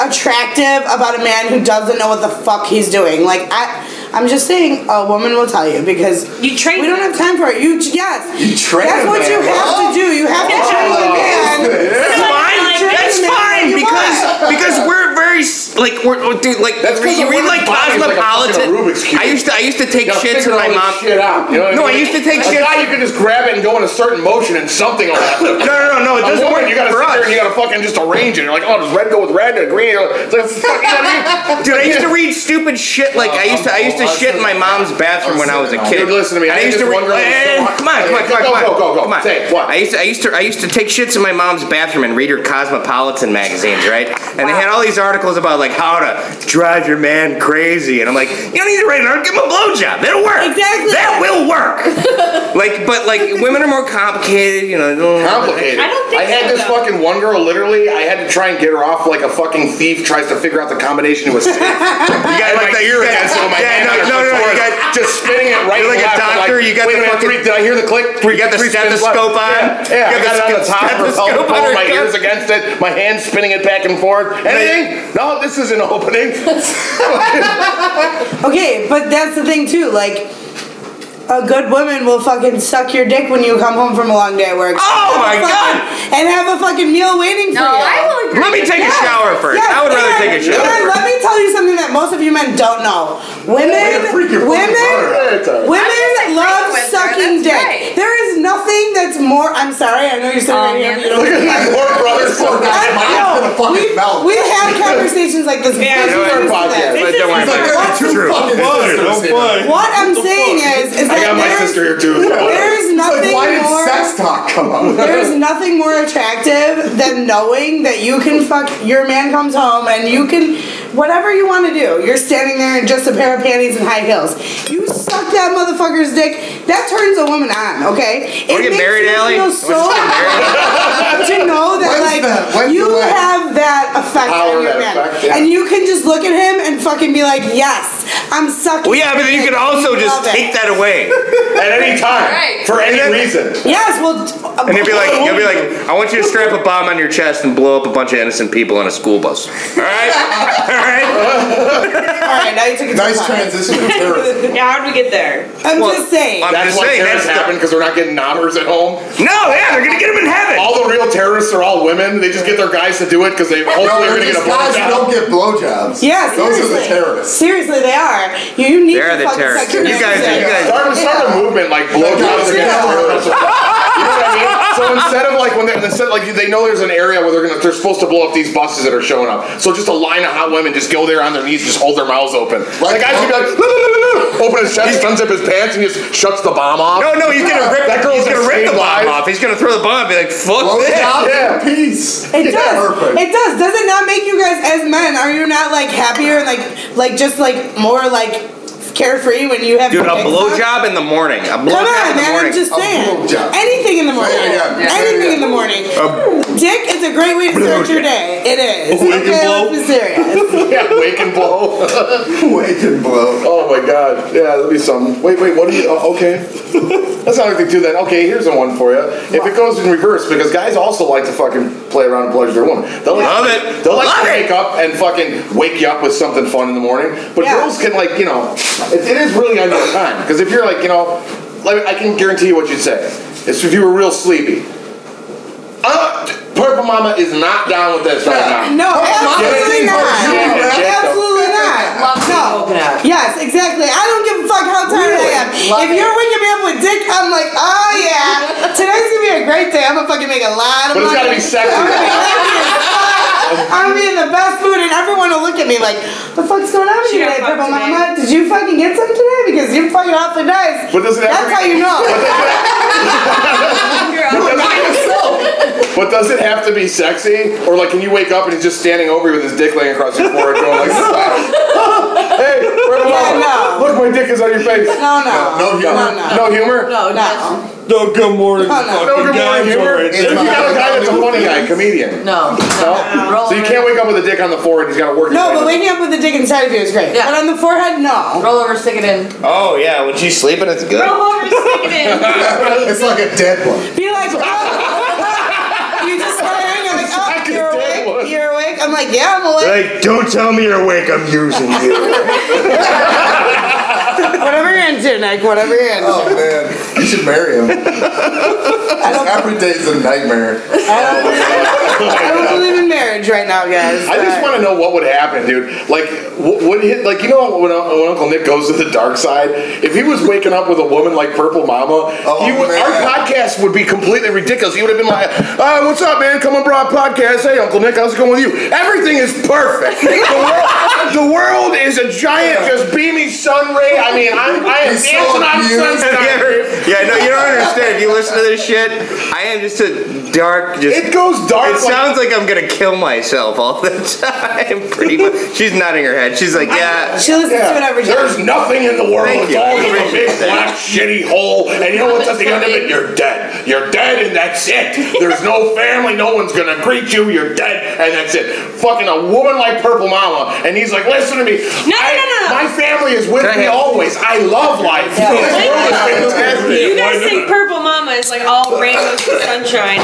[SPEAKER 5] attractive about a man who doesn't know what the fuck he's doing. Like I, I'm just saying, a woman will tell you because
[SPEAKER 9] You train
[SPEAKER 5] we don't have time for it. You yes,
[SPEAKER 7] You train
[SPEAKER 5] that's
[SPEAKER 7] a
[SPEAKER 5] what you
[SPEAKER 7] man.
[SPEAKER 5] have to do. You have to train a man.
[SPEAKER 3] That's fine.
[SPEAKER 5] Train
[SPEAKER 3] That's
[SPEAKER 5] the man
[SPEAKER 3] fine
[SPEAKER 5] you
[SPEAKER 3] because because we're very there's like we're, we're- dude like
[SPEAKER 4] That's 'cause
[SPEAKER 3] you
[SPEAKER 4] the
[SPEAKER 3] read like
[SPEAKER 4] women's body is like a
[SPEAKER 3] Cosmopolitan.
[SPEAKER 4] fucking Rubik's Cube.
[SPEAKER 3] I used to I used to take
[SPEAKER 4] You gotta
[SPEAKER 3] shits
[SPEAKER 4] figure
[SPEAKER 3] with my
[SPEAKER 4] all this
[SPEAKER 3] mom.
[SPEAKER 4] Shit out, you know what
[SPEAKER 3] no,
[SPEAKER 4] mean?
[SPEAKER 3] I used to take
[SPEAKER 4] a
[SPEAKER 3] shits.
[SPEAKER 4] guy, you could just grab it and go in a certain motion, and something will happen.
[SPEAKER 3] No, no, no, no, it
[SPEAKER 4] A
[SPEAKER 3] doesn't
[SPEAKER 4] woman,
[SPEAKER 3] work
[SPEAKER 4] You gotta
[SPEAKER 3] for
[SPEAKER 4] sit
[SPEAKER 3] us.
[SPEAKER 4] there and you gotta fucking just arrange it. You're like, oh, does red go with red and green? You're like, it's like, fuck, you know what I mean?
[SPEAKER 3] Dude, I used to read stupid shit like I used to I used
[SPEAKER 4] Oh,
[SPEAKER 3] to shit in my mom's bathroom when I was a kid.
[SPEAKER 4] Dude, listen to me.
[SPEAKER 3] And I
[SPEAKER 4] I
[SPEAKER 3] used to
[SPEAKER 4] think
[SPEAKER 3] read.
[SPEAKER 4] this one girl is
[SPEAKER 3] eh,
[SPEAKER 4] so hot.
[SPEAKER 3] Come on, come on,
[SPEAKER 4] Go,
[SPEAKER 3] come on, come on.
[SPEAKER 4] go, go, go.
[SPEAKER 3] Come on.
[SPEAKER 4] Say it, what?
[SPEAKER 3] I used to I used to I used to take shits in my mom's bathroom and read her Cosmopolitan magazines, right? And they had all these articles about like how to drive your man crazy, and I'm like, you don't need to write an article. Give him a blowjob. That'll work.
[SPEAKER 5] Exactly.
[SPEAKER 3] That will work. like, but like women are more complicated, you know.
[SPEAKER 4] complicated.
[SPEAKER 9] I don't
[SPEAKER 4] I
[SPEAKER 9] think
[SPEAKER 4] had
[SPEAKER 9] so,
[SPEAKER 4] this
[SPEAKER 9] though.
[SPEAKER 4] fucking one girl. Literally, I had to try and get her off like a fucking thief tries to figure out the combination to a stick.
[SPEAKER 3] You got
[SPEAKER 4] my ear again, so my
[SPEAKER 3] yeah,
[SPEAKER 4] hand
[SPEAKER 3] no,
[SPEAKER 4] under
[SPEAKER 3] no,
[SPEAKER 4] her
[SPEAKER 3] no,
[SPEAKER 4] torso,
[SPEAKER 3] you got
[SPEAKER 4] just spinning it right.
[SPEAKER 3] You're like
[SPEAKER 4] and
[SPEAKER 3] a
[SPEAKER 4] left. I'm
[SPEAKER 3] doctor, you got
[SPEAKER 4] wait
[SPEAKER 3] the
[SPEAKER 4] a minute,
[SPEAKER 3] fucking-
[SPEAKER 4] three, did I hear the click?
[SPEAKER 3] You got the
[SPEAKER 4] Three spins
[SPEAKER 3] stethoscope on.
[SPEAKER 4] left. Yeah, yeah
[SPEAKER 3] You
[SPEAKER 4] I
[SPEAKER 3] got the
[SPEAKER 4] got it on the top. of her
[SPEAKER 3] stethoscope on
[SPEAKER 4] pelvic bone,
[SPEAKER 3] her
[SPEAKER 4] my
[SPEAKER 3] gut.
[SPEAKER 4] ears against it. My hands spinning it back and forth. Anything? No, this isn't opening.
[SPEAKER 5] Okay, but that's the thing too. Like, a good woman will fucking suck your dick when you come home from a long day at work.
[SPEAKER 3] Oh my
[SPEAKER 5] Fucking-
[SPEAKER 3] god!
[SPEAKER 5] And have a fucking meal waiting
[SPEAKER 6] No,
[SPEAKER 5] for you.
[SPEAKER 6] I will agree.
[SPEAKER 3] Let me take a shower first.
[SPEAKER 5] Yes,
[SPEAKER 3] I would rather
[SPEAKER 5] and-
[SPEAKER 3] take a shower.
[SPEAKER 5] And
[SPEAKER 3] first.
[SPEAKER 5] let me tell you something that most of you men don't know. Women,
[SPEAKER 7] freak your fucking brother
[SPEAKER 5] women, women
[SPEAKER 6] I'm just
[SPEAKER 5] love
[SPEAKER 6] agreeing with her,
[SPEAKER 5] sucking
[SPEAKER 6] that's
[SPEAKER 5] dick.
[SPEAKER 6] right.
[SPEAKER 5] There is nothing that's more. I'm sorry. I know you're sitting
[SPEAKER 6] Oh,
[SPEAKER 5] right here. But you
[SPEAKER 6] man.
[SPEAKER 5] don't look at
[SPEAKER 4] Four brothers. four guys.
[SPEAKER 5] I
[SPEAKER 7] Mouth to the
[SPEAKER 5] know.
[SPEAKER 7] fucking
[SPEAKER 5] We've,
[SPEAKER 7] mouth.
[SPEAKER 5] we've had conversations like this. Yeah,
[SPEAKER 3] No, it's our podcast, but don't worry
[SPEAKER 7] It's
[SPEAKER 3] about
[SPEAKER 7] like
[SPEAKER 3] it.
[SPEAKER 7] I got two
[SPEAKER 3] True.
[SPEAKER 7] fucking
[SPEAKER 11] Why?
[SPEAKER 7] sisters
[SPEAKER 11] Don't
[SPEAKER 7] here.
[SPEAKER 11] play.
[SPEAKER 5] What I'm saying is, is that
[SPEAKER 4] I got my
[SPEAKER 5] there's-
[SPEAKER 4] sister here too.
[SPEAKER 5] There's
[SPEAKER 7] It's
[SPEAKER 5] nothing
[SPEAKER 7] Like, why did
[SPEAKER 5] more.
[SPEAKER 7] sex talk come up?
[SPEAKER 5] There's nothing more attractive than knowing that you can fuck your man comes home and you can whatever you want to do. You're standing there in just a pair of panties and high heels. You suck that motherfucker's dick. That turns a woman on. Okay.
[SPEAKER 3] Wanna get
[SPEAKER 5] makes
[SPEAKER 3] married,
[SPEAKER 5] you
[SPEAKER 3] Allie?
[SPEAKER 5] Feel
[SPEAKER 3] Wanna
[SPEAKER 5] so to know that
[SPEAKER 7] When's
[SPEAKER 5] like
[SPEAKER 7] that? When's
[SPEAKER 5] you
[SPEAKER 7] the wedding?
[SPEAKER 5] have that effect
[SPEAKER 4] Power
[SPEAKER 5] on your
[SPEAKER 4] that
[SPEAKER 5] man,
[SPEAKER 4] effect, yeah.
[SPEAKER 5] and you can just look at him and fucking be like, yes, I'm sucking.
[SPEAKER 3] Well, yeah, but then you
[SPEAKER 5] dick.
[SPEAKER 3] could also
[SPEAKER 5] Love
[SPEAKER 3] just
[SPEAKER 5] it."
[SPEAKER 3] take that away,
[SPEAKER 4] At any time,
[SPEAKER 6] Right.
[SPEAKER 4] for any
[SPEAKER 3] And then-
[SPEAKER 4] reason.
[SPEAKER 5] Yes, well,
[SPEAKER 3] and you'd be like, you'd be like, I want you to strap a bomb on your chest and blow up a bunch of innocent people on a school bus. All right, all right.
[SPEAKER 5] all right, now you took it. too
[SPEAKER 7] Nice
[SPEAKER 5] far.
[SPEAKER 7] transition to terrorism.
[SPEAKER 9] Yeah, how'd we get there?
[SPEAKER 5] I'm
[SPEAKER 3] Well,
[SPEAKER 5] just saying.
[SPEAKER 3] I'm
[SPEAKER 4] That's
[SPEAKER 3] just
[SPEAKER 4] why
[SPEAKER 3] saying.
[SPEAKER 4] terrorists
[SPEAKER 3] That's
[SPEAKER 4] happen
[SPEAKER 3] the,
[SPEAKER 4] because we're not getting nobbers at home.
[SPEAKER 3] no, yeah, they're gonna get him in heaven.
[SPEAKER 4] All the real terrorists are all women. They just get their guys to do it because they hopefully
[SPEAKER 7] No,
[SPEAKER 4] are
[SPEAKER 7] they're
[SPEAKER 4] going to get
[SPEAKER 7] just
[SPEAKER 4] a
[SPEAKER 7] guys who
[SPEAKER 4] blowjob.
[SPEAKER 7] don't get blowjobs.
[SPEAKER 5] Yeah,
[SPEAKER 7] Those are the
[SPEAKER 5] seriously.
[SPEAKER 7] terrorists.
[SPEAKER 5] Seriously, they are. You, you need
[SPEAKER 3] They're
[SPEAKER 5] to
[SPEAKER 3] the
[SPEAKER 5] fucking
[SPEAKER 3] terrorists.
[SPEAKER 5] suck your
[SPEAKER 3] You guys,
[SPEAKER 5] dick.
[SPEAKER 3] you guys.
[SPEAKER 4] Start, start a movement like blowjobs
[SPEAKER 7] Yeah.
[SPEAKER 4] against terrorists. You know what I mean? So instead of like when they instead like they know there's an area where they're gonna they're supposed to blow up these buses that are showing up. So just a line of hot women just go there on their knees, just hold their mouths open. Like the guys would be like, "No, no, no, no, no." open his chest, suns up his pants, and he just shuts the bomb off.
[SPEAKER 3] No, no, he's gonna rip.
[SPEAKER 4] That girl's
[SPEAKER 3] he's gonna rip the bomb
[SPEAKER 4] live.
[SPEAKER 3] off. He's gonna throw the bomb. and Be like, fuck this.
[SPEAKER 7] Blowjobs
[SPEAKER 4] Oh, Yeah.
[SPEAKER 7] and peace.
[SPEAKER 5] It does.
[SPEAKER 7] Perfect.
[SPEAKER 5] It does. Does it not make you guys as men? Are you not like happier and like like just like more like carefree when you have
[SPEAKER 3] Dude,
[SPEAKER 5] your
[SPEAKER 3] a
[SPEAKER 5] dick sucked?
[SPEAKER 3] blowjob in the morning. A
[SPEAKER 5] Come
[SPEAKER 3] blowjob
[SPEAKER 5] on,
[SPEAKER 3] in the
[SPEAKER 5] man.
[SPEAKER 3] morning.
[SPEAKER 5] I'm just
[SPEAKER 7] A
[SPEAKER 5] saying.
[SPEAKER 7] blowjob.
[SPEAKER 5] Anything in the morning.
[SPEAKER 7] Yeah, yeah, yeah.
[SPEAKER 5] Anything
[SPEAKER 7] Yeah,
[SPEAKER 5] in the morning. Dick is a great way to start your day. It is.
[SPEAKER 3] Wake and
[SPEAKER 5] okay,
[SPEAKER 3] blow.
[SPEAKER 5] let's be serious.
[SPEAKER 4] Yeah, wake and blow.
[SPEAKER 7] Wake and blow.
[SPEAKER 4] Oh my god. Yeah, that'd be something. Wait, wait, what do you. Oh, okay. That's not like they do that. Okay, here's a one for you. If it goes in reverse, because guys also like to fucking play around and pleasure their woman. They'll like,
[SPEAKER 3] Love it.
[SPEAKER 4] They'll like
[SPEAKER 3] Love
[SPEAKER 4] to
[SPEAKER 3] it.
[SPEAKER 4] wake up and fucking wake you up with something fun in the morning. But
[SPEAKER 5] Yeah.
[SPEAKER 4] girls can, like, you know, it, it is really on your time. Because if you're like, you know, like, I can guarantee you what you'd say. It's if you were real sleepy. Uh, Purple Mama is not down with this right now.
[SPEAKER 5] No,
[SPEAKER 7] on,
[SPEAKER 5] absolutely
[SPEAKER 7] dude.
[SPEAKER 5] not.
[SPEAKER 4] Yeah.
[SPEAKER 5] Absolutely not. No. Yes, exactly. I don't give a fuck how tired I am. if you're waking me up with dick, I'm like, oh yeah, today's gonna be a great day. I'm gonna fucking make a lot of
[SPEAKER 4] But it's
[SPEAKER 5] money.
[SPEAKER 4] gotta be sexy.
[SPEAKER 5] I'm gonna be happy as fuck. I'm gonna be in the best mood, and everyone will look at me like, the fuck's going on with you today,
[SPEAKER 9] got fucked
[SPEAKER 5] Purple
[SPEAKER 9] today.
[SPEAKER 5] Mama? Did you fucking get some today? Because you're fucking awfully nice.
[SPEAKER 4] But doesn't
[SPEAKER 5] That's
[SPEAKER 4] every-
[SPEAKER 5] how you know.
[SPEAKER 4] But does it have to be sexy? Or like, can you wake up and he's just standing over you with his dick laying across your forehead, going like, "Hey, where
[SPEAKER 5] Yeah,
[SPEAKER 4] mama?
[SPEAKER 5] no.
[SPEAKER 4] Look, my dick is on your face."
[SPEAKER 5] No, no.
[SPEAKER 7] No, no,
[SPEAKER 5] no, no.
[SPEAKER 4] No humor.
[SPEAKER 10] No,
[SPEAKER 5] No.
[SPEAKER 11] No good morning,
[SPEAKER 5] Oh, no.
[SPEAKER 4] No
[SPEAKER 11] fucking
[SPEAKER 4] good morning
[SPEAKER 11] guys
[SPEAKER 4] humor.
[SPEAKER 11] over
[SPEAKER 4] If
[SPEAKER 11] it.
[SPEAKER 4] you
[SPEAKER 7] It's
[SPEAKER 4] got a
[SPEAKER 7] not-
[SPEAKER 4] guy that's a funny guy, comedian.
[SPEAKER 10] No.
[SPEAKER 4] No. So you can't wake up with a dick on the forehead. He's got to work.
[SPEAKER 5] No, but waking up with the dick inside of you is great.
[SPEAKER 10] Yeah.
[SPEAKER 5] But on the forehead, no.
[SPEAKER 10] Roll over, stick it in.
[SPEAKER 3] Oh yeah, when she's sleeping, it's good.
[SPEAKER 9] Roll over, stick it in.
[SPEAKER 7] It's like a dead one.
[SPEAKER 5] Be like, oh, you just start hanging out, like, oh,
[SPEAKER 4] Exactly,
[SPEAKER 5] you're
[SPEAKER 4] dead
[SPEAKER 5] awake,
[SPEAKER 4] one.
[SPEAKER 5] you're awake. I'm like, yeah, I'm awake.
[SPEAKER 3] Like, don't tell me you're awake. I'm using you.
[SPEAKER 5] whatever you're into, Nick, whatever you're into.
[SPEAKER 7] Oh man, you should marry him. Every day's a nightmare.
[SPEAKER 5] I don't believe in marriage. cringe right now, guys.
[SPEAKER 4] I just want to know what would happen, dude. Like, what would hit? Like, you know, when, uh, when Uncle Nick goes to the dark side, if he was waking up with a woman like Purple Mama,
[SPEAKER 3] Oh,
[SPEAKER 4] he would, our podcast would be completely ridiculous. He would have been like, "Ah, "What's up, man? Come on, broad podcast. Hey, Uncle Nick, how's it going with you? Everything is perfect. the, world, the world is a giant, just beaming sun ray. I mean, I'm, I am
[SPEAKER 3] He's so
[SPEAKER 4] dancing on
[SPEAKER 3] abused.
[SPEAKER 4] sunshine." dude.
[SPEAKER 3] yeah, no, you don't understand. If you listen to this shit, I am just a dark. Just
[SPEAKER 4] it goes dark.
[SPEAKER 3] It
[SPEAKER 4] like-
[SPEAKER 3] sounds like I'm gonna kill myself all the time. Pretty much. She's nodding her head. She's like, yeah.
[SPEAKER 5] Uh, She listens
[SPEAKER 4] Yeah.
[SPEAKER 5] to it every day.
[SPEAKER 4] There's nothing in the world.
[SPEAKER 3] Thank
[SPEAKER 4] it's
[SPEAKER 3] you.
[SPEAKER 4] all
[SPEAKER 3] I
[SPEAKER 4] just a
[SPEAKER 3] appreciate
[SPEAKER 4] big
[SPEAKER 3] that.
[SPEAKER 4] black shitty hole. And you know what's at the end of it? You're dead. You're dead, and that's it. There's no family. No one's gonna greet you. You're dead, and that's it. Fucking a woman like Purple Mama, and he's like, "Listen to me. No, no, no, no. My family is with
[SPEAKER 3] Can I
[SPEAKER 4] me
[SPEAKER 3] have-
[SPEAKER 4] always. I love life.
[SPEAKER 9] Yeah.
[SPEAKER 4] This world is fantastic."
[SPEAKER 9] You guys think Purple Mama is like all rainbows and sunshine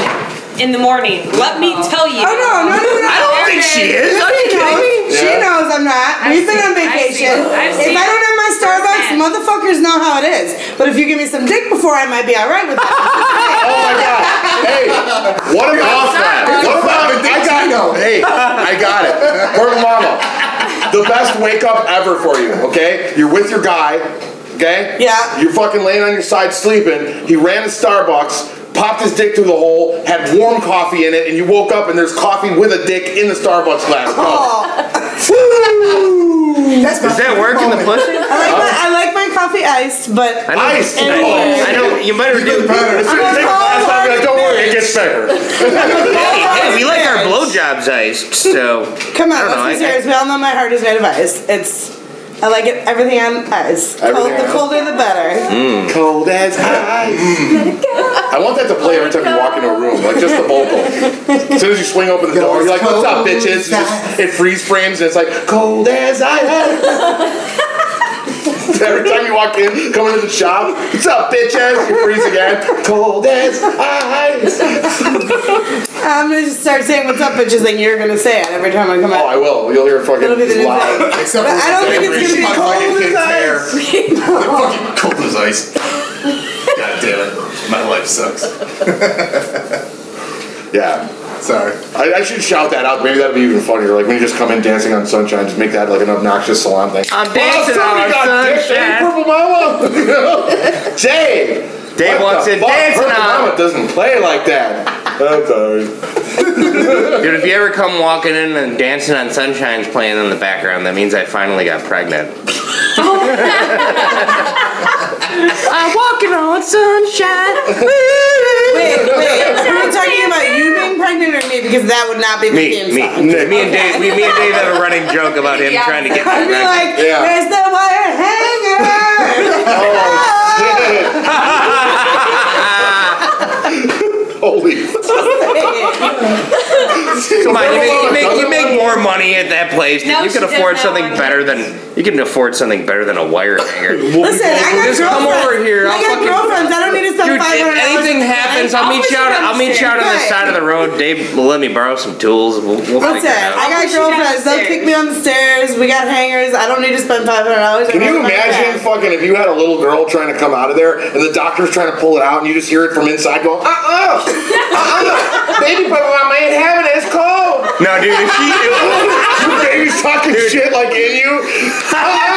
[SPEAKER 9] in the morning. Let me tell you.
[SPEAKER 5] Oh no, no, no, no!
[SPEAKER 4] I don't think she is.
[SPEAKER 5] She
[SPEAKER 4] Are you
[SPEAKER 5] knows.
[SPEAKER 4] kidding me?
[SPEAKER 5] She
[SPEAKER 4] Yeah.
[SPEAKER 5] knows I'm not.
[SPEAKER 6] I've
[SPEAKER 5] We've been
[SPEAKER 6] seen-
[SPEAKER 5] on
[SPEAKER 6] I've
[SPEAKER 5] vacation.
[SPEAKER 6] seen- I've
[SPEAKER 5] if
[SPEAKER 6] seen
[SPEAKER 5] I don't have my Starbucks,
[SPEAKER 6] firsthand.
[SPEAKER 5] motherfuckers know how it is. But if you give me some dick before, I might be all right with
[SPEAKER 4] Oh my
[SPEAKER 5] that.
[SPEAKER 4] god. Hey, what about that? What about I got Hey, I got it. Purple Mama. The best wake up ever for you, okay? You're with your guy, okay?
[SPEAKER 5] Yeah.
[SPEAKER 4] You're fucking laying on your side sleeping. He ran to Starbucks, popped his dick through the hole, had warm coffee in it, and you woke up and there's coffee with a dick in the Starbucks glass. cup.
[SPEAKER 5] Oh,
[SPEAKER 7] That's my
[SPEAKER 3] Does that
[SPEAKER 7] favorite
[SPEAKER 3] work in the
[SPEAKER 7] moment.
[SPEAKER 3] pussy?
[SPEAKER 5] I like my, I like my coffee iced, but
[SPEAKER 3] I know.
[SPEAKER 4] Ice.
[SPEAKER 3] I,
[SPEAKER 4] Oh.
[SPEAKER 3] I know. You better do.
[SPEAKER 4] As soon as I take the glass off, you're like, don't worry, it gets better.
[SPEAKER 3] Hey, we like our blowjobs iced, so.
[SPEAKER 5] come on,
[SPEAKER 3] I don't know, I-
[SPEAKER 5] let's be serious. We all know my heart is made of ice. It's I like it. Everything on ice. Cold,
[SPEAKER 4] Everything
[SPEAKER 5] the
[SPEAKER 4] on-
[SPEAKER 5] colder, the better.
[SPEAKER 4] Cold as ice. I want that to play every time you walk into a room, like just the vocal. As soon as you swing open the door, you're like, "What's up, bitches?" And just- it freeze frames and it's like, "Cold as ice." every time you walk in, come into the shop, "What's up, bitches?" You freeze again, "Cold as ice."
[SPEAKER 5] I'm gonna just start saying what's up, bitches, and you're gonna say it every time I come
[SPEAKER 4] Oh, I
[SPEAKER 5] out.
[SPEAKER 4] will. You'll hear
[SPEAKER 5] It'll be
[SPEAKER 4] fucking
[SPEAKER 5] the new
[SPEAKER 4] loud.
[SPEAKER 5] thing.
[SPEAKER 7] Except
[SPEAKER 5] But
[SPEAKER 7] for
[SPEAKER 5] I don't think it's gonna be cold as ice.
[SPEAKER 7] They're fucking cold as ice. God damn it. My life sucks.
[SPEAKER 4] Yeah.
[SPEAKER 7] Sorry.
[SPEAKER 4] I, I should shout that out. Maybe that'd be even funnier. Like when you just come in dancing on sunshine, just make that like an obnoxious salon thing.
[SPEAKER 3] I'm dancing
[SPEAKER 4] somebody
[SPEAKER 3] on
[SPEAKER 4] got dick, eh,
[SPEAKER 3] sunshine.
[SPEAKER 4] Purple Mama. Dave.
[SPEAKER 3] Dave
[SPEAKER 4] what
[SPEAKER 3] wants
[SPEAKER 4] the
[SPEAKER 3] it
[SPEAKER 4] fuck?
[SPEAKER 3] dancing
[SPEAKER 4] Purple
[SPEAKER 3] on.
[SPEAKER 4] Mama doesn't play like that. I'm sorry.
[SPEAKER 3] Dude, if you ever come walking in and dancing on sunshine's playing in the background, that means I finally got pregnant. I'm walking on sunshine.
[SPEAKER 5] Wait, wait. Are we talking about you being pregnant or me? Because that would not be the
[SPEAKER 3] Me,
[SPEAKER 5] theme
[SPEAKER 3] me,
[SPEAKER 5] song.
[SPEAKER 4] Nick.
[SPEAKER 3] me and Dave, we, me and Dave have a running joke about him
[SPEAKER 6] Yeah.
[SPEAKER 3] trying to get
[SPEAKER 5] I'd be
[SPEAKER 3] pregnant.
[SPEAKER 5] like,
[SPEAKER 4] Yeah.
[SPEAKER 5] where's the wire hanger?
[SPEAKER 3] Oh.
[SPEAKER 4] Holy.
[SPEAKER 3] Come on, you make, you make you make more money at that place.
[SPEAKER 6] No,
[SPEAKER 3] you can
[SPEAKER 6] she doesn't
[SPEAKER 3] afford
[SPEAKER 6] have
[SPEAKER 3] something
[SPEAKER 6] one.
[SPEAKER 3] better than you can afford something better than a wire hanger.
[SPEAKER 5] Listen, I got
[SPEAKER 3] Just come over
[SPEAKER 5] girlfriends.
[SPEAKER 3] here,
[SPEAKER 5] I
[SPEAKER 3] I'll
[SPEAKER 5] got
[SPEAKER 3] fucking-
[SPEAKER 5] girlfriends. I don't need to spend
[SPEAKER 3] Dude,
[SPEAKER 5] five
[SPEAKER 3] if
[SPEAKER 5] hundred.
[SPEAKER 3] anything happens, I'll meet you out. I'll meet you out on the
[SPEAKER 5] Right.
[SPEAKER 3] side of the road. Dave will let me borrow some tools. We'll, we'll figure it
[SPEAKER 5] Listen,
[SPEAKER 3] out.
[SPEAKER 5] I got
[SPEAKER 6] I'll push you
[SPEAKER 5] girlfriends. They'll kick
[SPEAKER 6] downstairs.
[SPEAKER 5] me on the stairs. We got hangers. I don't need to spend five hundred dollars.
[SPEAKER 4] Can you imagine fucking if you had a little girl trying to come out of there and the doctor's trying to pull it out and you just hear it from inside going, uh uh-uh, uh, baby Purple Mama ain't having it, it's cold.
[SPEAKER 3] No, dude, if she, if,
[SPEAKER 4] Your baby's talking shit like in you. Uh-uh,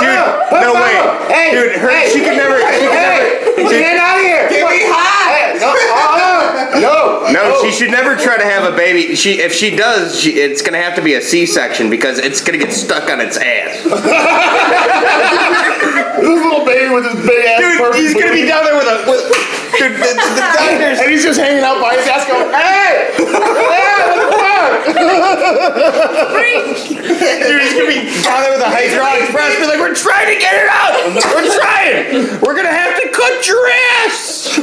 [SPEAKER 3] Dude,
[SPEAKER 4] uh-uh,
[SPEAKER 3] no
[SPEAKER 4] uh-uh.
[SPEAKER 3] way.
[SPEAKER 4] Hey,
[SPEAKER 3] Dude, her-
[SPEAKER 4] hey,
[SPEAKER 3] she could never- she could
[SPEAKER 4] hey,
[SPEAKER 3] never-
[SPEAKER 4] Get out of here. Get me high. No, uh-uh, no,
[SPEAKER 3] no, she should never try to have a baby. She, if she does, she, it's gonna have to be a C-section because it's gonna get stuck on its ass.
[SPEAKER 4] This little baby with his big ass.
[SPEAKER 3] Dude,
[SPEAKER 4] perfect
[SPEAKER 3] he's gonna be
[SPEAKER 4] booty.
[SPEAKER 3] down there with a. With, dude, the, the doctors.
[SPEAKER 4] And he's just hanging out by his ass going, hey, hey, what the fuck?
[SPEAKER 3] Dude, he's gonna be down there with a hydraulic press. Be like, we're trying to get it out. We're trying. We're gonna have to cut your ass.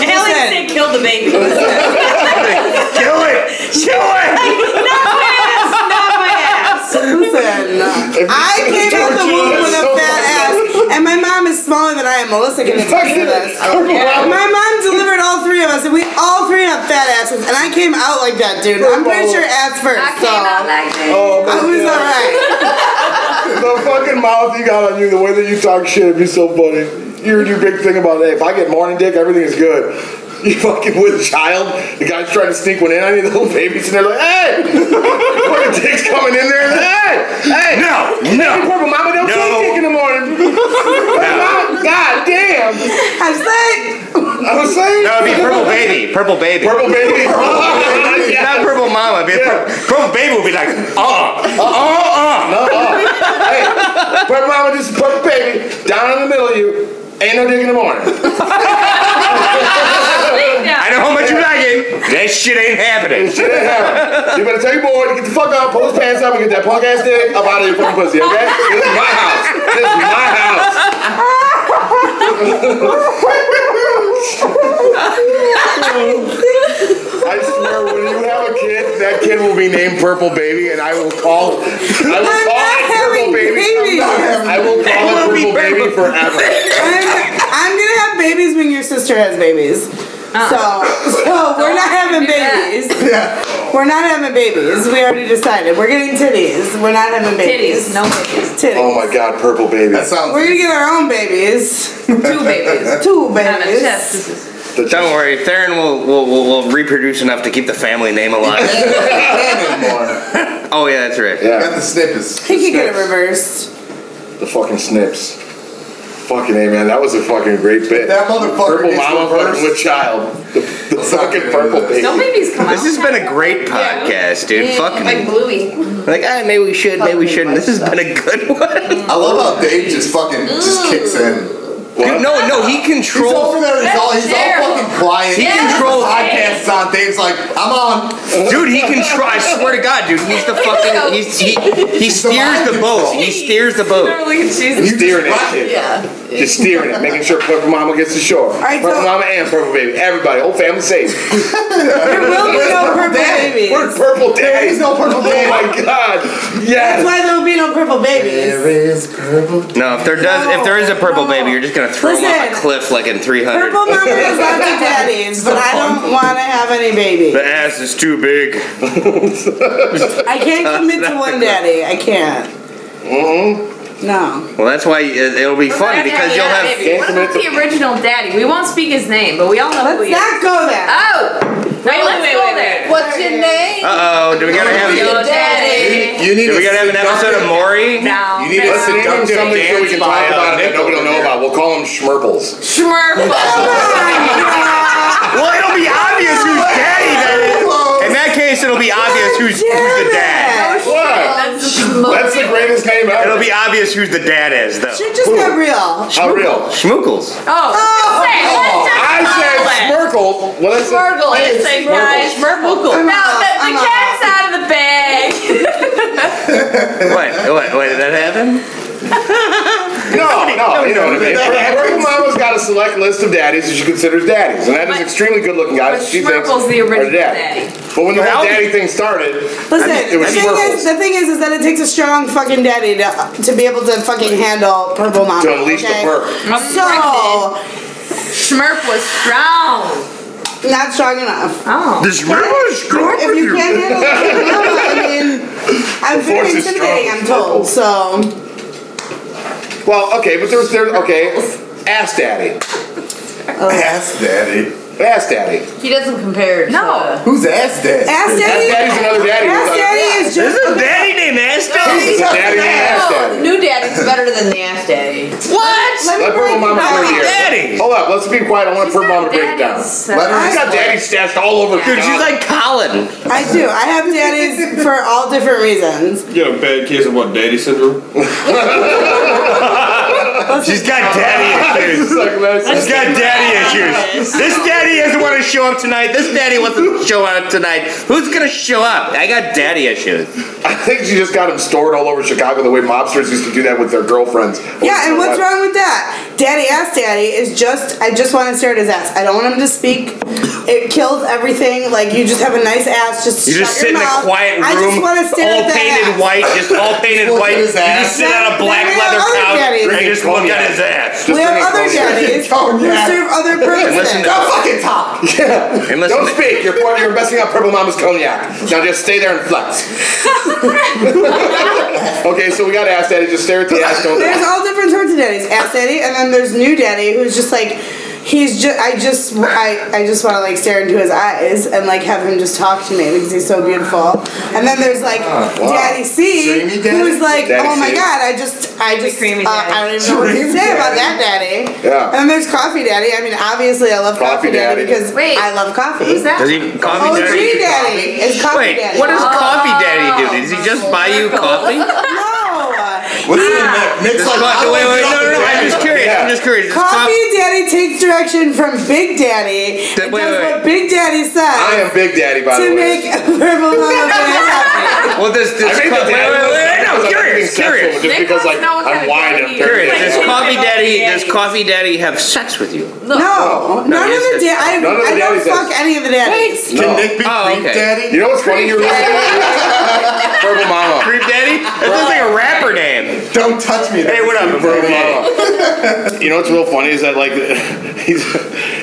[SPEAKER 6] Haley said kill the baby.
[SPEAKER 3] Kill it. Kill it.
[SPEAKER 6] Not my ass.
[SPEAKER 5] Listen, I came out the womb with a fat ass, and my mom is smaller than I am. Melissa can attest to this. My mom delivered all three of us, and we all three have fat asses, and I came out like that, dude. I'm pretty sure ass first,
[SPEAKER 6] I
[SPEAKER 5] so
[SPEAKER 6] came out like this.
[SPEAKER 4] Oh,
[SPEAKER 5] I was
[SPEAKER 3] uh,
[SPEAKER 4] the
[SPEAKER 5] alright.
[SPEAKER 4] fucking mouth you got on you, the way that you talk shit, it'd be so funny. You and your big thing about, hey, if I get morning dick, everything is good. you fucking with a child. The guy's trying to sneak one in on you. The little baby's in there like, hey, fucking dick's coming in there. Hey, hey, no, no, purple mama, don't take dick in the morning. Mama, God damn.
[SPEAKER 5] I'm sick.
[SPEAKER 4] I'm saying.
[SPEAKER 3] No, it'd be purple baby. Purple baby.
[SPEAKER 4] Purple baby.
[SPEAKER 3] Not purple mama. Be purple, purple baby would be like, uh, uh, uh, uh.
[SPEAKER 4] Hey, purple mama, this is purple baby down in the middle of you. Ain't no dick in the morning.
[SPEAKER 3] I know how much you like it. That shit ain't happening.
[SPEAKER 4] Shit ain't happening. You better tell your boy to get the fuck up, pull his pants up, and get that punk ass dick up out of your fucking pussy, okay? This is my house. This is my house. I swear, when you have a kid, that kid will be named Purple Baby, and I will call, I will
[SPEAKER 5] I'm
[SPEAKER 4] call
[SPEAKER 5] not
[SPEAKER 4] it Purple
[SPEAKER 5] having
[SPEAKER 4] Baby.
[SPEAKER 5] babies.
[SPEAKER 4] I will call it
[SPEAKER 3] will be
[SPEAKER 4] Purple Baby forever.
[SPEAKER 5] I'm, I'm gonna have babies when your sister has babies. So, so we're not having
[SPEAKER 6] Uh-uh. do that.
[SPEAKER 5] babies. We're not having babies. We already decided. We're getting titties. We're not having babies.
[SPEAKER 6] Titties, no babies.
[SPEAKER 5] Titties.
[SPEAKER 4] Oh my God, Purple Baby.
[SPEAKER 7] That sounds.
[SPEAKER 5] We're gonna get our own babies.
[SPEAKER 6] Two babies.
[SPEAKER 5] Two
[SPEAKER 6] Not a
[SPEAKER 5] babies.
[SPEAKER 6] chest. This is-
[SPEAKER 3] Don't worry, Theron will, will, will, will reproduce enough to keep the family name alive.
[SPEAKER 7] Anymore.
[SPEAKER 3] oh, yeah, that's right.
[SPEAKER 7] Got
[SPEAKER 4] Yeah,
[SPEAKER 7] the snippers.
[SPEAKER 5] He could get it reversed.
[SPEAKER 4] the fucking snips. Fucking A, man, that was a fucking great bit.
[SPEAKER 7] That motherfucker
[SPEAKER 4] Purple
[SPEAKER 7] gets
[SPEAKER 4] mama
[SPEAKER 7] reversed.
[SPEAKER 4] fucking with child. The, the
[SPEAKER 7] Let's not
[SPEAKER 4] fucking
[SPEAKER 7] get into
[SPEAKER 4] Purple
[SPEAKER 7] this.
[SPEAKER 4] Baby.
[SPEAKER 6] No babies come out.
[SPEAKER 3] This has been a great podcast, dude. Fuck
[SPEAKER 9] Like
[SPEAKER 3] me.
[SPEAKER 9] Bluey.
[SPEAKER 3] Like, ah, maybe we should, maybe we shouldn't. This has been a good one.
[SPEAKER 7] I love how Dave just fucking just kicks in.
[SPEAKER 3] Dude, no, no, he
[SPEAKER 7] He's over
[SPEAKER 3] controls.
[SPEAKER 7] there. He's all. He's all
[SPEAKER 9] Terrible.
[SPEAKER 7] fucking quiet.
[SPEAKER 3] He controls-
[SPEAKER 7] Podcasts on. Dave's like, I'm on.
[SPEAKER 3] Dude, he controls. I swear to God, dude, he's the fucking. He's, he, he steers the boat. He steers the boat.
[SPEAKER 6] Oh, Look at Jesus.
[SPEAKER 4] Just steering that shit.
[SPEAKER 10] Yeah.
[SPEAKER 4] Just steering it, making sure Purple Mama gets to shore.
[SPEAKER 5] right,
[SPEAKER 4] Purple
[SPEAKER 5] so-
[SPEAKER 4] Mama and Purple Baby. Everybody, whole family safe.
[SPEAKER 5] There will be no purple babies.
[SPEAKER 4] We're Purple Daddy.
[SPEAKER 7] There's no purple
[SPEAKER 4] Oh
[SPEAKER 7] Dave.
[SPEAKER 4] my God. Yes.
[SPEAKER 5] That's why there will be no purple babies.
[SPEAKER 7] is purple.
[SPEAKER 3] No, if there does, if there is a purple baby, you're just gonna throw him off
[SPEAKER 5] Listen.
[SPEAKER 3] a cliff like in 300.
[SPEAKER 5] Purple mama has lots of daddies, but I don't want to have any babies.
[SPEAKER 3] The ass is too big.
[SPEAKER 5] I can't commit to one daddy. I can't. Mm-hmm. No.
[SPEAKER 3] Well, that's why it, it'll be fun because you'll have.
[SPEAKER 6] What about the original daddy? We won't speak his name, but we all know who
[SPEAKER 5] Let's
[SPEAKER 6] he is.
[SPEAKER 5] not go there.
[SPEAKER 6] Oh! Wait, let's
[SPEAKER 9] wait,
[SPEAKER 6] go
[SPEAKER 9] wait,
[SPEAKER 6] there.
[SPEAKER 10] What's your name?
[SPEAKER 3] Uh oh, do we gotta have?
[SPEAKER 6] Your daddy.
[SPEAKER 7] You need.
[SPEAKER 3] Do we
[SPEAKER 7] a
[SPEAKER 3] gotta have an episode of
[SPEAKER 7] seductive-
[SPEAKER 3] Maury?
[SPEAKER 6] No.
[SPEAKER 7] You need
[SPEAKER 4] Name
[SPEAKER 6] no.
[SPEAKER 7] a
[SPEAKER 4] them
[SPEAKER 7] seductive
[SPEAKER 4] something so we
[SPEAKER 7] dance
[SPEAKER 4] can
[SPEAKER 7] by
[SPEAKER 4] talk about it
[SPEAKER 7] uh,
[SPEAKER 4] that nobody will know about. We'll call them Schmerples.
[SPEAKER 6] Schmerple.
[SPEAKER 3] Well, it'll be obvious who's daddy that is. In that case, it'll be obvious who's, who's the
[SPEAKER 5] Oh,
[SPEAKER 3] dad.
[SPEAKER 4] What? That's the greatest name ever.
[SPEAKER 3] It'll be obvious who's the dad is, though.
[SPEAKER 5] Shit just got real.
[SPEAKER 4] How real?
[SPEAKER 3] Schmookles.
[SPEAKER 6] Oh.
[SPEAKER 4] I said Smirkle. What I said?
[SPEAKER 6] Smirgle. It's a guy. Smirgle. Now, the, the cat's out of the bag.
[SPEAKER 3] What? What? What? Did that happen?
[SPEAKER 4] No, no, you know what I mean. Purple Mama's got a select list of daddies that she considers daddies, and that is
[SPEAKER 6] But-
[SPEAKER 4] extremely good-looking guys.
[SPEAKER 6] but
[SPEAKER 4] that she thinks
[SPEAKER 6] Schmirkle's the
[SPEAKER 4] are
[SPEAKER 6] original
[SPEAKER 4] dad.
[SPEAKER 6] daddy.
[SPEAKER 4] But when the whole
[SPEAKER 3] Well-
[SPEAKER 4] daddy thing started,
[SPEAKER 5] Listen,
[SPEAKER 4] it
[SPEAKER 5] the
[SPEAKER 4] was
[SPEAKER 5] thing
[SPEAKER 4] Smirkles.
[SPEAKER 5] is, the thing is, is that it takes a strong fucking daddy to, to be able to fucking handle purple mama.
[SPEAKER 4] To unleash the
[SPEAKER 5] okay?
[SPEAKER 4] perk.
[SPEAKER 5] So
[SPEAKER 6] Schmirp was strong.
[SPEAKER 5] not strong enough.
[SPEAKER 6] Oh.
[SPEAKER 3] This is
[SPEAKER 5] If you can't handle purple mama, I mean, I'm
[SPEAKER 4] force
[SPEAKER 5] very
[SPEAKER 4] is strong
[SPEAKER 5] intimidating. I'm
[SPEAKER 4] as
[SPEAKER 5] told. So
[SPEAKER 4] well, okay, but there's there. Okay, ass daddy,
[SPEAKER 3] Oh.
[SPEAKER 7] Ass daddy.
[SPEAKER 4] ass daddy.
[SPEAKER 10] He doesn't compare. To,
[SPEAKER 6] No.
[SPEAKER 7] Who's ass daddy?
[SPEAKER 5] ass daddy,
[SPEAKER 4] daddy's another daddy.
[SPEAKER 5] Ass daddy is just
[SPEAKER 3] a daddy named Aston.
[SPEAKER 4] There's a daddy named ass daddy.
[SPEAKER 10] New daddy's better than the ass daddy.
[SPEAKER 6] What?
[SPEAKER 5] Let me
[SPEAKER 4] Let
[SPEAKER 5] break
[SPEAKER 4] Purple
[SPEAKER 5] it
[SPEAKER 4] Mama
[SPEAKER 5] down.
[SPEAKER 4] over here.
[SPEAKER 3] Daddy.
[SPEAKER 4] Hold up, let's be quiet. I want Purple Mama to break it down. She's
[SPEAKER 6] Daddy's, uh,
[SPEAKER 7] Let her
[SPEAKER 4] got daddies stashed all over.
[SPEAKER 3] Dude, she's like Colin.
[SPEAKER 5] I do. I have daddies for all different reasons.
[SPEAKER 11] You got a bad case of what, daddy syndrome?
[SPEAKER 3] She's got daddy issues.
[SPEAKER 4] She's like, listen.
[SPEAKER 3] He's got daddy issues. This daddy doesn't want to show up tonight. This daddy wants to show up tonight. Who's gonna show up? I got daddy issues.
[SPEAKER 4] I think she just got them stored all over Chicago the way mobsters used to do that with their girlfriends.
[SPEAKER 5] Yeah, and what's wrong with that? Daddy ass daddy is just I just want to stare at his ass. I don't want him to speak. It kills everything. Like you just have a nice ass. Just
[SPEAKER 3] You
[SPEAKER 5] shut
[SPEAKER 3] just sit
[SPEAKER 5] your
[SPEAKER 3] in a
[SPEAKER 5] mouth.
[SPEAKER 3] quiet room,
[SPEAKER 5] I just want to stare
[SPEAKER 3] all
[SPEAKER 5] at that
[SPEAKER 3] painted
[SPEAKER 5] ass.
[SPEAKER 3] white, just all painted
[SPEAKER 7] Look at
[SPEAKER 3] white. You
[SPEAKER 7] his
[SPEAKER 3] just
[SPEAKER 7] ass.
[SPEAKER 3] sit on a
[SPEAKER 5] Now-
[SPEAKER 3] black
[SPEAKER 5] now we
[SPEAKER 3] leather
[SPEAKER 5] have other
[SPEAKER 3] couch
[SPEAKER 5] daddies.
[SPEAKER 3] and just look
[SPEAKER 4] Cognac.
[SPEAKER 3] at his ass.
[SPEAKER 5] We have other daddies
[SPEAKER 7] Oh, yeah.
[SPEAKER 5] who serve other purposes.
[SPEAKER 7] Don't fucking talk.
[SPEAKER 3] And listen,
[SPEAKER 4] Don't speak. You're pouring, you're messing up Purple Mama's cognac. Now just stay there and flex. okay, so we got ass daddy. Just stare at the ass. Don't
[SPEAKER 5] There's all different sorts of daddies. Ass daddy, and then there's new daddy who's just like he's just I just I, I just want to like stare into his eyes and like have him just talk to me because he's so beautiful. And then there's like
[SPEAKER 7] Ah, wow.
[SPEAKER 5] Daddy C,
[SPEAKER 7] Dreamy Daddy?
[SPEAKER 5] who's like,
[SPEAKER 7] Daddy
[SPEAKER 5] oh my
[SPEAKER 7] C.
[SPEAKER 5] god, I just I just uh, I don't even know what to
[SPEAKER 7] Dreamy
[SPEAKER 5] say about that,
[SPEAKER 7] Daddy.
[SPEAKER 5] Daddy.
[SPEAKER 7] Yeah.
[SPEAKER 5] And then there's Coffee Daddy. I mean, obviously I love Coffee,
[SPEAKER 4] Coffee
[SPEAKER 5] Daddy,
[SPEAKER 4] Daddy.
[SPEAKER 5] because I love coffee. Who's
[SPEAKER 3] Does he coffee
[SPEAKER 5] OG
[SPEAKER 3] daddy?
[SPEAKER 5] Daddy. Oh, It's Coffee
[SPEAKER 3] Wait,
[SPEAKER 5] Daddy.
[SPEAKER 3] what does coffee daddy do? Does he just buy you coffee?
[SPEAKER 5] no.
[SPEAKER 3] What's
[SPEAKER 7] the mix?
[SPEAKER 3] like, wait, wait, no, no, no. I'm just curious. I'm just curious. Does
[SPEAKER 5] Coffee Daddy takes direction from Big Daddy and
[SPEAKER 3] wait, wait.
[SPEAKER 5] does what Big Daddy says.
[SPEAKER 4] I am Big Daddy, by the
[SPEAKER 5] to
[SPEAKER 4] way.
[SPEAKER 5] make verbal love happen.
[SPEAKER 3] Well, does this
[SPEAKER 4] I made
[SPEAKER 3] co-
[SPEAKER 4] the
[SPEAKER 3] wait,
[SPEAKER 4] daddy
[SPEAKER 3] wait, wait,
[SPEAKER 4] look
[SPEAKER 3] wait, no,
[SPEAKER 4] because I'm
[SPEAKER 3] curious,
[SPEAKER 4] being sexual,
[SPEAKER 3] curious,
[SPEAKER 4] Just because like I'm wide and I'm very
[SPEAKER 3] curious. Does
[SPEAKER 4] sexual.
[SPEAKER 3] coffee daddy? Does coffee daddy have sex with you?
[SPEAKER 5] No, none
[SPEAKER 3] No,
[SPEAKER 5] of
[SPEAKER 3] yes,
[SPEAKER 5] the
[SPEAKER 3] yes.
[SPEAKER 5] da- I,
[SPEAKER 4] None of the
[SPEAKER 5] I don't
[SPEAKER 4] daddies
[SPEAKER 5] fuck
[SPEAKER 4] is.
[SPEAKER 5] any of the daddies.
[SPEAKER 4] No.
[SPEAKER 7] Can Nick be
[SPEAKER 3] Oh,
[SPEAKER 7] creep
[SPEAKER 3] okay.
[SPEAKER 7] daddy?
[SPEAKER 4] You know what's funny? You're Verbal Mama.
[SPEAKER 3] Creep daddy? That sounds like a rapper name.
[SPEAKER 7] Don't touch me.
[SPEAKER 3] Hey, what up,
[SPEAKER 7] Verbal
[SPEAKER 3] bro?
[SPEAKER 4] You know what's real funny is that like he's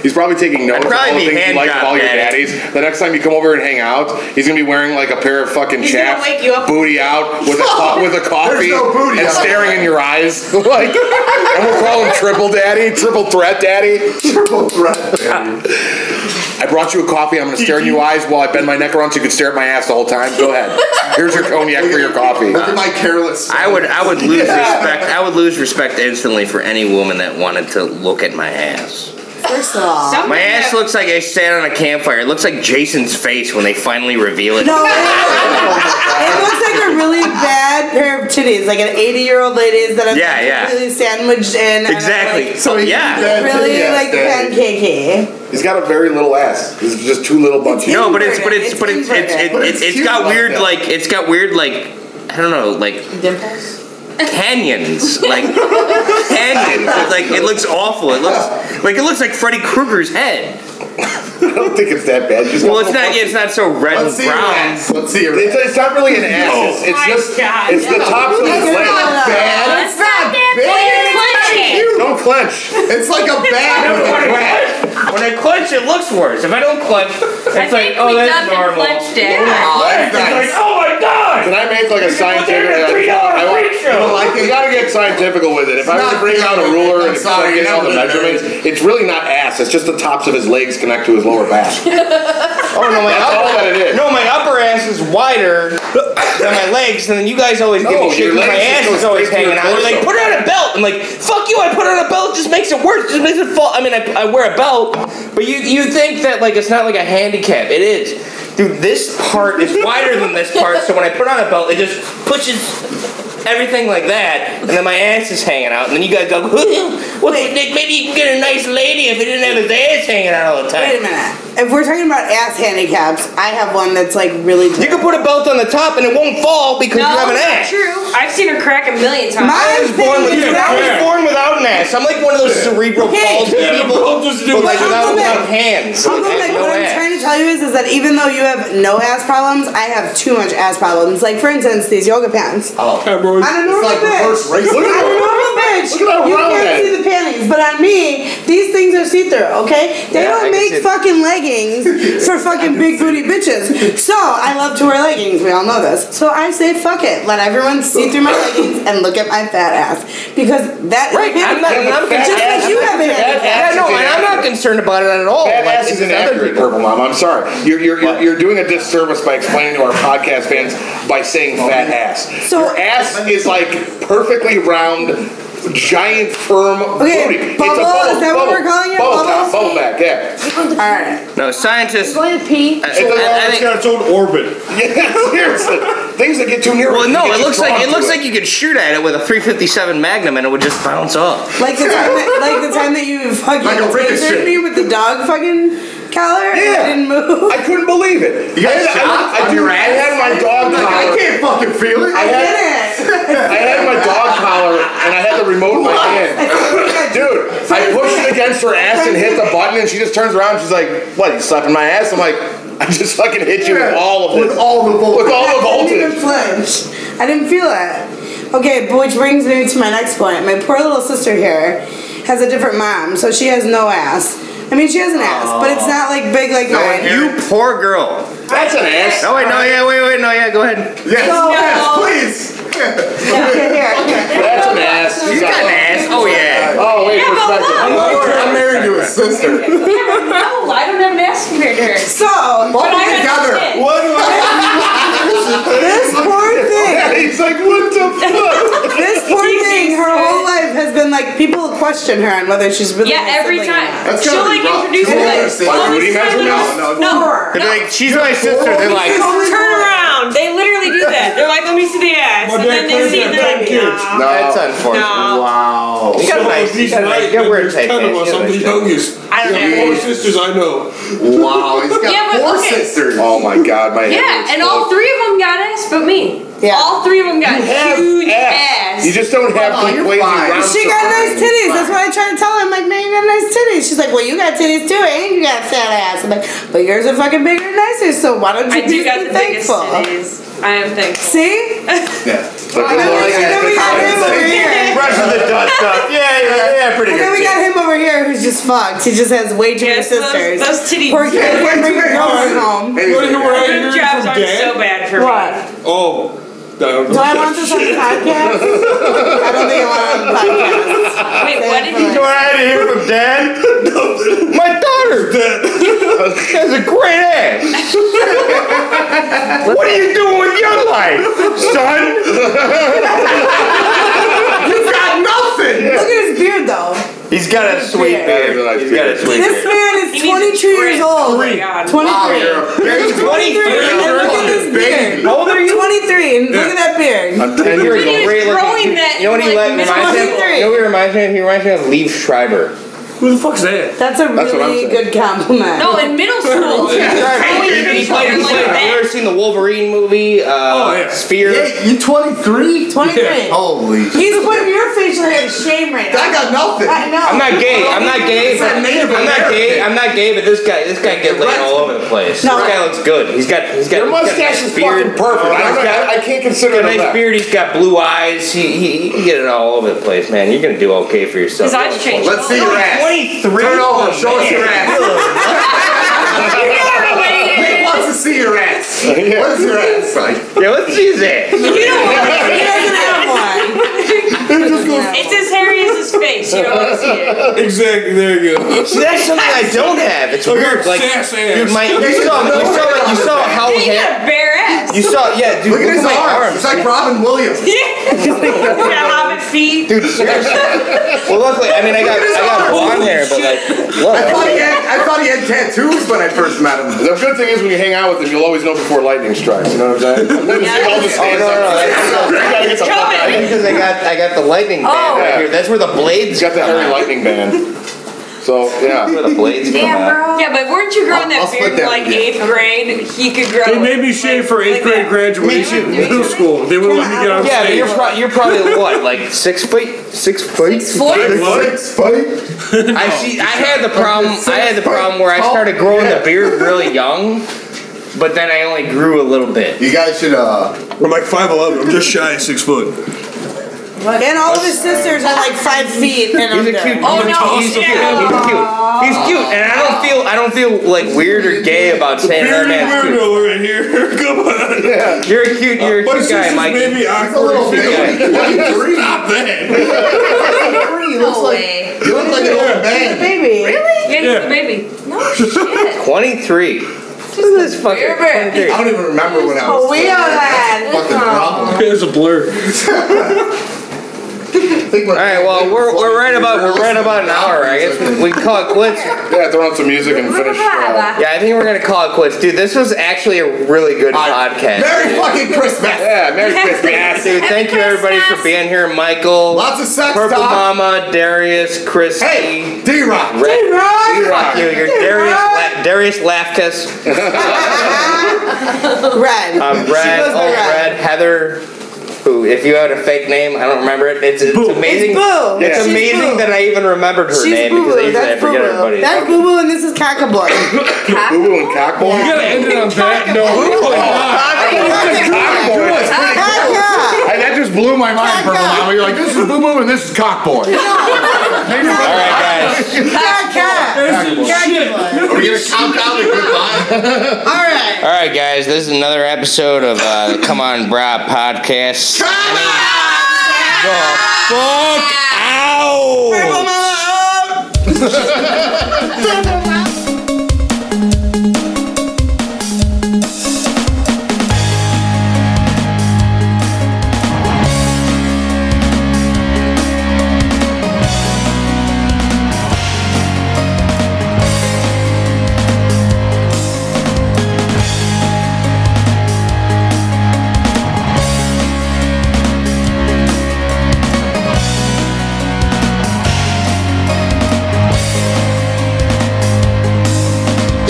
[SPEAKER 4] he's probably taking notes of
[SPEAKER 3] probably
[SPEAKER 4] all the
[SPEAKER 3] be
[SPEAKER 4] things you
[SPEAKER 3] hand
[SPEAKER 4] like
[SPEAKER 3] job
[SPEAKER 4] of all your
[SPEAKER 3] daddy.
[SPEAKER 4] daddies. The next time you come over and hang out, he's gonna be wearing like a pair of fucking
[SPEAKER 9] He's gonna
[SPEAKER 4] chaps,
[SPEAKER 9] wake you up.
[SPEAKER 4] booty out with a co- with a coffee
[SPEAKER 7] no booty
[SPEAKER 4] and
[SPEAKER 7] out.
[SPEAKER 4] staring in your eyes like, and we'll call him triple daddy, triple threat daddy.
[SPEAKER 7] Triple threat. daddy.
[SPEAKER 4] I brought you a coffee. I'm gonna stare in your eyes while I bend my neck around so you can stare at my ass the whole time. Go ahead. Here's your cognac for your coffee.
[SPEAKER 7] Look at my careless.
[SPEAKER 3] I would, I would lose respect. I would lose respect instantly for any woman that wanted to look at my ass.
[SPEAKER 5] First of all,
[SPEAKER 9] Something
[SPEAKER 3] My ass
[SPEAKER 9] that-
[SPEAKER 3] looks like I sat on a campfire. It looks like Jason's face when they finally reveal it.
[SPEAKER 5] no, it, it looks like a really bad pair of titties, like an 80 year old lady's that are
[SPEAKER 3] Yeah,
[SPEAKER 5] like,
[SPEAKER 3] yeah.
[SPEAKER 5] really sandwiched in. and,
[SPEAKER 3] Exactly.
[SPEAKER 5] like,
[SPEAKER 3] So yeah.
[SPEAKER 5] Really like pancakey.
[SPEAKER 4] He's got a very little ass. He's just two little bunches.
[SPEAKER 3] No, but it's but
[SPEAKER 5] inverted.
[SPEAKER 3] it's
[SPEAKER 5] It's
[SPEAKER 3] but it's it's
[SPEAKER 5] inverted.
[SPEAKER 3] it,
[SPEAKER 7] But
[SPEAKER 3] it's,
[SPEAKER 7] it's
[SPEAKER 3] it's
[SPEAKER 7] cute
[SPEAKER 3] got
[SPEAKER 7] like
[SPEAKER 3] weird
[SPEAKER 7] that.
[SPEAKER 3] like it's got weird like I don't know like
[SPEAKER 10] Dimples?
[SPEAKER 3] canyons like canyons It's like it looks awful it looks like it looks like Freddy Krueger's head
[SPEAKER 4] I don't think it's that bad. Just
[SPEAKER 3] well
[SPEAKER 4] got
[SPEAKER 3] it's not
[SPEAKER 4] little
[SPEAKER 3] it's not so red
[SPEAKER 7] Let's see
[SPEAKER 3] and
[SPEAKER 7] your
[SPEAKER 3] brown
[SPEAKER 7] ass. Let's see your
[SPEAKER 4] It's, it's not really an ass. it's it's
[SPEAKER 9] my
[SPEAKER 4] just
[SPEAKER 9] God.
[SPEAKER 4] it's the top of the
[SPEAKER 7] That's
[SPEAKER 4] leg.
[SPEAKER 7] not bad.
[SPEAKER 9] That's not that
[SPEAKER 7] bad.
[SPEAKER 9] bad. You're clenching.
[SPEAKER 7] Cute.
[SPEAKER 4] Don't clench.
[SPEAKER 7] It's like a bag with a crack.
[SPEAKER 3] when I clench it looks worse if I don't clench
[SPEAKER 6] I
[SPEAKER 3] it's like
[SPEAKER 6] think
[SPEAKER 3] oh
[SPEAKER 6] we
[SPEAKER 3] that's
[SPEAKER 6] dubbed and
[SPEAKER 3] normal
[SPEAKER 6] flinched it.
[SPEAKER 7] That's nice.
[SPEAKER 4] Can I make like a scientific? I want-
[SPEAKER 7] don't like it?
[SPEAKER 4] You gotta get scientific with it. If I were to
[SPEAKER 7] not
[SPEAKER 4] bring out a
[SPEAKER 7] fair.
[SPEAKER 4] ruler
[SPEAKER 7] I'm
[SPEAKER 4] and
[SPEAKER 7] sorry,
[SPEAKER 4] get all the
[SPEAKER 7] you're not really
[SPEAKER 4] measurements, it's really not ass. It's just the tops of his legs connect to his lower back. oh no, that's all that it is.
[SPEAKER 3] no my upper ass is wider than my legs and then you guys always give
[SPEAKER 4] No,
[SPEAKER 3] me shit
[SPEAKER 4] your
[SPEAKER 3] 'cause my
[SPEAKER 4] legs just
[SPEAKER 3] ass
[SPEAKER 4] go
[SPEAKER 3] is always
[SPEAKER 4] straight to
[SPEAKER 3] hanging
[SPEAKER 4] your
[SPEAKER 3] out They're like
[SPEAKER 4] torso.
[SPEAKER 3] put on a belt I'm like fuck you I put on a belt it just makes it worse it just makes it fall I mean I, I wear a belt but you you think that like it's not like a handicap it is dude this part is wider than this part so when I put on a belt it just pushes everything like that and then my ass is hanging out and then you guys go what the Nick maybe you can get a nice lady if it didn't have his ass hanging out all the time
[SPEAKER 5] Wait a minute. If we're talking about ass handicaps, I have one that's like really.
[SPEAKER 3] You can put a belt on the top and it won't fall because you have an ass.
[SPEAKER 9] True. I've seen her crack a million times.
[SPEAKER 3] I
[SPEAKER 5] My
[SPEAKER 3] was born with
[SPEAKER 5] thing is
[SPEAKER 3] I was
[SPEAKER 5] that-
[SPEAKER 3] born without an ass. I'm like one of those cerebral
[SPEAKER 5] Hey,
[SPEAKER 3] palsy people, but like without, without hands.
[SPEAKER 5] Uncle
[SPEAKER 3] I
[SPEAKER 5] Nick,
[SPEAKER 3] have no
[SPEAKER 5] what I'm
[SPEAKER 3] ass.
[SPEAKER 5] trying to tell you is, is that even though you have no ass problems, I have too much ass problems. Like for instance, these yoga pants.
[SPEAKER 3] Oh.
[SPEAKER 11] bro.
[SPEAKER 5] On a normal
[SPEAKER 7] like reverse
[SPEAKER 5] bitch,
[SPEAKER 7] racism.
[SPEAKER 5] on a normal bitch,
[SPEAKER 4] Look at how
[SPEAKER 5] you
[SPEAKER 4] round that
[SPEAKER 5] can't see
[SPEAKER 4] is.
[SPEAKER 5] the panties. But on me, these things are see-through. Okay, they
[SPEAKER 3] Yeah, I can
[SPEAKER 5] don't
[SPEAKER 3] see
[SPEAKER 5] make
[SPEAKER 3] it.
[SPEAKER 5] fucking leggings for fucking big booty bitches. So I love to wear leggings. We all know this. So I say fuck it. Let everyone see through my leggings and look at my fat ass because that is
[SPEAKER 3] Right,
[SPEAKER 5] a
[SPEAKER 3] I'm not. and
[SPEAKER 5] handicap.
[SPEAKER 3] I'm
[SPEAKER 5] Just
[SPEAKER 3] concerned.
[SPEAKER 5] like you have a handicap.
[SPEAKER 3] Yeah, no, and I'm not
[SPEAKER 4] inaccurate.
[SPEAKER 3] concerned about it at all.
[SPEAKER 4] Fat
[SPEAKER 3] Like,
[SPEAKER 4] ass
[SPEAKER 3] it's
[SPEAKER 4] is
[SPEAKER 3] just other
[SPEAKER 4] inaccurate,
[SPEAKER 3] people.
[SPEAKER 4] Purple Mom. I'm sorry. You're, you're, you're, you're doing a disservice by explaining to our podcast fans by saying fat ass.
[SPEAKER 5] So-
[SPEAKER 4] Your ass is like perfectly round, giant, firm
[SPEAKER 5] Okay,
[SPEAKER 4] booty. It's a
[SPEAKER 5] bubble, is that what we're calling it?
[SPEAKER 4] Bubble top,
[SPEAKER 5] Bubbles?
[SPEAKER 4] bubble back, yeah.
[SPEAKER 5] All right.
[SPEAKER 3] No, scientists. I,
[SPEAKER 10] Going to pee?
[SPEAKER 3] I- I
[SPEAKER 11] It's
[SPEAKER 3] think,
[SPEAKER 11] got its own orbit.
[SPEAKER 4] Yeah, seriously. Things that get too near.
[SPEAKER 3] well,
[SPEAKER 4] you
[SPEAKER 3] no,
[SPEAKER 4] get
[SPEAKER 3] it
[SPEAKER 4] you
[SPEAKER 3] looks like
[SPEAKER 4] drawn
[SPEAKER 3] it
[SPEAKER 4] to
[SPEAKER 3] looks like you could shoot at it with a 357 Magnum and it would just bounce off.
[SPEAKER 5] Like the time that, like the time that you fucking
[SPEAKER 7] Like a
[SPEAKER 5] tasered
[SPEAKER 7] ricochet.
[SPEAKER 5] me with the dog fucking collar and
[SPEAKER 4] Yeah.
[SPEAKER 5] I didn't move.
[SPEAKER 4] I couldn't believe it.
[SPEAKER 7] You got
[SPEAKER 4] I,
[SPEAKER 7] shot
[SPEAKER 4] I, I,
[SPEAKER 7] on
[SPEAKER 4] dude,
[SPEAKER 7] your
[SPEAKER 4] I
[SPEAKER 7] ass?
[SPEAKER 4] had my dog
[SPEAKER 7] Like, I
[SPEAKER 4] collar.
[SPEAKER 7] can't fucking feel it.
[SPEAKER 5] I
[SPEAKER 4] had-
[SPEAKER 5] did it.
[SPEAKER 4] I had my dog collar and I had the remote in my hand. Dude, I pushed it against her ass and hit the button, and she just turns around. And she's like, "What? You slapping my ass?" I'm like, "I just fucking hit you with all of this,
[SPEAKER 7] With all the voltage.
[SPEAKER 4] with all the
[SPEAKER 5] I didn't even
[SPEAKER 4] voltage."
[SPEAKER 5] flinch. I didn't feel it. Okay, but which brings me to my next point. My poor little sister here has a different mom, so she has no ass. I mean, she has an ass, but it's not like big like mine.
[SPEAKER 3] You poor girl.
[SPEAKER 4] That's an ass.
[SPEAKER 3] No, wait, no, yeah, wait, wait, no, yeah, go ahead.
[SPEAKER 7] Yes,
[SPEAKER 5] No.
[SPEAKER 7] yes, please.
[SPEAKER 5] Here, here.
[SPEAKER 4] That's an ass.
[SPEAKER 3] You got an ass. Oh yeah.
[SPEAKER 4] Oh wait, perspective.
[SPEAKER 7] I'm married to his sister.
[SPEAKER 9] No, I don't have an ass compared to hers.
[SPEAKER 5] So,
[SPEAKER 9] But I have
[SPEAKER 7] together.
[SPEAKER 9] a kid.
[SPEAKER 11] What do
[SPEAKER 5] this poor thing.
[SPEAKER 4] He's like, what the fuck?
[SPEAKER 5] This poor thing, her whole life has been like people question her on whether she's really
[SPEAKER 9] Yeah,
[SPEAKER 5] my
[SPEAKER 9] every
[SPEAKER 5] sibling or
[SPEAKER 9] time.
[SPEAKER 5] not.
[SPEAKER 7] That's gotta
[SPEAKER 9] She'll
[SPEAKER 7] be
[SPEAKER 9] like
[SPEAKER 7] rough.
[SPEAKER 9] introduce
[SPEAKER 7] Two
[SPEAKER 9] me,
[SPEAKER 7] years,
[SPEAKER 9] like,
[SPEAKER 7] like,
[SPEAKER 9] all
[SPEAKER 7] Rudy
[SPEAKER 9] these
[SPEAKER 7] Max?
[SPEAKER 9] times.
[SPEAKER 7] No, no,
[SPEAKER 9] no.
[SPEAKER 5] Four.
[SPEAKER 3] They're like, she's my sister. They're like,
[SPEAKER 9] Turn around. They literally do that. They're like, let me see the ass. And then they see it, they're like, no.
[SPEAKER 3] that's unfortunate.
[SPEAKER 9] No.
[SPEAKER 8] Wow.
[SPEAKER 3] You got a nice, you got a nice, you got a weird
[SPEAKER 11] Ten
[SPEAKER 3] tape.
[SPEAKER 11] of us. I'm the youngest.
[SPEAKER 9] I don't
[SPEAKER 11] Yeah,
[SPEAKER 9] know.
[SPEAKER 11] Four sisters I know.
[SPEAKER 8] Wow. He's got
[SPEAKER 9] Yeah, but
[SPEAKER 8] four
[SPEAKER 9] okay.
[SPEAKER 8] sisters.
[SPEAKER 4] Oh my god, my head
[SPEAKER 9] Yeah,
[SPEAKER 4] hurts.
[SPEAKER 9] and all three of them got ass but me.
[SPEAKER 5] Yeah.
[SPEAKER 9] All three of them got huge ass.
[SPEAKER 4] ass. You just don't have
[SPEAKER 8] Come on,
[SPEAKER 4] the
[SPEAKER 8] you're
[SPEAKER 4] way
[SPEAKER 8] fine.
[SPEAKER 4] around.
[SPEAKER 5] She got nice titties. That's what I try to tell her. I'm like, man, you got nice titties. She's like, well, you got titties too, and you got a fat ass. I'm like, but yours are fucking bigger and nicer, so why don't you
[SPEAKER 9] I do
[SPEAKER 5] just
[SPEAKER 9] got
[SPEAKER 5] be
[SPEAKER 9] the biggest
[SPEAKER 5] thankful?
[SPEAKER 9] titties. I am thankful.
[SPEAKER 5] See?
[SPEAKER 8] Yeah.
[SPEAKER 5] And then we- and then we got him over here.
[SPEAKER 3] Brushing the dust up. Yeah, yeah, yeah. Pretty
[SPEAKER 5] And then we
[SPEAKER 3] good.
[SPEAKER 5] got him over here who's just fucked. He just has way too many
[SPEAKER 9] Yes, those-
[SPEAKER 5] sisters.
[SPEAKER 9] those titties.
[SPEAKER 5] Poor kid can't bring her girlfriend home.
[SPEAKER 11] You want to hear what I
[SPEAKER 9] Their
[SPEAKER 11] heard
[SPEAKER 9] jobs
[SPEAKER 11] from
[SPEAKER 9] are so
[SPEAKER 11] Dad?
[SPEAKER 9] bad for me.
[SPEAKER 5] What?
[SPEAKER 11] Oh. I don't know.
[SPEAKER 5] Do I want this on the podcast? I don't think I want it on the podcast.
[SPEAKER 9] Wait, what did you
[SPEAKER 3] You know what I had to hear from Dad? My daughter's dead. She has a great ass. what are you doing with your life, son? you got nothing.
[SPEAKER 5] Look at his beard though.
[SPEAKER 3] He's got a sweet beard. He's got a sweet
[SPEAKER 5] This
[SPEAKER 3] beard.
[SPEAKER 5] man is
[SPEAKER 9] He needs a
[SPEAKER 5] 22 years
[SPEAKER 9] drink.
[SPEAKER 5] old.
[SPEAKER 9] Oh my God.
[SPEAKER 5] 23.
[SPEAKER 8] Wow, you're a very
[SPEAKER 5] 23. And look at this beard.
[SPEAKER 3] How old are you?
[SPEAKER 5] 23 and look at that beard.
[SPEAKER 8] I'm ten years
[SPEAKER 9] He was
[SPEAKER 8] old.
[SPEAKER 3] Great looking.
[SPEAKER 9] growing that
[SPEAKER 3] You know what he
[SPEAKER 9] in,
[SPEAKER 3] let-
[SPEAKER 9] like,
[SPEAKER 3] reminds me of?
[SPEAKER 9] middle
[SPEAKER 3] You know what he reminds me of? He reminds me of Liev Schreiber.
[SPEAKER 11] Who the fuck's that?
[SPEAKER 5] That's a
[SPEAKER 8] That's what I'm
[SPEAKER 5] really
[SPEAKER 8] saying.
[SPEAKER 5] good compliment.
[SPEAKER 9] No, in middle school.
[SPEAKER 3] He played, he
[SPEAKER 9] Like
[SPEAKER 3] played, have you
[SPEAKER 9] that.
[SPEAKER 3] ever seen the Wolverine movie? Uh,
[SPEAKER 11] Oh, yeah.
[SPEAKER 3] Sphere?
[SPEAKER 7] Yeah, you 23?
[SPEAKER 5] 23.
[SPEAKER 7] Holy shit.
[SPEAKER 5] He's putting your facial hair to shame right now.
[SPEAKER 7] I got nothing.
[SPEAKER 5] I know.
[SPEAKER 3] I'm not gay. I'm not gay.
[SPEAKER 7] It's that Native
[SPEAKER 3] I'm not gay. I'm not gay. But this guy, this guy gets laid all over the place.
[SPEAKER 5] No.
[SPEAKER 3] This guy looks good. He's got, he's got.
[SPEAKER 4] Your
[SPEAKER 3] he's got a
[SPEAKER 4] mustache
[SPEAKER 3] nice
[SPEAKER 4] is
[SPEAKER 3] beard.
[SPEAKER 4] fucking perfect.
[SPEAKER 3] He's
[SPEAKER 4] I'm not-
[SPEAKER 3] got-
[SPEAKER 4] I can't consider
[SPEAKER 3] he's got a
[SPEAKER 4] him
[SPEAKER 3] nice
[SPEAKER 4] that.
[SPEAKER 3] beard. He's got blue eyes. He, he, he can get it all over the place, man. You're gonna do okay for yourself.
[SPEAKER 9] His eyes changed.
[SPEAKER 8] Let's see your ass.
[SPEAKER 3] Twenty-three.
[SPEAKER 8] Turn over. Show us your ass. Nick
[SPEAKER 9] You
[SPEAKER 8] wants to see your ass. What is your ass like?
[SPEAKER 3] Yeah, let's see his ass.
[SPEAKER 9] don't
[SPEAKER 5] He
[SPEAKER 9] want to see it.
[SPEAKER 5] doesn't have one.
[SPEAKER 9] It's as hairy as his face. You don't want to see it.
[SPEAKER 11] Exactly. There you go.
[SPEAKER 3] See, that's something I don't have. It's weird. Like,
[SPEAKER 11] Sass ass.
[SPEAKER 3] dude, my you saw, you saw, like, you saw how
[SPEAKER 9] He got a bare ass.
[SPEAKER 3] You saw, yeah, dude.
[SPEAKER 7] Look at his
[SPEAKER 3] my
[SPEAKER 7] arms.
[SPEAKER 3] arms.
[SPEAKER 7] It's like Robin Williams.
[SPEAKER 9] Got hobbit feet.
[SPEAKER 3] Dude, seriously. well, luckily, I mean, I got, I got blonde hair, but like,
[SPEAKER 7] I
[SPEAKER 3] look.
[SPEAKER 7] thought, he had, I thought he had tattoos when I first met him.
[SPEAKER 4] The good thing is when you hang out with them, you'll always know before lightning strikes. You know what I'm saying? I'll
[SPEAKER 3] Oh,
[SPEAKER 4] just stand
[SPEAKER 3] no, no, no. that's-
[SPEAKER 4] up. You gotta get the fuck out of here.
[SPEAKER 3] Because I got I got the lightning band
[SPEAKER 9] Oh.
[SPEAKER 3] right here. That's where the blades
[SPEAKER 4] He's got the
[SPEAKER 3] come
[SPEAKER 4] hairy
[SPEAKER 3] out.
[SPEAKER 4] lightning band. So yeah.
[SPEAKER 3] Where the blades come
[SPEAKER 6] Damn,
[SPEAKER 3] out.
[SPEAKER 6] bro.
[SPEAKER 9] Yeah, but weren't you growing
[SPEAKER 7] I'll- I'll
[SPEAKER 9] that
[SPEAKER 7] split
[SPEAKER 9] beard in
[SPEAKER 7] that
[SPEAKER 9] like
[SPEAKER 7] with you.
[SPEAKER 9] eighth grade? He could grow.
[SPEAKER 11] They made me
[SPEAKER 9] like-
[SPEAKER 11] shave for eighth
[SPEAKER 9] like
[SPEAKER 11] grade
[SPEAKER 9] that.
[SPEAKER 11] graduation. Middle school. They wouldn't let me get on
[SPEAKER 3] Yeah, but
[SPEAKER 11] stage.
[SPEAKER 3] you're pro- you're probably what like six feet, six feet.
[SPEAKER 9] Forty.
[SPEAKER 7] Six foot?
[SPEAKER 3] I see. I had the problem. I had the problem where I
[SPEAKER 4] Oh.
[SPEAKER 3] started growing the beard really young, but then I only grew a little bit.
[SPEAKER 7] You guys should, uh,
[SPEAKER 11] I'm like five eleven. I'm just shy of six foot.
[SPEAKER 5] And all of his sisters are like five feet and
[SPEAKER 3] He's a
[SPEAKER 5] under.
[SPEAKER 3] cute.
[SPEAKER 9] Oh, no,
[SPEAKER 3] He's cute. He's cute. He's cute. He's cute. And
[SPEAKER 9] yeah.
[SPEAKER 3] I don't feel. I don't feel like weird or gay about saying another
[SPEAKER 11] Bearded
[SPEAKER 3] man's cute.
[SPEAKER 11] weirdo right here. Come on.
[SPEAKER 3] You're a cute. You're a
[SPEAKER 11] But
[SPEAKER 3] cute
[SPEAKER 11] it's
[SPEAKER 3] guy,
[SPEAKER 11] just
[SPEAKER 3] Mike.
[SPEAKER 11] made me
[SPEAKER 7] a
[SPEAKER 11] awkward.
[SPEAKER 7] little
[SPEAKER 3] guy.
[SPEAKER 7] big.
[SPEAKER 11] Stop that.
[SPEAKER 7] He looks
[SPEAKER 6] No
[SPEAKER 7] like,
[SPEAKER 6] way.
[SPEAKER 7] he looks like an old man.
[SPEAKER 5] Baby. Really?
[SPEAKER 9] Yeah, he's a baby. No shit.
[SPEAKER 3] 23. Look at this fucking
[SPEAKER 6] Gerber.
[SPEAKER 3] 23.
[SPEAKER 7] I don't even remember when I was.
[SPEAKER 5] Oh, we are that.
[SPEAKER 7] Fucking problem.
[SPEAKER 11] It's a blur.
[SPEAKER 7] All
[SPEAKER 3] All right, well, we're, we're right about we're right about an hour. I guess we, we can call it quits. Yeah,
[SPEAKER 4] Yeah, throw on some music and finish. Uh,
[SPEAKER 3] I think we're gonna call it quits, dude. This was actually a really good podcast.
[SPEAKER 7] Merry fucking Christmas.
[SPEAKER 4] yeah, Merry Christmas.
[SPEAKER 3] Dude, thank you everybody for being here, Michael,
[SPEAKER 7] Lots of sex
[SPEAKER 3] Purple
[SPEAKER 7] talk.
[SPEAKER 3] Mama, Darius, Christy.
[SPEAKER 7] Hey, D Rock.
[SPEAKER 3] Red-
[SPEAKER 5] Rock.
[SPEAKER 3] Fuck you, you're
[SPEAKER 5] Hey,
[SPEAKER 3] Darius,
[SPEAKER 5] Rock.
[SPEAKER 3] La- Darius Lafkus,
[SPEAKER 5] Red.
[SPEAKER 3] um,
[SPEAKER 5] She
[SPEAKER 3] Red,
[SPEAKER 5] goes by
[SPEAKER 3] oh, Red, Heather, who, if you had a fake name, I don't remember it. It's, it's
[SPEAKER 11] Boo.
[SPEAKER 3] amazing.
[SPEAKER 5] It's Boo.
[SPEAKER 3] It's
[SPEAKER 5] She's
[SPEAKER 3] amazing
[SPEAKER 5] Boo.
[SPEAKER 3] that I even remembered her
[SPEAKER 5] She's
[SPEAKER 3] name
[SPEAKER 5] Boo
[SPEAKER 3] because I usually I
[SPEAKER 5] Boo. That's Boo
[SPEAKER 3] forget everybody.
[SPEAKER 5] Boo. That's Boo Boo and this is Cackaboy.
[SPEAKER 4] Boo Boo and Cockboy.
[SPEAKER 11] You gotta end it on that
[SPEAKER 7] Oh,
[SPEAKER 11] note.
[SPEAKER 7] Good.
[SPEAKER 5] Cacka.
[SPEAKER 7] Hey, that just blew my mind for a moment. You're like, this is Boo Boo and this is
[SPEAKER 11] All
[SPEAKER 7] Cockboy.
[SPEAKER 11] right, guys.
[SPEAKER 5] Cat, cat.
[SPEAKER 4] Are we gonna count down to goodbye?
[SPEAKER 5] All right.
[SPEAKER 3] All right, guys, this is another episode of uh, the Come On Bra podcast. Come on! The fuck out!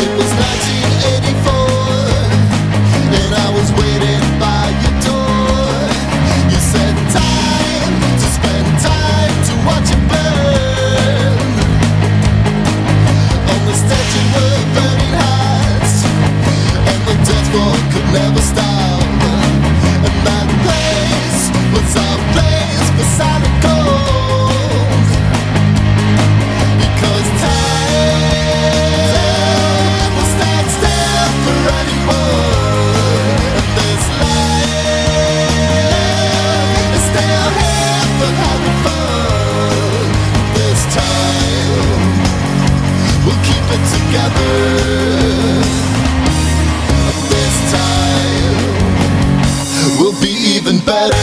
[SPEAKER 2] It was 1984, and I was waiting by your door. You said time to spend time to watch it burn. On the statue were burning hearts, and the dance floor could never stop. And that place was our place for solid gold. Because time will stand still for anyone. And this life is still here for having fun. This time we'll keep it together. This time we'll be even better.